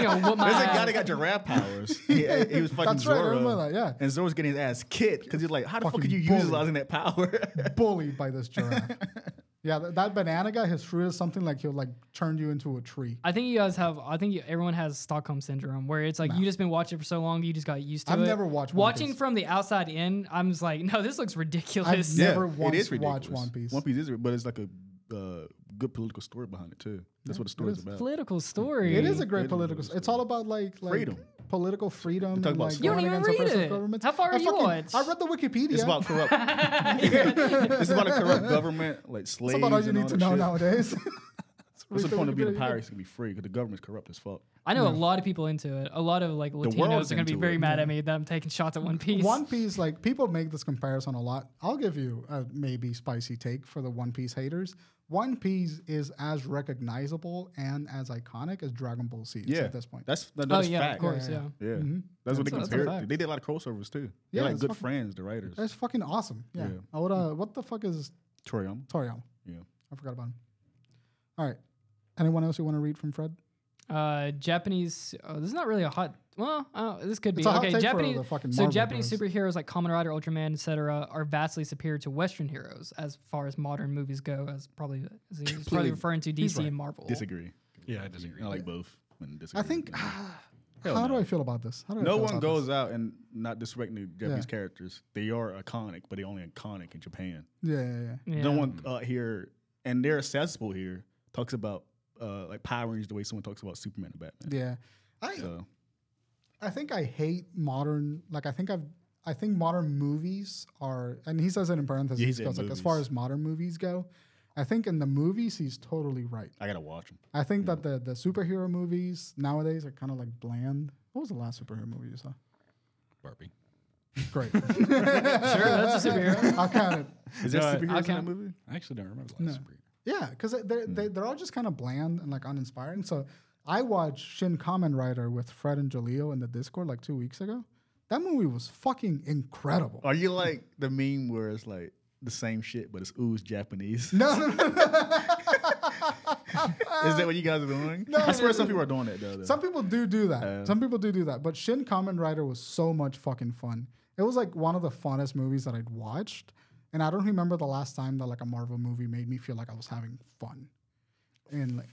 [SPEAKER 2] [laughs] He gonna whoop my
[SPEAKER 4] There's a
[SPEAKER 2] ass.
[SPEAKER 4] guy that
[SPEAKER 1] [laughs]
[SPEAKER 4] got giraffe powers. he, he was fucking
[SPEAKER 1] That's right, I
[SPEAKER 4] Zoro.
[SPEAKER 1] remember that, yeah.
[SPEAKER 4] And Zoro's getting his ass kicked because he's like, how the fuck
[SPEAKER 1] Fucking
[SPEAKER 4] are you [laughs]
[SPEAKER 1] bully.
[SPEAKER 4] utilizing that power?
[SPEAKER 2] [laughs]
[SPEAKER 1] bullied by this giraffe. Yeah, th- that banana guy, his fruit is something like he'll like turn you into a tree.
[SPEAKER 2] I think you guys have. I think you, everyone has Stockholm syndrome, where it's like you just been watching it for so long, you just got used to
[SPEAKER 1] I've
[SPEAKER 2] it.
[SPEAKER 1] never watched One
[SPEAKER 2] Watching
[SPEAKER 1] Piece.
[SPEAKER 2] from the outside in, I'm just like, [laughs] no, this looks ridiculous.
[SPEAKER 1] never once watched One Piece.
[SPEAKER 4] One Piece is, but it's like a uh, good political story behind it too. That's what the story's about.
[SPEAKER 2] [laughs] Political story.
[SPEAKER 1] It is a great
[SPEAKER 4] Freedom
[SPEAKER 1] political.
[SPEAKER 4] is-
[SPEAKER 1] It's all about like, like
[SPEAKER 4] Freedom.
[SPEAKER 1] political freedom.
[SPEAKER 4] talk
[SPEAKER 1] and,
[SPEAKER 4] about
[SPEAKER 1] like,
[SPEAKER 4] slavery. You
[SPEAKER 1] going
[SPEAKER 2] even
[SPEAKER 4] don't
[SPEAKER 1] against
[SPEAKER 2] read
[SPEAKER 1] oppressive
[SPEAKER 2] it.
[SPEAKER 1] governments.
[SPEAKER 2] How far
[SPEAKER 1] I
[SPEAKER 2] are you
[SPEAKER 1] fucking-
[SPEAKER 2] watched?
[SPEAKER 1] I read the Wikipedia.
[SPEAKER 4] It's about corrupt.
[SPEAKER 2] [laughs]
[SPEAKER 4] [laughs] it's about a corrupt government, like slaves.
[SPEAKER 1] That's about all you
[SPEAKER 4] and
[SPEAKER 1] need to
[SPEAKER 4] that
[SPEAKER 1] know
[SPEAKER 4] shit. [laughs]
[SPEAKER 1] nowadays. [laughs]
[SPEAKER 4] What's the point of being a
[SPEAKER 1] Wikipedia.
[SPEAKER 4] pirate? to be free because the government's corrupt as fuck.
[SPEAKER 2] I know a lot of people into it. A lot of like Latinos
[SPEAKER 4] world's
[SPEAKER 2] are gonna be
[SPEAKER 4] into
[SPEAKER 2] very
[SPEAKER 4] it.
[SPEAKER 2] mad at me that I'm taking shots at One Piece. Oh,
[SPEAKER 1] One Piece, like people make this comparison a lot. I'll give you a maybe spicy take for the One Piece haters. One Piece is as recognizable and as iconic as Dragon Ball Z is
[SPEAKER 4] Yeah,
[SPEAKER 1] at this point.
[SPEAKER 4] that's that-
[SPEAKER 2] oh
[SPEAKER 4] that's
[SPEAKER 2] yeah,
[SPEAKER 4] fact.
[SPEAKER 2] of course,
[SPEAKER 1] Yeah, yeah.
[SPEAKER 2] yeah.
[SPEAKER 4] Yeah, that's what
[SPEAKER 2] That's a- that's
[SPEAKER 4] they
[SPEAKER 2] a
[SPEAKER 4] compared.
[SPEAKER 2] fact.
[SPEAKER 4] They did a lot of crossovers too.
[SPEAKER 1] Yeah,
[SPEAKER 4] They're like
[SPEAKER 1] it's
[SPEAKER 4] good
[SPEAKER 1] fucking-
[SPEAKER 4] friends, the writers.
[SPEAKER 1] that's fucking awesome. Yeah.
[SPEAKER 4] Yeah.
[SPEAKER 1] I would, uh, what the fuck is
[SPEAKER 4] Toriyama.
[SPEAKER 1] Toriyama?
[SPEAKER 4] Yeah.
[SPEAKER 1] I forgot about him. All right. Anyone else you want to read from Fred?
[SPEAKER 2] Uh, Japanese. Oh, this is not really a hot. Well, uh, this could be
[SPEAKER 1] It's a hot
[SPEAKER 2] okay.
[SPEAKER 1] take for
[SPEAKER 2] Japanese.
[SPEAKER 1] the fucking
[SPEAKER 2] so
[SPEAKER 1] Marvel
[SPEAKER 2] Japanese
[SPEAKER 1] bros.
[SPEAKER 2] superheroes like Kamen Rider, Ultraman, etc., are vastly superior to Western heroes as far as modern movies go. As probably as he's probably
[SPEAKER 4] Completely.
[SPEAKER 2] referring to DC and Marvel.
[SPEAKER 4] Disagree.
[SPEAKER 3] Yeah, I disagree.
[SPEAKER 4] I like both. and disagree
[SPEAKER 1] I
[SPEAKER 4] with
[SPEAKER 1] think. [sighs]
[SPEAKER 4] them.
[SPEAKER 1] how do I feel about this? How do I
[SPEAKER 4] no
[SPEAKER 1] feel
[SPEAKER 4] one
[SPEAKER 1] about
[SPEAKER 4] goes out and not disrespecting the Japanese
[SPEAKER 1] Yeah.
[SPEAKER 4] characters. They are iconic, but they only iconic in Japan.
[SPEAKER 1] This? Yeah, yeah, yeah.
[SPEAKER 2] Yeah.
[SPEAKER 4] No one
[SPEAKER 3] Hmm.
[SPEAKER 4] uh, here, and they're accessible here. Talks about uh, like Power Rangers the way someone talks about Superman and Batman.
[SPEAKER 1] Yeah. I
[SPEAKER 4] So
[SPEAKER 1] I think I hate modern like I think I've I think modern movies are and he says it in parentheses
[SPEAKER 4] Yeah, he said
[SPEAKER 1] because like as far
[SPEAKER 4] movies.
[SPEAKER 1] as modern movies go, I think in the movies he's totally right.
[SPEAKER 4] I gotta
[SPEAKER 3] [laughs]
[SPEAKER 4] watch them.
[SPEAKER 1] I think that the the superhero movies nowadays are kind of like bland. What was the last superhero movie you saw?
[SPEAKER 3] Barbie.
[SPEAKER 1] Great.
[SPEAKER 2] sure, that's
[SPEAKER 1] [laughs]
[SPEAKER 2] a superhero.
[SPEAKER 1] I'll count it.
[SPEAKER 4] Is there
[SPEAKER 3] No, I-
[SPEAKER 4] superheroes in
[SPEAKER 2] okay.
[SPEAKER 4] that movie?
[SPEAKER 3] I actually don't remember the
[SPEAKER 1] No.
[SPEAKER 3] last superhero.
[SPEAKER 1] Yeah, because they're, they, they're all just kind of bland and like uninspiring. So I watched Shin Kamen Rider with Fred and Jaleel in the Discord like two weeks ago. That movie was fucking incredible.
[SPEAKER 4] Are you like the meme where it's like the same shit, but it's ooze
[SPEAKER 1] [laughs]
[SPEAKER 4] Japanese?
[SPEAKER 1] No, no, no, no.
[SPEAKER 4] [laughs] Is that what you guys are doing? I swear some people are doing that though. though.
[SPEAKER 1] Some people do do that. Some people do do that. But Shin Kamen Rider was so much fucking fun. It was like one of the funnest movies that I'd watched. And I don't remember the last time that like a Marvel movie made me feel like I was having fun. And like,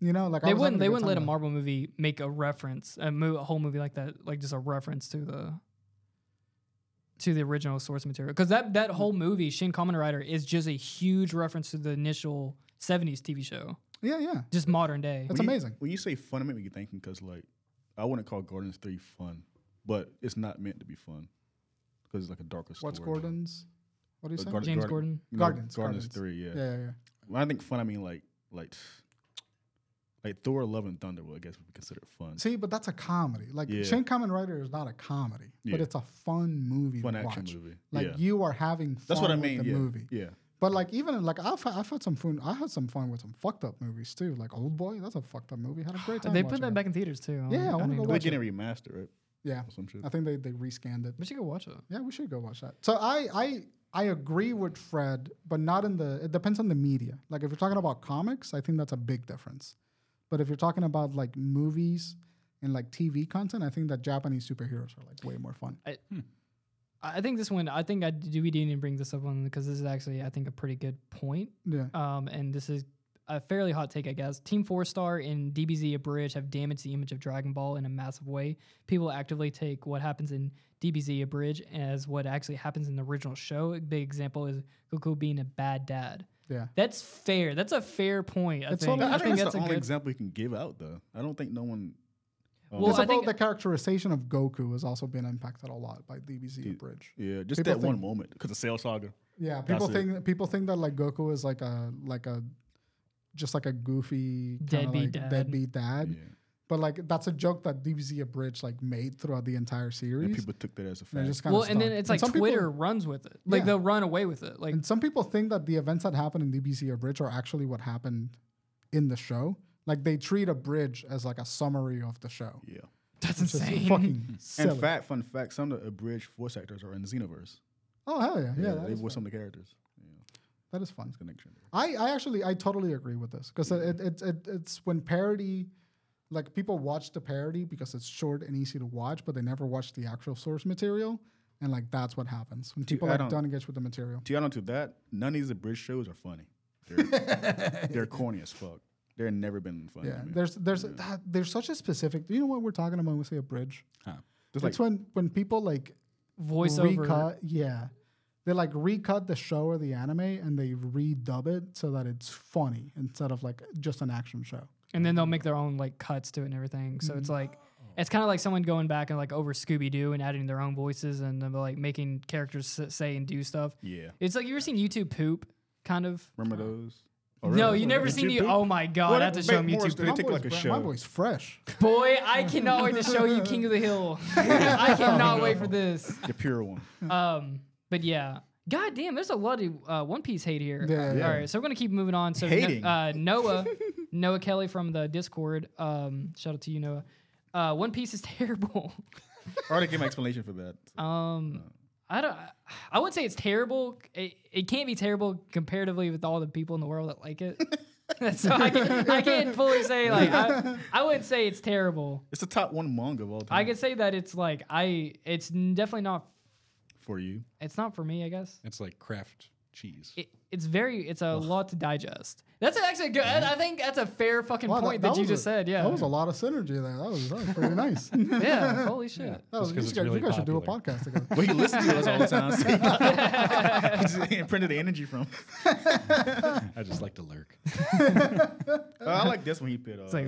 [SPEAKER 1] you know, like I
[SPEAKER 2] They
[SPEAKER 1] was having
[SPEAKER 2] wouldn't. They
[SPEAKER 1] good
[SPEAKER 2] wouldn't let a
[SPEAKER 1] time with
[SPEAKER 2] Marvel movie make a reference, a, mo- a whole movie like that, like just a reference to the to the original source material. Because that that
[SPEAKER 1] Mm.
[SPEAKER 2] whole movie, Shin Kamen Rider, is just a huge reference to the initial '70s TV show,
[SPEAKER 1] it. Yeah, yeah.
[SPEAKER 2] just modern day.
[SPEAKER 1] That's
[SPEAKER 4] When you-
[SPEAKER 1] amazing.
[SPEAKER 4] when you say fun, it makes me thinking because like I wouldn't call Gordon's Three fun, but it's not meant to be fun because it's like a darker story.
[SPEAKER 1] What's Gordon's? What do you
[SPEAKER 4] But
[SPEAKER 1] say?
[SPEAKER 4] Gordon-
[SPEAKER 2] James
[SPEAKER 4] Gordon-
[SPEAKER 2] Gordon.
[SPEAKER 4] You know,
[SPEAKER 1] Guardians,
[SPEAKER 4] Guardians
[SPEAKER 1] Guardians.
[SPEAKER 4] Three. Yeah.
[SPEAKER 1] Yeah, yeah, yeah.
[SPEAKER 4] When I think fun, I mean like like like Thor: Love and Thunder. Well, I guess would be considered fun.
[SPEAKER 1] See, but that's a comedy. Like
[SPEAKER 4] Yeah.
[SPEAKER 1] Shin Kamen Rider is not a comedy, but
[SPEAKER 4] Yeah.
[SPEAKER 1] it's a fun movie
[SPEAKER 4] Fun
[SPEAKER 1] to
[SPEAKER 4] action
[SPEAKER 1] watch.
[SPEAKER 4] movie.
[SPEAKER 1] Like
[SPEAKER 4] Yeah.
[SPEAKER 1] you are having fun
[SPEAKER 4] That's what I
[SPEAKER 1] with
[SPEAKER 4] mean.
[SPEAKER 1] the
[SPEAKER 4] Yeah.
[SPEAKER 1] movie.
[SPEAKER 4] Yeah.
[SPEAKER 1] But like even like I've I've had some fun I had some fun with some fucked up movies too. Like Old Boy, that's a fucked up movie. Had a great time.
[SPEAKER 2] They put
[SPEAKER 1] watching
[SPEAKER 2] that
[SPEAKER 1] it.
[SPEAKER 2] back in theaters too.
[SPEAKER 1] Yeah, I wanna
[SPEAKER 2] need
[SPEAKER 1] go
[SPEAKER 2] to
[SPEAKER 4] They
[SPEAKER 1] watch
[SPEAKER 2] watch
[SPEAKER 4] did
[SPEAKER 2] it.
[SPEAKER 4] a remaster, right?
[SPEAKER 1] Yeah,
[SPEAKER 4] Or some shit.
[SPEAKER 1] I think they they rescanned it.
[SPEAKER 2] We should go watch it.
[SPEAKER 1] Yeah, we should go watch that. So I I I agree with Fred, but not in the. It depends on the media. Like if you're talking about comics, I think that's a big difference. But if you're talking about like movies and like TV content, I think that Japanese superheroes are like way more fun.
[SPEAKER 2] I I think this one. I think I do. We do need to bring this up on because this is actually, I think, a pretty good point.
[SPEAKER 1] Yeah.
[SPEAKER 2] um, and this is a fairly hot take, I guess. Team Four Star and DBZ Abridged have damaged the image of Dragon Ball in a massive way. People actively take what happens in DBZ Abridged as what actually happens in the original show. A big example is Goku being a bad dad.
[SPEAKER 1] Yeah.
[SPEAKER 2] That's fair. That's a fair point. I
[SPEAKER 1] It's
[SPEAKER 2] think.
[SPEAKER 1] only-
[SPEAKER 4] I,
[SPEAKER 2] I think
[SPEAKER 4] that's
[SPEAKER 2] that's a
[SPEAKER 4] the only
[SPEAKER 2] good.
[SPEAKER 4] example you can give out though. I don't think no one. um,
[SPEAKER 2] Well,
[SPEAKER 1] it's
[SPEAKER 2] I
[SPEAKER 1] about
[SPEAKER 2] think-
[SPEAKER 1] the characterization of Goku has also been impacted a lot by DBZ Bridge.
[SPEAKER 4] yeah, just
[SPEAKER 1] people
[SPEAKER 4] that one
[SPEAKER 1] think-
[SPEAKER 4] moment because the Cell Saga.
[SPEAKER 1] Yeah, people
[SPEAKER 4] That's it.
[SPEAKER 1] think people think that like Goku is like a like a just like a goofy kinda,
[SPEAKER 2] Deadbeat
[SPEAKER 1] like,
[SPEAKER 2] dad.
[SPEAKER 1] deadbeat dad.
[SPEAKER 4] Yeah.
[SPEAKER 1] But like that's a joke that DBZ Abridged like made throughout the entire series.
[SPEAKER 4] And people took that as a
[SPEAKER 1] and
[SPEAKER 4] fact.
[SPEAKER 1] it just kind
[SPEAKER 2] Well,
[SPEAKER 1] of
[SPEAKER 2] and then it's like Twitter
[SPEAKER 1] People,
[SPEAKER 2] runs with it. Like
[SPEAKER 1] Yeah.
[SPEAKER 2] they'll run away with it. Like
[SPEAKER 1] and some people think that the events that happen in DBZ Abridged are actually what happened in the show. Like they treat a bridge as like a summary of the show.
[SPEAKER 4] yeah.
[SPEAKER 2] that's
[SPEAKER 1] It's just
[SPEAKER 2] insane. [laughs]
[SPEAKER 1] fucking silly.
[SPEAKER 4] In fact, fun fact: some of the abridged voice actors are in Xenoverse.
[SPEAKER 1] oh hell yeah, yeah,
[SPEAKER 4] Yeah,
[SPEAKER 1] that
[SPEAKER 4] they
[SPEAKER 1] is
[SPEAKER 4] voice
[SPEAKER 1] fun.
[SPEAKER 4] some of the characters. Yeah,
[SPEAKER 1] that is fun.
[SPEAKER 4] it's connection. there.
[SPEAKER 1] I, I actually I totally agree with this because
[SPEAKER 4] Mm-hmm.
[SPEAKER 1] it, it, it it's when parody, like people watch the parody because it's short and easy to watch, but they never watch the actual source material, and like that's what happens when people
[SPEAKER 4] I
[SPEAKER 1] like
[SPEAKER 4] don't-
[SPEAKER 1] don't engage with the material.
[SPEAKER 4] To add on to that, none of these abridged shows are funny. They're,
[SPEAKER 1] [laughs]
[SPEAKER 4] they're corny as fuck. They're never been fun.
[SPEAKER 1] Yeah,
[SPEAKER 4] to me.
[SPEAKER 1] there's there's that, there's such a specific. You know what we're talking about when we say a bridge?
[SPEAKER 4] Huh.
[SPEAKER 1] It's
[SPEAKER 4] Just like
[SPEAKER 1] when when people like
[SPEAKER 2] Voiceover.
[SPEAKER 1] recut. Yeah, they like recut the show or the anime and they redub it so that it's funny instead of like just an action show.
[SPEAKER 2] and then they'll make their own like cuts to it and everything. So it's like
[SPEAKER 4] Oh.
[SPEAKER 2] it's kind of like someone going back and like over Scooby Doo and adding their own voices and then like making characters s- say and do stuff.
[SPEAKER 4] yeah.
[SPEAKER 2] It's like you ever seen YouTube poop, kind of.
[SPEAKER 4] Remember those?
[SPEAKER 2] No, you never seen you.
[SPEAKER 4] YouTube poop?
[SPEAKER 2] Oh my god, I have to show him YouTube
[SPEAKER 4] They
[SPEAKER 2] poop.
[SPEAKER 4] take like a
[SPEAKER 1] brand-
[SPEAKER 4] show.
[SPEAKER 1] My boy's fresh.
[SPEAKER 2] Boy, I cannot wait to show you King of the
[SPEAKER 4] [laughs]
[SPEAKER 2] Hill. I cannot wait for this.
[SPEAKER 4] The pure one.
[SPEAKER 2] Um, but yeah. God damn, there's a lot of uh, One Piece hate here.
[SPEAKER 1] Yeah,
[SPEAKER 2] Uh,
[SPEAKER 1] yeah.
[SPEAKER 2] All right, so we're gonna keep moving on. So no-
[SPEAKER 4] Hating.
[SPEAKER 2] uh, Noah, Noah Kelly from the Discord. Um, shout out to you, Noah. Uh, One Piece is [laughs] terrible.
[SPEAKER 4] I already gave my explanation for that.
[SPEAKER 2] Um, I don't. I wouldn't say it's terrible. It, it can't be terrible comparatively with all the people in the world that like it. [laughs] so I can't, I can't fully say like I, I wouldn't say it's terrible.
[SPEAKER 4] It's the top one manga of all time.
[SPEAKER 2] I could say that it's like I. It's n- definitely not.
[SPEAKER 4] for you.
[SPEAKER 2] It's not for me. I guess.
[SPEAKER 3] It's like craft cheese.
[SPEAKER 2] it, it's very it's a lot to digest. That's actually good. I think that's a fair fucking
[SPEAKER 1] Wow,
[SPEAKER 2] point that, you
[SPEAKER 1] was
[SPEAKER 2] just
[SPEAKER 1] a-
[SPEAKER 2] said. Yeah,
[SPEAKER 1] Mm-hmm. that was a lot of synergy there. That was, that was pretty
[SPEAKER 2] [laughs]
[SPEAKER 1] nice. [laughs] that
[SPEAKER 2] yeah. Holy shit.
[SPEAKER 1] was,
[SPEAKER 3] 'cause
[SPEAKER 1] you
[SPEAKER 3] it's
[SPEAKER 1] guys, you
[SPEAKER 3] really
[SPEAKER 1] guys should do a
[SPEAKER 3] popular.
[SPEAKER 1] podcast
[SPEAKER 2] [laughs]
[SPEAKER 1] together.
[SPEAKER 4] Well, you listen to us all the time. So
[SPEAKER 2] [laughs]
[SPEAKER 4] you just imprinted the energy from.
[SPEAKER 3] I just like to [laughs] lurk.
[SPEAKER 4] Uh, I like this one he put. Uh,
[SPEAKER 2] It's like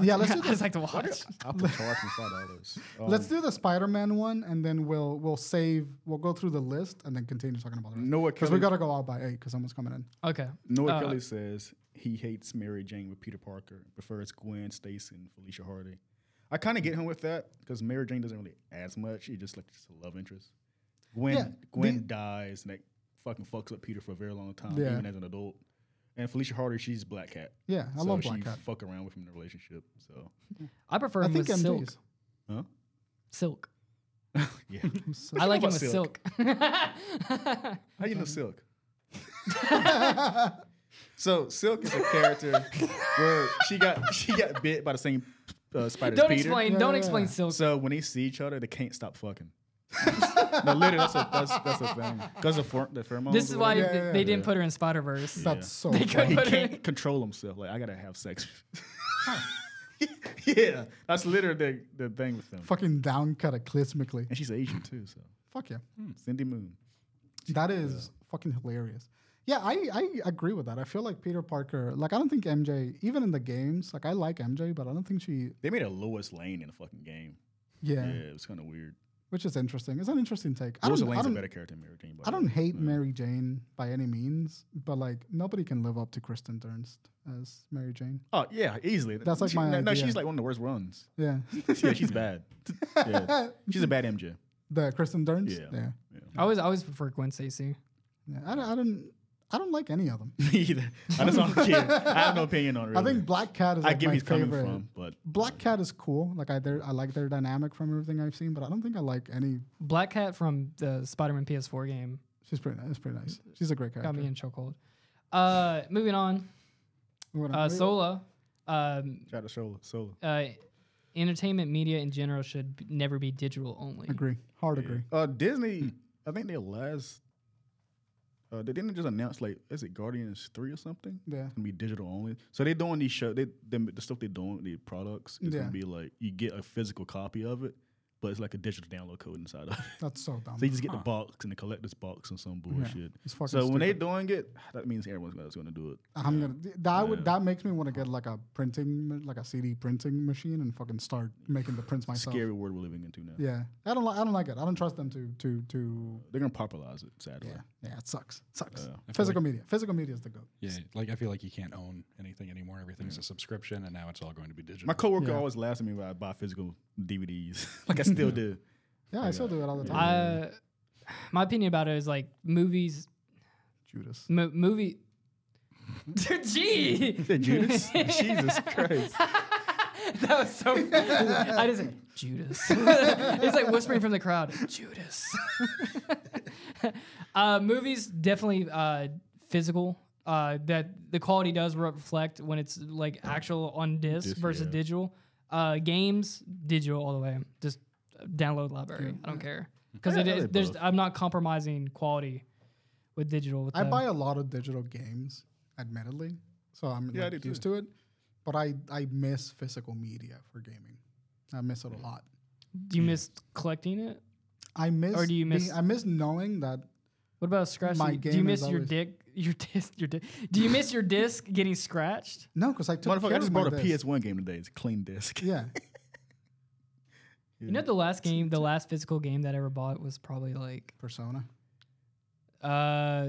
[SPEAKER 1] Yeah,
[SPEAKER 2] [laughs]
[SPEAKER 1] let's do
[SPEAKER 2] I just like to watch.
[SPEAKER 4] I'll put charge for five dollars. Um,
[SPEAKER 1] Let's do the Spider-Man one, and then we'll we'll save. We'll go through the list and then continue talking about it.
[SPEAKER 4] Noah
[SPEAKER 1] Because we
[SPEAKER 4] Kelly.
[SPEAKER 1] gotta go out by eight because someone's coming in.
[SPEAKER 2] Okay.
[SPEAKER 4] Noah
[SPEAKER 2] uh,
[SPEAKER 4] Kelly says he hates Mary Jane with Peter Parker, prefers Gwen Stacy and Felicia Hardy. I kind of get him with that because Mary Jane doesn't really add as much. She just like just a love interest. Gwen
[SPEAKER 1] Yeah,
[SPEAKER 4] Gwen
[SPEAKER 1] the-
[SPEAKER 4] dies and that fucking fucks up Peter for a very long time,
[SPEAKER 1] Yeah.
[SPEAKER 4] even as an adult. And Felicia Hardy, she's Black Cat.
[SPEAKER 1] Yeah, I
[SPEAKER 4] so
[SPEAKER 1] love
[SPEAKER 4] she
[SPEAKER 1] Black Cat.
[SPEAKER 4] Fuck around with him in the relationship. So
[SPEAKER 2] I prefer
[SPEAKER 1] I
[SPEAKER 2] him
[SPEAKER 1] think
[SPEAKER 2] with silk.
[SPEAKER 1] MDs.
[SPEAKER 4] huh? [laughs]
[SPEAKER 2] Silk.
[SPEAKER 4] Yeah.
[SPEAKER 1] [laughs]
[SPEAKER 2] I like him
[SPEAKER 4] about
[SPEAKER 2] with silk.
[SPEAKER 4] silk?
[SPEAKER 2] [laughs]
[SPEAKER 4] How you know Silk?
[SPEAKER 1] [laughs]
[SPEAKER 4] so Silk is a character where she got she got bit by the same uh, spider. as
[SPEAKER 2] don't
[SPEAKER 4] Peter.
[SPEAKER 2] explain.
[SPEAKER 1] Yeah,
[SPEAKER 2] don't
[SPEAKER 1] yeah,
[SPEAKER 2] explain
[SPEAKER 1] yeah.
[SPEAKER 2] silk.
[SPEAKER 4] So when they see each other, they can't stop fucking. [laughs] no, literally, that's a that's, that's a thing. Because of pher- the pheromones.
[SPEAKER 2] this is
[SPEAKER 4] or
[SPEAKER 2] why
[SPEAKER 4] whatever.
[SPEAKER 1] Yeah,
[SPEAKER 2] th-
[SPEAKER 1] yeah,
[SPEAKER 2] they
[SPEAKER 1] yeah.
[SPEAKER 2] didn't put her in Spider Verse.
[SPEAKER 1] That's so.
[SPEAKER 2] They
[SPEAKER 1] funny.
[SPEAKER 2] could
[SPEAKER 4] he
[SPEAKER 2] put her.
[SPEAKER 4] can't control himself. Like I gotta have sex. [laughs] yeah, that's literally the, the thing with them.
[SPEAKER 1] Fucking down cataclysmically.
[SPEAKER 4] And she's Asian too, so
[SPEAKER 1] Fuck yeah.
[SPEAKER 4] Cindy Moon.
[SPEAKER 1] That is fucking hilarious. Yeah, I, I agree with that. I feel like Peter Parker, like, I don't think MJ, even in the games, like, I like MJ, but I don't think she,
[SPEAKER 4] They made a Lois Lane in the fucking game.
[SPEAKER 1] yeah,
[SPEAKER 4] Yeah, it was kind of weird.
[SPEAKER 1] which is interesting. It's an interesting take. I
[SPEAKER 4] Lois
[SPEAKER 1] don't, I
[SPEAKER 4] Lane's a
[SPEAKER 1] don't,
[SPEAKER 4] better character than Mary Jane. by
[SPEAKER 1] I
[SPEAKER 4] the
[SPEAKER 1] don't
[SPEAKER 4] way.
[SPEAKER 1] hate
[SPEAKER 4] Yeah.
[SPEAKER 1] Mary Jane by any means, but like, nobody can live up to Kristen Dunst as Mary Jane.
[SPEAKER 4] Oh yeah, easily.
[SPEAKER 1] That's like
[SPEAKER 4] She-
[SPEAKER 1] my
[SPEAKER 4] no, no,
[SPEAKER 1] idea.
[SPEAKER 4] she's like one of the worst runs.
[SPEAKER 1] Yeah. [laughs]
[SPEAKER 4] yeah, she's bad. Yeah. She's a bad MJ.
[SPEAKER 1] the Kristen Dunst?
[SPEAKER 4] Yeah. [laughs]
[SPEAKER 1] Yeah.
[SPEAKER 2] I always, I always prefer Gwen Stacy.
[SPEAKER 1] yeah. I, don't- I don't, I don't like any of them.
[SPEAKER 4] Me either. I just don't care. I have no opinion on it.
[SPEAKER 1] I
[SPEAKER 4] really.
[SPEAKER 1] think Black Cat is
[SPEAKER 4] I
[SPEAKER 1] like
[SPEAKER 4] get
[SPEAKER 1] my
[SPEAKER 4] where he's coming
[SPEAKER 1] favorite.
[SPEAKER 4] from, but
[SPEAKER 1] Black Cat is cool. Like I, their, I like their dynamic from everything I've seen, but I don't think I like any.
[SPEAKER 2] Black Cat from the Spider Man PS4 game
[SPEAKER 1] She's pretty. It's pretty nice. She's a great
[SPEAKER 2] got me
[SPEAKER 1] character.
[SPEAKER 2] in chokehold. Uh, moving on.
[SPEAKER 1] What-
[SPEAKER 2] Uh,
[SPEAKER 1] what-
[SPEAKER 2] Sola. Um,
[SPEAKER 4] shout out solo, solo.
[SPEAKER 2] uh, entertainment media in general should b- never be digital only.
[SPEAKER 1] agree. Hard agree.
[SPEAKER 4] Uh, Disney, I think their last. Uh, they didn't just announce like is it Guardians three or something?
[SPEAKER 1] Yeah.
[SPEAKER 4] it's gonna be digital only. So they're doing these show. They them, the stuff they're doing, the products is
[SPEAKER 1] Yeah.
[SPEAKER 4] gonna be like you get a physical copy of it, but it's like a digital download code inside of it.
[SPEAKER 1] That's so dumb.
[SPEAKER 4] So you just get the box and the collector's box and some bullshit.
[SPEAKER 1] uh, it's fucking
[SPEAKER 4] So when they're doing it, that means everyone's else gonna do it.
[SPEAKER 1] I'm gonna. th- That would. That makes me want to get like a printing, ma- like a CD printing machine, and fucking start making the prints myself.
[SPEAKER 4] Scary world we're living into now.
[SPEAKER 1] Yeah. I don't. Li- I don't like it. I don't trust them to. To. To.
[SPEAKER 4] They're gonna popularize it. Sadly,
[SPEAKER 1] Yeah. Yeah. It sucks. Sucks.
[SPEAKER 4] Yeah. I feel
[SPEAKER 1] Physical media. Physical media is the goat.
[SPEAKER 3] Yeah, like I feel like you can't own anything anymore. Everything's a subscription, and now it's all going to be digital.
[SPEAKER 4] my coworker
[SPEAKER 1] Yeah.
[SPEAKER 4] always laughs at me when I buy physical DVDs. [laughs]
[SPEAKER 1] [laughs]
[SPEAKER 4] like I still do.
[SPEAKER 1] Yeah, I still do it all the time.
[SPEAKER 2] Uh, my opinion about it is like movies,
[SPEAKER 1] Judas.
[SPEAKER 2] mo- movie. [laughs] Gee,
[SPEAKER 4] Said
[SPEAKER 1] [laughs]
[SPEAKER 4] Judas. [laughs] Jesus Christ.
[SPEAKER 2] [laughs] that was so. Funny. I just Judas. [laughs] it's like whispering from the crowd. Judas. [laughs] uh, movies definitely uh, physical. Uh, that the quality does reflect when it's like actual on disc,
[SPEAKER 4] Disc,
[SPEAKER 2] versus
[SPEAKER 4] yeah.
[SPEAKER 2] digital. Uh, games digital all the way. Just download library. I don't care because
[SPEAKER 4] I-
[SPEAKER 2] it
[SPEAKER 4] I
[SPEAKER 2] is.
[SPEAKER 4] like
[SPEAKER 2] There's
[SPEAKER 4] both.
[SPEAKER 2] I'm not compromising quality with digital. With
[SPEAKER 1] I
[SPEAKER 2] the-
[SPEAKER 1] buy a lot of digital games admittedly. So I'm
[SPEAKER 4] Yeah, I
[SPEAKER 1] like,
[SPEAKER 4] do
[SPEAKER 1] used
[SPEAKER 4] too.
[SPEAKER 1] to it. But I, I miss physical media for gaming. I miss it a lot.
[SPEAKER 2] Do you miss collecting it?
[SPEAKER 1] I miss
[SPEAKER 2] Or do you
[SPEAKER 1] being-
[SPEAKER 2] miss-
[SPEAKER 1] I miss knowing that
[SPEAKER 2] What about scratching?
[SPEAKER 1] My
[SPEAKER 2] do you
[SPEAKER 1] game
[SPEAKER 2] miss
[SPEAKER 1] is
[SPEAKER 2] your
[SPEAKER 1] always-
[SPEAKER 2] dick? [laughs] Your disc? Your di- Do
[SPEAKER 1] [laughs]
[SPEAKER 2] you miss your disc getting scratched?
[SPEAKER 1] no, because I took
[SPEAKER 4] Motherfucker,
[SPEAKER 1] care
[SPEAKER 4] I just
[SPEAKER 1] of my
[SPEAKER 4] bought a
[SPEAKER 1] disc.
[SPEAKER 4] PS1 game today. It's a clean disc. [laughs]
[SPEAKER 1] Yeah,
[SPEAKER 2] You know, the last game, the last physical game that I ever bought was probably like
[SPEAKER 1] Persona.
[SPEAKER 2] uh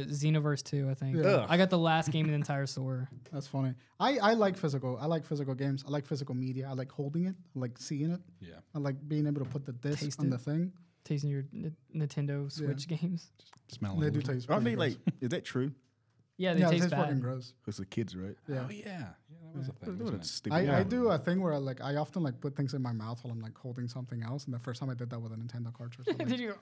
[SPEAKER 2] Xenoverse 2, I think.
[SPEAKER 1] Yeah.
[SPEAKER 4] Ugh.
[SPEAKER 2] I got the last
[SPEAKER 1] [laughs]
[SPEAKER 2] game in the entire store.
[SPEAKER 1] That's funny. I, I like physical. I like physical games. I like physical media. I like holding it. I like seeing it.
[SPEAKER 3] Yeah.
[SPEAKER 1] I like being able to put the disc
[SPEAKER 2] Taste
[SPEAKER 1] on
[SPEAKER 2] it.
[SPEAKER 1] the thing.
[SPEAKER 2] Tasting your N- Nintendo Switch games. [laughs]
[SPEAKER 4] Oh,
[SPEAKER 3] Smelling.
[SPEAKER 1] They
[SPEAKER 3] a
[SPEAKER 1] do
[SPEAKER 3] little-
[SPEAKER 1] taste.
[SPEAKER 4] Aren't they
[SPEAKER 1] pretty
[SPEAKER 4] like?
[SPEAKER 1] gross.
[SPEAKER 4] Is that true?
[SPEAKER 2] Yeah, they
[SPEAKER 1] yeah, it
[SPEAKER 2] taste
[SPEAKER 1] tastes fucking
[SPEAKER 2] bad.
[SPEAKER 1] gross.
[SPEAKER 4] Because the kids, right?
[SPEAKER 1] Yeah.
[SPEAKER 3] Oh yeah. Yeah, that was a thing.
[SPEAKER 4] They're doing
[SPEAKER 3] wasn't
[SPEAKER 4] it
[SPEAKER 3] it?
[SPEAKER 4] stupid.
[SPEAKER 1] I, I
[SPEAKER 4] Yeah.
[SPEAKER 1] do a thing where I like I often like put things in my mouth while I'm like holding something else, and the first time I did that with a Nintendo cartridge.
[SPEAKER 2] [laughs]
[SPEAKER 1] or
[SPEAKER 2] Did you?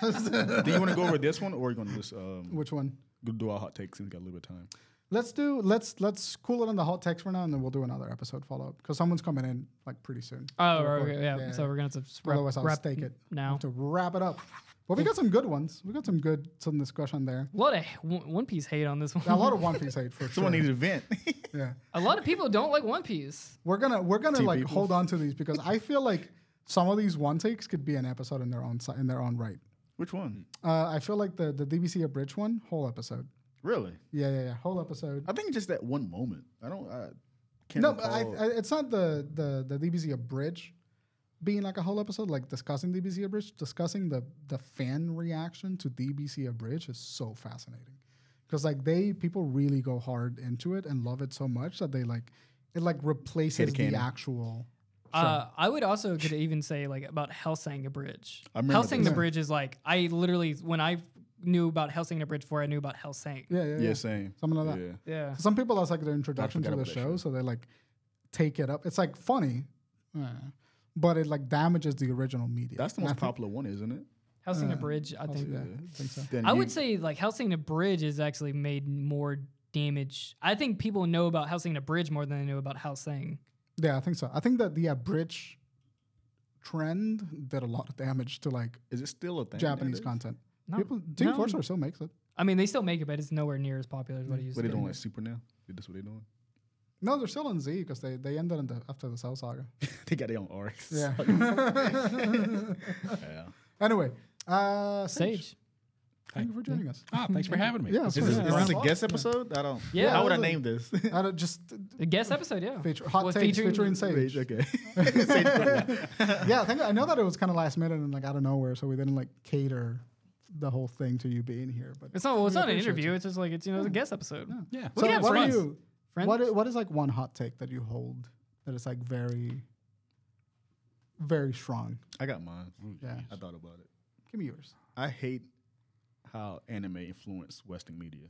[SPEAKER 1] something.
[SPEAKER 2] [laughs]
[SPEAKER 4] Do you want to go
[SPEAKER 1] uh,
[SPEAKER 4] over this one, or are you going to just um,
[SPEAKER 1] "Ah." [laughs] Which one?
[SPEAKER 4] go do our hot takes? Since we got a little bit of time.
[SPEAKER 1] Let's do let's let's cool it on the hot text for now, and then we'll do another episode follow up because someone's coming in like pretty soon.
[SPEAKER 2] Oh,
[SPEAKER 1] To record.
[SPEAKER 2] okay, yeah. So we're gonna have to s- wrap,
[SPEAKER 1] Otherwise, I'll
[SPEAKER 2] wrap
[SPEAKER 1] stake it.
[SPEAKER 2] now.
[SPEAKER 1] to wrap it up. But we got some good ones. We got some good some discussion there.
[SPEAKER 2] A lot of h- One One Piece hate on this one. [laughs]
[SPEAKER 1] A lot of One Piece hate for sure.
[SPEAKER 4] [laughs] Someone needs a vent.
[SPEAKER 1] yeah.
[SPEAKER 2] a lot of people don't like One Piece.
[SPEAKER 1] We're gonna we're gonna like
[SPEAKER 4] people.
[SPEAKER 1] hold on to these
[SPEAKER 4] [laughs]
[SPEAKER 1] because I feel like some of these one takes could be an episode in their own si- in their own right.
[SPEAKER 4] Which one?
[SPEAKER 1] Uh, I feel like the the DBC abridged one whole episode.
[SPEAKER 4] Really?
[SPEAKER 1] Yeah, yeah, yeah, whole episode.
[SPEAKER 4] I think just that one moment. I don't. I can't.
[SPEAKER 1] No, but I,
[SPEAKER 4] recall.
[SPEAKER 1] I, it's not the the the DBZ abridged being like a whole episode, like discussing DBZ abridged. Discussing the the fan reaction to DBC abridged is so fascinating because like they people really go hard into it and love it so much that they like it like replaces the
[SPEAKER 4] cannon.
[SPEAKER 1] actual.
[SPEAKER 2] Uh, I would also could even say like about Hellsanga Bridge.
[SPEAKER 4] I remember this.
[SPEAKER 2] Hellsanga Bridge is like I literally when I knew about Hellsanga Bridge before I knew about Hellsang.
[SPEAKER 1] Yeah, yeah, yeah.
[SPEAKER 4] yeah, same.
[SPEAKER 1] Something like that.
[SPEAKER 4] Yeah.
[SPEAKER 2] Yeah.
[SPEAKER 1] Some people that's like their introduction to
[SPEAKER 4] forgot
[SPEAKER 1] the
[SPEAKER 4] about that
[SPEAKER 1] show, so
[SPEAKER 4] show.
[SPEAKER 1] they like take it up. It's like funny, uh, but it like damages the original media.
[SPEAKER 4] That's the
[SPEAKER 1] And I
[SPEAKER 4] most
[SPEAKER 1] think-
[SPEAKER 4] popular one, isn't it?
[SPEAKER 2] Hellsing Bridge, I think.
[SPEAKER 1] Yeah, I think so.
[SPEAKER 4] Then
[SPEAKER 2] I
[SPEAKER 4] you-
[SPEAKER 2] would say like Helsing Bridge has actually made more damage. I think people know about Helsing Bridge more than they know about Helsing.
[SPEAKER 1] Yeah, I think so. I think that the abridge trend did a lot of damage to like
[SPEAKER 4] Is it still a thing?
[SPEAKER 1] Japanese
[SPEAKER 4] nowadays?
[SPEAKER 1] content.
[SPEAKER 2] No,
[SPEAKER 1] People, Team
[SPEAKER 2] no.
[SPEAKER 1] Fortress still makes it.
[SPEAKER 2] I mean, they still make it, but it's nowhere near as popular as what it used
[SPEAKER 4] What
[SPEAKER 2] to
[SPEAKER 4] they
[SPEAKER 2] be.
[SPEAKER 4] doing like Super now? Is this what
[SPEAKER 1] [laughs]
[SPEAKER 4] they doing?
[SPEAKER 1] No, they're still on Z because they, they ended in the, after the Cell Saga.
[SPEAKER 4] they got their own RX.
[SPEAKER 1] Yeah. [laughs]
[SPEAKER 2] [laughs]
[SPEAKER 4] yeah.
[SPEAKER 1] anyway, uh, Sage,
[SPEAKER 2] Sage.
[SPEAKER 1] thank you for joining us.
[SPEAKER 3] Ah, thanks for having me.
[SPEAKER 1] [laughs] Yeah,
[SPEAKER 3] This
[SPEAKER 1] of
[SPEAKER 4] Is
[SPEAKER 3] is
[SPEAKER 4] this,
[SPEAKER 1] course.
[SPEAKER 4] is this a
[SPEAKER 1] Yeah.
[SPEAKER 4] guest episode? I don't.
[SPEAKER 2] Yeah.
[SPEAKER 4] How would I name this? [laughs]
[SPEAKER 1] I don't- just uh,
[SPEAKER 2] A guest episode, yeah.
[SPEAKER 1] feature, hot
[SPEAKER 2] With
[SPEAKER 1] takes featuring, Sage.
[SPEAKER 4] okay. [laughs]
[SPEAKER 1] yeah, I think I know that it was kind of last minute and like out of nowhere, so we didn't like cater the whole thing to you being here. But
[SPEAKER 2] It's not. Well, it's
[SPEAKER 1] We
[SPEAKER 2] not an
[SPEAKER 1] appreciate
[SPEAKER 2] interview. It's just like it's you know it's a guest episode.
[SPEAKER 3] Yeah.
[SPEAKER 2] We can
[SPEAKER 1] so
[SPEAKER 2] have
[SPEAKER 1] what are
[SPEAKER 2] friends.
[SPEAKER 1] you?
[SPEAKER 2] Friends.
[SPEAKER 1] What i- what is like one hot take that you hold that is like very, very strong?
[SPEAKER 4] I got mine.
[SPEAKER 2] Mm,
[SPEAKER 1] Yeah,
[SPEAKER 4] I thought about it.
[SPEAKER 1] give me yours.
[SPEAKER 4] I hate how anime influenced Western media.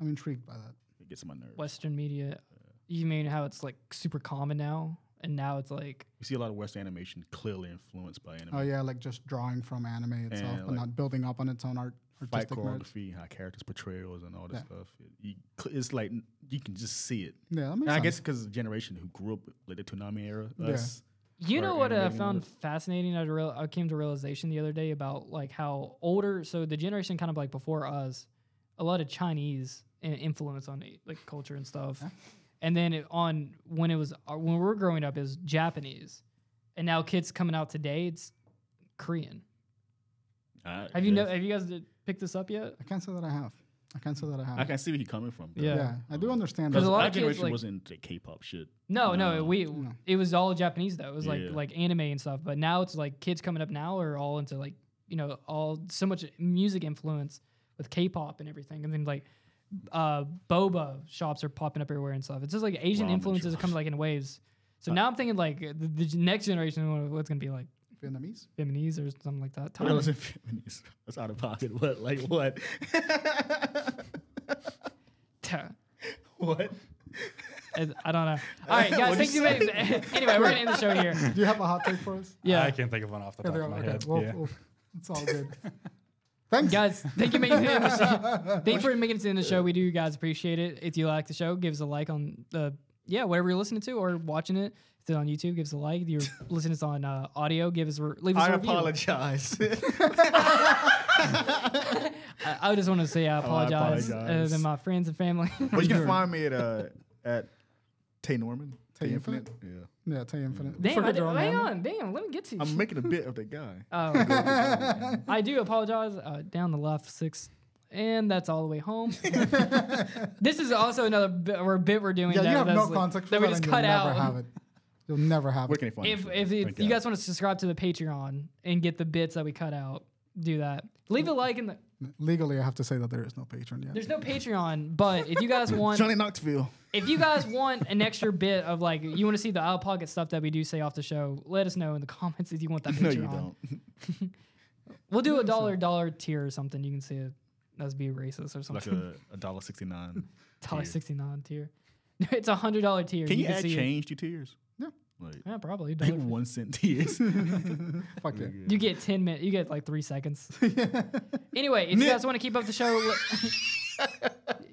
[SPEAKER 1] I'm intrigued by that.
[SPEAKER 4] It gets on my nerves.
[SPEAKER 2] Western media. You mean how it's like super common now, and now it's like
[SPEAKER 4] You see a lot of Western animation clearly influenced by anime.
[SPEAKER 1] Oh yeah, like just drawing from anime itself,
[SPEAKER 4] And,
[SPEAKER 1] but
[SPEAKER 4] like,
[SPEAKER 1] not building up on its own art
[SPEAKER 4] Fight
[SPEAKER 1] artistic merit.
[SPEAKER 4] choreography, how characters portrayals, and all this
[SPEAKER 1] Yeah.
[SPEAKER 4] stuff. It- you cl- it's like n- you can just see it.
[SPEAKER 1] Yeah, that makes
[SPEAKER 4] And I
[SPEAKER 1] sense.
[SPEAKER 4] guess because the generation who grew up with like the Toonami era,
[SPEAKER 1] Yeah.
[SPEAKER 4] us,
[SPEAKER 2] You
[SPEAKER 4] or
[SPEAKER 2] know what I
[SPEAKER 4] animating
[SPEAKER 2] found
[SPEAKER 4] with.
[SPEAKER 2] fascinating? I, real, I came to realization the other day about like how older, so the generation kind of like before us, a lot of Chinese i- influence on like culture and stuff, and then it, on when it was uh, when we were growing up is Japanese, and now kids coming out today it's Korean.
[SPEAKER 4] I
[SPEAKER 2] Have you know?
[SPEAKER 4] guess.
[SPEAKER 2] Have you guys did- picked this up yet?
[SPEAKER 1] I can't say that I have. I can't say that I have.
[SPEAKER 4] I can see where you're coming from. though.
[SPEAKER 1] Yeah.
[SPEAKER 2] Yeah.
[SPEAKER 1] I do understand.
[SPEAKER 2] There's
[SPEAKER 1] that.
[SPEAKER 2] a lot
[SPEAKER 4] Our
[SPEAKER 2] of kids,
[SPEAKER 4] generation
[SPEAKER 2] like-
[SPEAKER 4] wasn't into K-pop shit.
[SPEAKER 2] No, no,
[SPEAKER 4] No.
[SPEAKER 2] we
[SPEAKER 1] No.
[SPEAKER 2] it was all Japanese though. It was
[SPEAKER 4] Yeah.
[SPEAKER 2] like like anime and stuff. But now it's like kids coming up now are all into like you know all so much music influence with K-pop and everything, and then like uh boba shops are popping up everywhere and stuff. It's just like Asian
[SPEAKER 4] Ramen
[SPEAKER 2] influences
[SPEAKER 4] shops. Uh,
[SPEAKER 2] come like in waves. So now I'm thinking like the, the g- next generation, what- what's gonna be like
[SPEAKER 1] Vietnamese.
[SPEAKER 2] Vietnamese or something like that. Thailand.
[SPEAKER 4] What else [laughs] in Vietnamese? That's out of pocket. [laughs] What? Like what?
[SPEAKER 2] Ta-
[SPEAKER 4] what?
[SPEAKER 2] I I don't know. All
[SPEAKER 4] [laughs]
[SPEAKER 2] right, guys,
[SPEAKER 4] What'd
[SPEAKER 2] thank you.
[SPEAKER 4] you
[SPEAKER 2] very- [laughs] anyway, we're gonna end the show
[SPEAKER 4] [laughs]
[SPEAKER 2] here.
[SPEAKER 1] Do you have a hot take for us?
[SPEAKER 2] Yeah.
[SPEAKER 3] I can't think of one off the
[SPEAKER 1] Yeah,
[SPEAKER 3] top
[SPEAKER 1] there
[SPEAKER 3] of
[SPEAKER 1] are-
[SPEAKER 3] my
[SPEAKER 1] okay,
[SPEAKER 3] head.
[SPEAKER 1] well,
[SPEAKER 4] yeah.
[SPEAKER 1] well, it's all good. Thanks.
[SPEAKER 2] guys, thank you for making it to the
[SPEAKER 1] [laughs]
[SPEAKER 2] show. Thank you for making it to the end of the show. We do, guys, appreciate it. If you like the show, give us a like on the yeah whatever you're listening to or watching it. If it's on YouTube, give us a like.
[SPEAKER 1] [laughs]
[SPEAKER 2] If you're listening to this on [laughs] uh, audio, give us a re- leave us
[SPEAKER 4] I
[SPEAKER 2] a review.
[SPEAKER 4] apologize.
[SPEAKER 2] I, I just want to
[SPEAKER 1] Oh,
[SPEAKER 2] say I apologize,
[SPEAKER 4] apologize.
[SPEAKER 2] Uh, to my friends and family.
[SPEAKER 4] But
[SPEAKER 2] [laughs]
[SPEAKER 4] you can find me at uh, at Tay Norman.
[SPEAKER 1] Tay Infinite?
[SPEAKER 4] Yeah.
[SPEAKER 1] Yeah, Tay Infinite.
[SPEAKER 2] damn,
[SPEAKER 1] Forget
[SPEAKER 2] I did,
[SPEAKER 1] your own
[SPEAKER 2] hang
[SPEAKER 1] name.
[SPEAKER 2] on, damn, let me get to you.
[SPEAKER 4] I'm making a bit of that
[SPEAKER 2] [laughs]
[SPEAKER 4] guy.
[SPEAKER 1] [laughs]
[SPEAKER 2] Oh, I do apologize. Uh, down the left six, and that's all the
[SPEAKER 1] [laughs]
[SPEAKER 2] way home. this is also another bit, or bit we're doing.
[SPEAKER 1] Yeah,
[SPEAKER 2] that,
[SPEAKER 1] you have no
[SPEAKER 2] that's, like-
[SPEAKER 1] context for
[SPEAKER 2] that
[SPEAKER 1] that.
[SPEAKER 2] we just
[SPEAKER 1] and
[SPEAKER 2] cut
[SPEAKER 1] you'll
[SPEAKER 2] out.
[SPEAKER 1] never have it. You'll never have
[SPEAKER 4] Where
[SPEAKER 1] it.
[SPEAKER 4] can you find
[SPEAKER 2] if
[SPEAKER 4] me?
[SPEAKER 2] if, if you
[SPEAKER 3] God.
[SPEAKER 2] guys want to subscribe to the Patreon and get the bits that we cut out, do that. Leave a like in the.
[SPEAKER 1] Legally, I have to say that there is no patron yet.
[SPEAKER 2] There's no Patreon, but if you
[SPEAKER 4] [laughs]
[SPEAKER 2] guys want,
[SPEAKER 4] Johnny Knoxville.
[SPEAKER 2] if you guys want an extra bit of like you want to see the out of pocket stuff that we do say off the show, let us know in the [laughs] comments if you want that. Patreon.
[SPEAKER 4] [laughs] No, you don't.
[SPEAKER 2] We'll do a dollar dollar tier or something. You can see it. That's be racist or
[SPEAKER 4] Like
[SPEAKER 2] something.
[SPEAKER 4] a, a dollar sixty nine.
[SPEAKER 2] [laughs] dollar sixty nine tier. [laughs] No, it's a hundred dollar tier.
[SPEAKER 4] Can you, add
[SPEAKER 2] see it.
[SPEAKER 4] change to tiers?
[SPEAKER 1] No.
[SPEAKER 2] [laughs]
[SPEAKER 4] Like,
[SPEAKER 2] Yeah,
[SPEAKER 4] [laughs]
[SPEAKER 2] probably.
[SPEAKER 4] like
[SPEAKER 2] dollar-
[SPEAKER 4] one cent
[SPEAKER 2] [laughs]
[SPEAKER 4] tiers.
[SPEAKER 1] Fuck yeah.
[SPEAKER 2] You get ten minutes. You get like three seconds. anyway, if you guys want to keep up the show, li-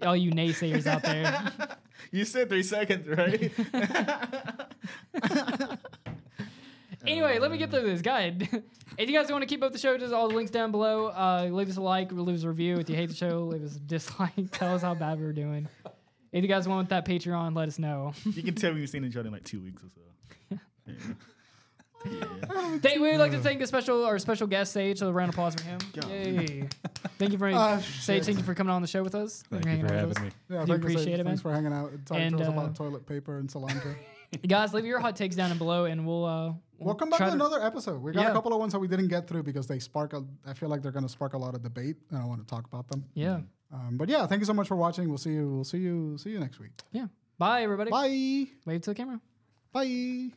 [SPEAKER 2] all you naysayers out there,
[SPEAKER 4] [laughs] you said three seconds, right?
[SPEAKER 2] [laughs]
[SPEAKER 4] [laughs]
[SPEAKER 2] Anyway, let me get through this guide. [laughs] if you guys want to keep up the show, just all the links down below. Uh, leave us a like, leave us a review. If you hate the show, leave us a dislike. [laughs] Tell us how bad we're doing. If you guys want that Patreon, let us know.
[SPEAKER 4] you can tell we've seen each other in like two weeks or so.
[SPEAKER 2] [laughs] Thank, we would like to thank the special our special guest Sage. So a round of applause for him. Yay! thank you for
[SPEAKER 1] Ah,
[SPEAKER 2] Sage. Thank you for coming on the show with us.
[SPEAKER 3] Thank you for having me.
[SPEAKER 1] Yeah,
[SPEAKER 2] Do you
[SPEAKER 1] thank Sage.
[SPEAKER 2] appreciate it,
[SPEAKER 1] Thanks for
[SPEAKER 2] man?
[SPEAKER 1] hanging out and talking
[SPEAKER 2] And,
[SPEAKER 1] to us
[SPEAKER 2] uh,
[SPEAKER 1] about toilet paper and
[SPEAKER 2] [laughs]
[SPEAKER 1] cilantro.
[SPEAKER 2] Guys, leave your hot takes down and below, and we'll uh, we'll
[SPEAKER 1] Welcome back
[SPEAKER 2] try
[SPEAKER 1] to another episode. We got
[SPEAKER 2] Yeah.
[SPEAKER 1] a couple of ones that we didn't get through because they spark. A, I feel like they're going to spark a lot of debate, and I want to talk about them.
[SPEAKER 2] Yeah,
[SPEAKER 1] Um, but yeah, thank you so much for watching. We'll see you. We'll see you. See you next week.
[SPEAKER 2] yeah. Bye, everybody.
[SPEAKER 1] Bye.
[SPEAKER 2] Wave to the camera.
[SPEAKER 1] Bye.